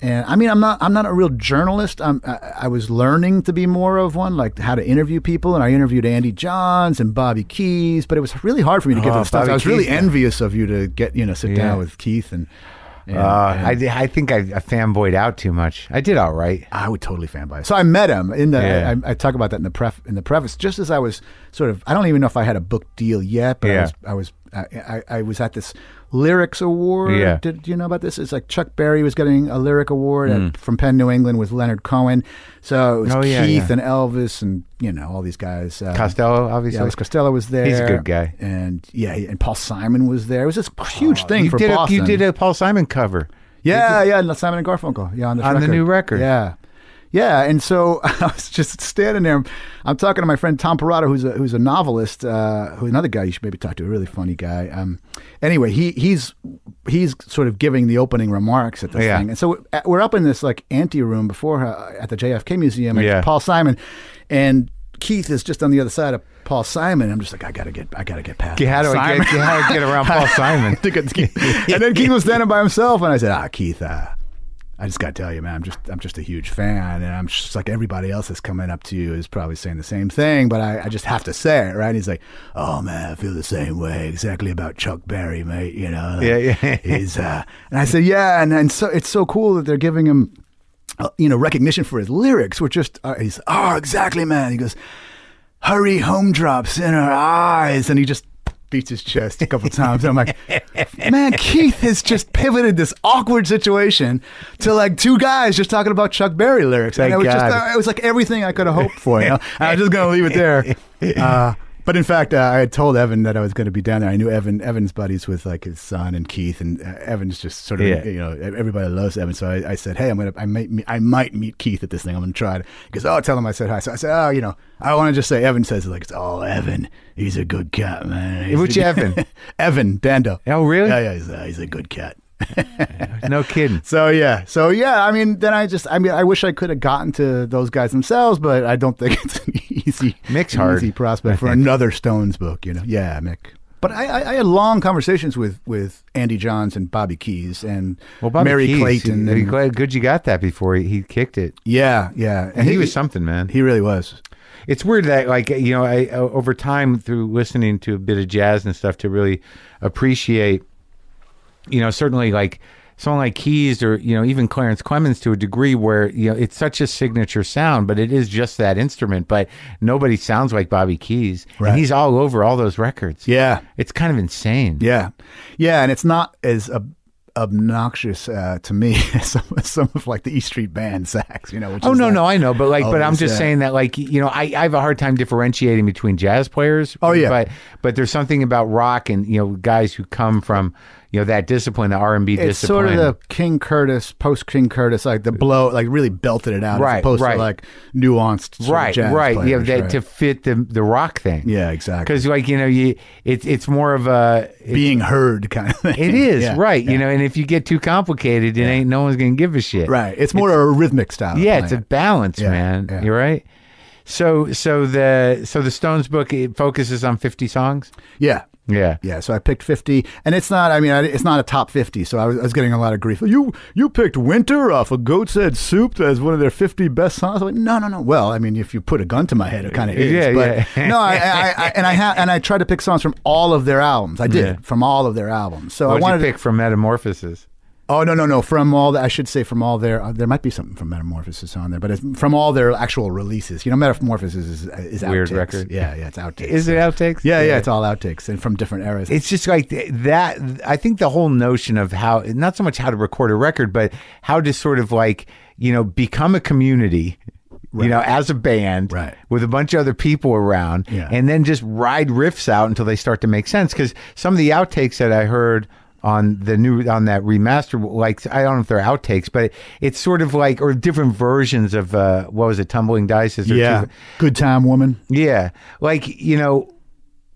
[SPEAKER 3] and I mean I'm not I'm not a real journalist. I'm I, I was learning to be more of one, like how to interview people, and I interviewed Andy Johns and Bobby Keys, but it was really hard for me to get
[SPEAKER 2] Oh,
[SPEAKER 3] to the stuff.
[SPEAKER 2] Bobby
[SPEAKER 3] I was really
[SPEAKER 2] Keys, yeah.
[SPEAKER 3] envious of you to get you know sit
[SPEAKER 2] Yeah.
[SPEAKER 3] down with Keith and. and-
[SPEAKER 2] Uh, I, di- I think I, I fanboyed out too much. I did all right.
[SPEAKER 3] I would totally fanboy. So I met him in the.
[SPEAKER 2] Yeah.
[SPEAKER 3] I, I talk about that in the pref in the preface. Just as I was sort of, I don't even know if I had a book deal yet, but
[SPEAKER 2] Yeah.
[SPEAKER 3] I was, I was, I, I, I was at this lyrics award.
[SPEAKER 2] Yeah.
[SPEAKER 3] Did you know about this? It's like Chuck Berry was getting a lyric award at, from Penn New England with Leonard Cohen. So it was
[SPEAKER 2] Mm. Oh,
[SPEAKER 3] Keith
[SPEAKER 2] yeah, yeah.
[SPEAKER 3] and Elvis and you know all these guys. Uh,
[SPEAKER 2] Costello,
[SPEAKER 3] yeah,
[SPEAKER 2] obviously.
[SPEAKER 3] Elvis Costello was there.
[SPEAKER 2] He's a good guy. Oh,
[SPEAKER 3] And yeah, he- and Paul Simon was there. It was this huge thing
[SPEAKER 2] you
[SPEAKER 3] for
[SPEAKER 2] did a
[SPEAKER 3] Boston.
[SPEAKER 2] you did a Paul Simon cover.
[SPEAKER 3] Yeah, yeah, and Simon and Garfunkel. Yeah, on the
[SPEAKER 2] On the new record.
[SPEAKER 3] Yeah, yeah. And so I was just standing there. I'm talking to my friend Tom Parada, who's a who's a novelist, uh, who another guy you should maybe talk to, a really funny guy. Um, anyway, he he's he's sort of giving the opening remarks at this
[SPEAKER 2] Yeah.
[SPEAKER 3] thing, and so uh, we're up in this like ante room before uh, at the JFK Museum. And
[SPEAKER 2] Yeah.
[SPEAKER 3] Paul Simon and Keith is just on the other side of Paul Simon. I'm just like, I gotta get, I gotta get past.
[SPEAKER 2] How do
[SPEAKER 3] Simon.
[SPEAKER 2] I get how do I get around Paul Simon?
[SPEAKER 3] to get Keith. And then Keith was standing by himself, and I said, "Ah, Keith, uh, I just got to tell you, man, I'm just I'm just a huge fan, and I'm just like everybody else that's coming up to you is probably saying the same thing, but I, I just have to say it, right?" And he's like, "Oh man, I feel the same way exactly about Chuck Berry, mate. You know, like,
[SPEAKER 2] Yeah, yeah.
[SPEAKER 3] he's uh," and I said, "Yeah," and and so it's so cool that they're giving him uh, you know, recognition for his lyrics were just, uh, he's, oh, exactly, man. He goes, hurry, home drops in her eyes. And he just beats his chest a couple times. And I'm like, man, Keith has just pivoted this awkward situation to like two guys just talking about Chuck Berry lyrics.
[SPEAKER 2] Thank
[SPEAKER 3] and it was just,
[SPEAKER 2] God.
[SPEAKER 3] uh, it was like everything I could have hoped for. You know? And I'm just going to leave it there. Uh, but in fact, uh, I had told Evan that I was going to be down there. I knew Evan. Evan's buddies with like his son and Keith, and uh, Evan's just sort of
[SPEAKER 2] Yeah.
[SPEAKER 3] you know everybody loves Evan. So I, I said, hey, I'm gonna I might meet, I might meet Keith at this thing. I'm gonna try to because oh, tell him I said hi. So I said, oh, you know, I want to just say Evan says like it's oh Evan, he's a good cat, man. He's
[SPEAKER 2] Which
[SPEAKER 3] a-
[SPEAKER 2] Evan?
[SPEAKER 3] Evan Dando.
[SPEAKER 2] Oh, really?
[SPEAKER 3] Yeah, yeah, he's a, he's a good cat.
[SPEAKER 2] No kidding.
[SPEAKER 3] So yeah, so yeah. I mean, then I just, I mean, I wish I could have gotten to those guys themselves, but I don't think it's an easy,
[SPEAKER 2] Mick's
[SPEAKER 3] an
[SPEAKER 2] hard,
[SPEAKER 3] easy prospect for another Stones book, you know? Yeah, Mick. But I, I, I had long conversations with with Andy Johns and Bobby Keys and
[SPEAKER 2] Well, Bobby
[SPEAKER 3] Mary
[SPEAKER 2] Keys,
[SPEAKER 3] Clayton.
[SPEAKER 2] he- he-
[SPEAKER 3] and-
[SPEAKER 2] glad good you got that before he, he kicked it.
[SPEAKER 3] yeah, yeah,
[SPEAKER 2] And he, was something, man.
[SPEAKER 3] He really was.
[SPEAKER 2] it's weird that like you know I o- over time through listening to a bit of jazz and stuff to really appreciate you know certainly like someone like Keys or you know even Clarence Clemens to a degree where you know it's such a signature sound but it is just that instrument but nobody sounds like Bobby Keys
[SPEAKER 3] Right.
[SPEAKER 2] and he's all over all those records
[SPEAKER 3] Yeah,
[SPEAKER 2] it's kind of insane
[SPEAKER 3] yeah, yeah, and it's not as a obnoxious uh, to me some, some of like the E Street Band sax, you know. Which
[SPEAKER 2] Oh
[SPEAKER 3] is
[SPEAKER 2] no,
[SPEAKER 3] like-
[SPEAKER 2] no, I know, but like, but I'm
[SPEAKER 3] Always,
[SPEAKER 2] just
[SPEAKER 3] yeah.
[SPEAKER 2] saying that, like, you know, I, I have a hard time differentiating between jazz players.
[SPEAKER 3] Oh, yeah.
[SPEAKER 2] but but there's something about rock and you know guys who come from you know that discipline, the R and B discipline.
[SPEAKER 3] It's sort of the King Curtis, post King Curtis, like the blow, like really belted it out,
[SPEAKER 2] Right,
[SPEAKER 3] as opposed
[SPEAKER 2] right.
[SPEAKER 3] to like nuanced, sort of
[SPEAKER 2] right,
[SPEAKER 3] jazz
[SPEAKER 2] right, yeah,
[SPEAKER 3] players,
[SPEAKER 2] that
[SPEAKER 3] right?
[SPEAKER 2] to fit the the rock thing.
[SPEAKER 3] yeah, exactly.
[SPEAKER 2] because like you know you it's it's more of a
[SPEAKER 3] Being heard, kind of. Thing.
[SPEAKER 2] it is
[SPEAKER 3] Yeah,
[SPEAKER 2] right
[SPEAKER 3] yeah.
[SPEAKER 2] you know and if you get too complicated it ain't no one's gonna give a shit
[SPEAKER 3] right. It's more a rhythmic style. of
[SPEAKER 2] yeah it's a
[SPEAKER 3] playing.
[SPEAKER 2] balance
[SPEAKER 3] Yeah,
[SPEAKER 2] man
[SPEAKER 3] yeah.
[SPEAKER 2] you're right so so the so the Stones book it focuses on 50 songs
[SPEAKER 3] yeah.
[SPEAKER 2] yeah
[SPEAKER 3] Yeah, so I picked fifty, and it's not. I mean, I, it's not a top fifty. So I was, I was getting a lot of grief. You you picked Winter off of Goat's Head Soup as one of their fifty best songs. I went, no, no, no. Well, I mean, if you put a gun to my head, it kind of is.
[SPEAKER 2] Yeah,
[SPEAKER 3] but
[SPEAKER 2] yeah.
[SPEAKER 3] no, I, I, I and I ha- and I tried to pick songs from all of their albums. I did from all of their albums. So I
[SPEAKER 2] What'd
[SPEAKER 3] wanted
[SPEAKER 2] you pick from Metamorphosis?
[SPEAKER 3] Oh no no no! From all the, I should say from all their uh, there might be something from Metamorphosis on there, but it's from all their actual releases. You know, Metamorphosis is is
[SPEAKER 2] Weird
[SPEAKER 3] outtakes.
[SPEAKER 2] record.
[SPEAKER 3] Yeah yeah, it's outtakes.
[SPEAKER 2] Is it outtakes?
[SPEAKER 3] yeah, yeah it's all outtakes and from different eras.
[SPEAKER 2] It's just like th- that. I think the whole notion of how, not so much how to record a record, but how to sort of like, you know, become a community, you know, as a band
[SPEAKER 3] Right.
[SPEAKER 2] with a bunch of other people around
[SPEAKER 3] Yeah.
[SPEAKER 2] and then just ride riffs out until they start to make sense. Cause some of the outtakes that I heard on the new, on that remaster, like, I don't know if they're outtakes, but it's sort of like, or different versions of, uh, what was it, Tumbling Dice? Is there
[SPEAKER 3] yeah,
[SPEAKER 2] two-
[SPEAKER 3] Good Time Woman.
[SPEAKER 2] Yeah. Like, you know,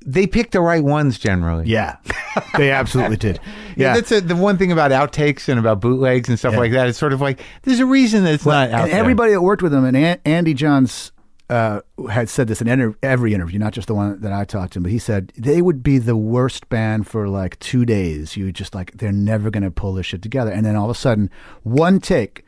[SPEAKER 2] they pick the right ones generally.
[SPEAKER 3] Yeah, they absolutely did.
[SPEAKER 2] Yeah,
[SPEAKER 3] Yeah,
[SPEAKER 2] that's a, the one thing about outtakes and about bootlegs and stuff like that. It's sort of like there's a reason that it's not out
[SPEAKER 3] and
[SPEAKER 2] there.
[SPEAKER 3] everybody that worked with him and An- Andy Johns uh, had said this in enter- every interview, not just the one that I talked to him, but he said they would be the worst band for like two days. You just like they're never going to pull this shit together, and then all of a sudden, one take.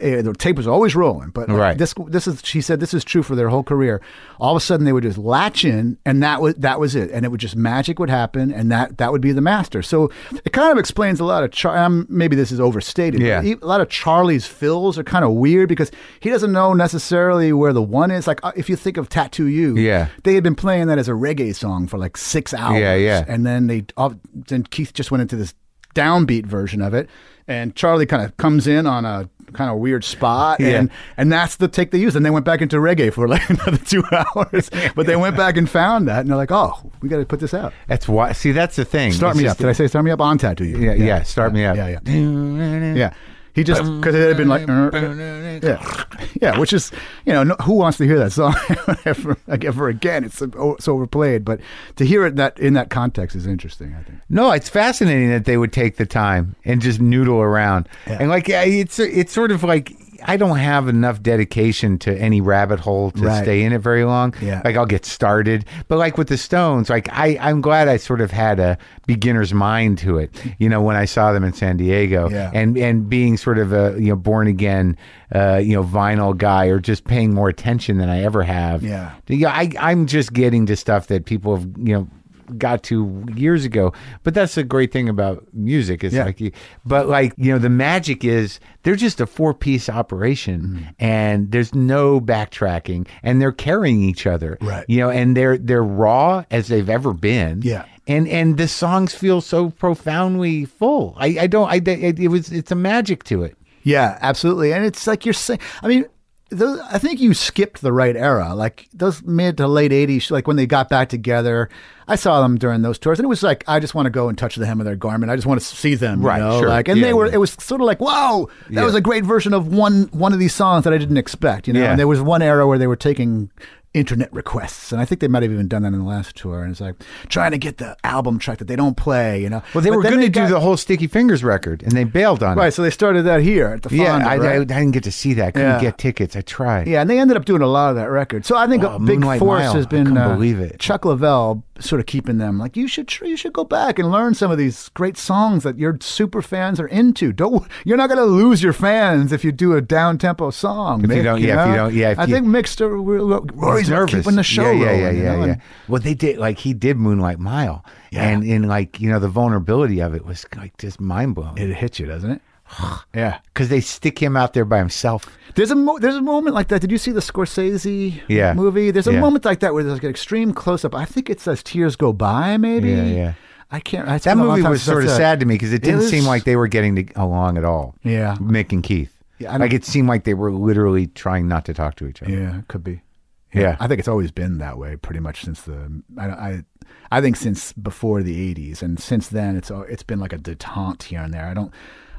[SPEAKER 3] eh, The tape was always rolling, but like,
[SPEAKER 2] Right.
[SPEAKER 3] this this is she said this is true for their whole career. All of a sudden they would just latch in, and that was that was it, and it would just magic would happen, and that that would be the master. So it kind of explains a lot of Char- um, maybe this is overstated. but
[SPEAKER 2] Yeah.
[SPEAKER 3] e- a lot of Charlie's fills are kind of weird because he doesn't know necessarily where the one is. Like uh, if you think of Tattoo You,
[SPEAKER 2] Yeah.
[SPEAKER 3] they had been playing that as a reggae song for like six hours.
[SPEAKER 2] Yeah, yeah.
[SPEAKER 3] And then they uh, then Keith just went into this downbeat version of it, and Charlie kind of comes in on a kind of weird spot, and and that's the take they used. And they went back into reggae for like another two hours, but they went back and found that, and they're like, oh, we got to put this out.
[SPEAKER 2] that's why. See, that's the thing.
[SPEAKER 3] Start
[SPEAKER 2] It's
[SPEAKER 3] me
[SPEAKER 2] just-
[SPEAKER 3] up. Did I say start me up on Tattoo You?
[SPEAKER 2] Yeah, yeah, Start me up.
[SPEAKER 3] Yeah, yeah. Yeah. He just because it had been like, "Uh, uh, yeah, yeah, which is you know no, who wants to hear that song ever, like, ever again? It's so, oh, it's overplayed, but to hear it that in that context is interesting. I think.
[SPEAKER 2] No, it's fascinating that they would take the time and just noodle around. And like, I- it's it's sort of like I don't have enough dedication to any rabbit hole to
[SPEAKER 3] Right.
[SPEAKER 2] stay in it very long.
[SPEAKER 3] Yeah.
[SPEAKER 2] Like I'll get started, but like with the Stones, like I I'm glad I sort of had a beginner's mind to it. You know, when I saw them in San Diego,
[SPEAKER 3] Yeah.
[SPEAKER 2] and and being sort of a you know born again, uh, you know vinyl guy, or just paying more attention than I ever have.
[SPEAKER 3] Yeah.
[SPEAKER 2] Yeah, I, I'm just getting to stuff that people have, you know, got to years ago. But that's the great thing about music is
[SPEAKER 3] Yeah.
[SPEAKER 2] like, you, but like you know, the magic is they're just a four piece operation, and there's no backtracking, and they're carrying each other,
[SPEAKER 3] Right.
[SPEAKER 2] You know, and they're they're raw as they've ever been,
[SPEAKER 3] Yeah.
[SPEAKER 2] And and the songs feel so profoundly full. I, I don't. I it, it was it's a magic to it.
[SPEAKER 3] Yeah, absolutely. And it's like you're saying, I mean, those, I think you skipped the right era. Like those mid to late 80s, like when they got back together, I saw them during those tours. And it was like, I just want to go and touch the hem of their garment. I just want to see them. you
[SPEAKER 2] Right,
[SPEAKER 3] know?
[SPEAKER 2] sure.
[SPEAKER 3] Like, and
[SPEAKER 2] Yeah,
[SPEAKER 3] they were,
[SPEAKER 2] yeah.
[SPEAKER 3] it was sort of like, wow, that was a great version of one, one of these songs that I didn't expect, you know?
[SPEAKER 2] Yeah.
[SPEAKER 3] And there was one era where they were taking internet requests. And I think they might have even done that in the last tour. And it's like trying to get the album track that they don't play, you know?
[SPEAKER 2] Well, they
[SPEAKER 3] But
[SPEAKER 2] were
[SPEAKER 3] then
[SPEAKER 2] going to
[SPEAKER 3] got-
[SPEAKER 2] do the whole Sticky Fingers record, and they bailed on it.
[SPEAKER 3] Right, so they started that here at the
[SPEAKER 2] Yeah,
[SPEAKER 3] Fonda,
[SPEAKER 2] I, I,
[SPEAKER 3] right?
[SPEAKER 2] I didn't get to see that. I couldn't
[SPEAKER 3] Yeah.
[SPEAKER 2] get tickets. I tried.
[SPEAKER 3] Yeah, and they ended up doing a lot of that record. So I think
[SPEAKER 2] Wow,
[SPEAKER 3] a big
[SPEAKER 2] Oh, Moonlight
[SPEAKER 3] force
[SPEAKER 2] Mile.
[SPEAKER 3] has
[SPEAKER 2] I
[SPEAKER 3] been
[SPEAKER 2] couldn't
[SPEAKER 3] uh,
[SPEAKER 2] believe it.
[SPEAKER 3] Chuck Lavelle sort of keeping them like you should tr- you should go back and learn some of these great songs that your super fans are into. Don't you're not going to lose your fans if you do a down tempo song. If
[SPEAKER 2] you don't- yeah, if you don't- yeah, if
[SPEAKER 3] I
[SPEAKER 2] you-
[SPEAKER 3] think mixed uh, Rory's
[SPEAKER 2] He's nervous.
[SPEAKER 3] keeping the
[SPEAKER 2] yeah,
[SPEAKER 3] show
[SPEAKER 2] yeah,
[SPEAKER 3] rolling.
[SPEAKER 2] yeah,
[SPEAKER 3] you
[SPEAKER 2] yeah,
[SPEAKER 3] know,
[SPEAKER 2] yeah.
[SPEAKER 3] and-
[SPEAKER 2] Well, they did like he did Moonlight Mile, and in like you know the vulnerability of it was like just mind blowing
[SPEAKER 3] It hits you, doesn't it? yeah.
[SPEAKER 2] because they stick him out there by himself.
[SPEAKER 3] There's a mo- there's a moment like that. Did you see the Scorsese
[SPEAKER 2] Yeah.
[SPEAKER 3] movie? There's a
[SPEAKER 2] Yeah.
[SPEAKER 3] moment like that where there's like an extreme close up. I think it's as tears go by, maybe.
[SPEAKER 2] Yeah, yeah.
[SPEAKER 3] I can't. I
[SPEAKER 2] That
[SPEAKER 3] spent a long
[SPEAKER 2] movie
[SPEAKER 3] time
[SPEAKER 2] was
[SPEAKER 3] since I
[SPEAKER 2] sort of
[SPEAKER 3] saw it.
[SPEAKER 2] sad to me because it didn't seem
[SPEAKER 3] is-
[SPEAKER 2] like they were getting to, along at all.
[SPEAKER 3] Yeah.
[SPEAKER 2] Mick and Keith.
[SPEAKER 3] Yeah, I don't-
[SPEAKER 2] like it seemed like they were literally trying not to talk to each other.
[SPEAKER 3] Yeah, it could be.
[SPEAKER 2] Yeah.
[SPEAKER 3] I think it's always been that way, pretty much since the I, I, I think since before the '80s, and since then it's al- it's been like a detente here and there. I don't,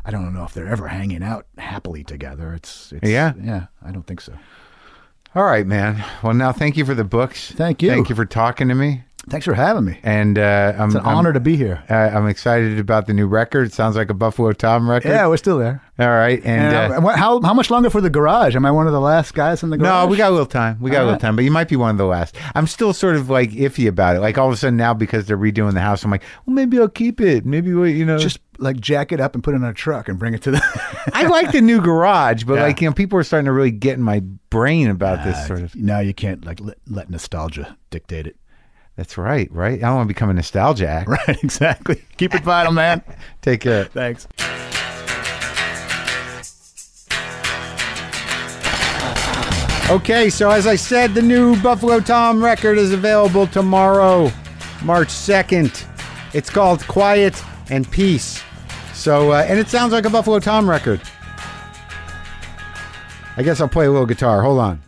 [SPEAKER 3] I don't know if they're ever hanging out happily together. It's, it's
[SPEAKER 2] Yeah.
[SPEAKER 3] yeah. I don't think so.
[SPEAKER 2] All right, man. Well, now thank you for the books.
[SPEAKER 3] Thank you.
[SPEAKER 2] Thank you for talking to me.
[SPEAKER 3] Thanks for having me.
[SPEAKER 2] And uh, I'm
[SPEAKER 3] It's an
[SPEAKER 2] I'm-
[SPEAKER 3] honor to be here.
[SPEAKER 2] Uh, I'm excited about the new record. sounds like a Buffalo Tom record.
[SPEAKER 3] Yeah, we're still there.
[SPEAKER 2] All right. And,
[SPEAKER 3] And,
[SPEAKER 2] uh,
[SPEAKER 3] uh, what- how how much longer for the garage? Am I one of the last guys in the garage?
[SPEAKER 2] no, we got a little time. We got a
[SPEAKER 3] All
[SPEAKER 2] little
[SPEAKER 3] right.
[SPEAKER 2] time, but you might be one of the last. I'm still sort of like iffy about it. Like all of a sudden now, because they're redoing the house, I'm like, well, maybe I'll keep it. Maybe we, you know,
[SPEAKER 3] just like jack it up and put it in a truck and bring it to the.
[SPEAKER 2] I like the new garage, but
[SPEAKER 3] Yeah. Ah,
[SPEAKER 2] like you know, people are starting to really get in my brain about this sort of.
[SPEAKER 3] no, you can't like let, let nostalgia dictate it.
[SPEAKER 2] That's right, right. I don't want to become a nostalgia act.
[SPEAKER 3] Right, exactly. Keep it vital, man.
[SPEAKER 2] Take care.
[SPEAKER 3] Thanks.
[SPEAKER 2] Okay, so as I said, the new Buffalo Tom record is available tomorrow, March 2nd. It's called Quiet and Peace. So, uh, and it sounds like a Buffalo Tom record. I guess I'll play a little guitar. Hold on.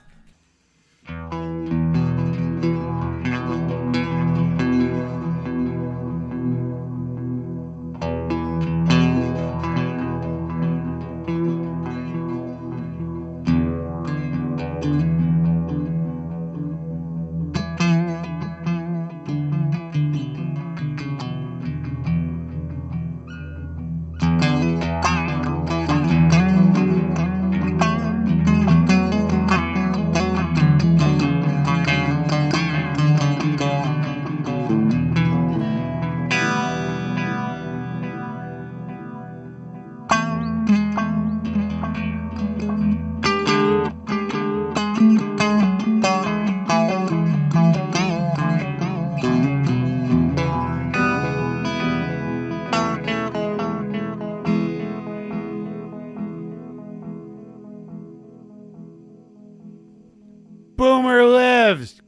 [SPEAKER 2] Boomer lives.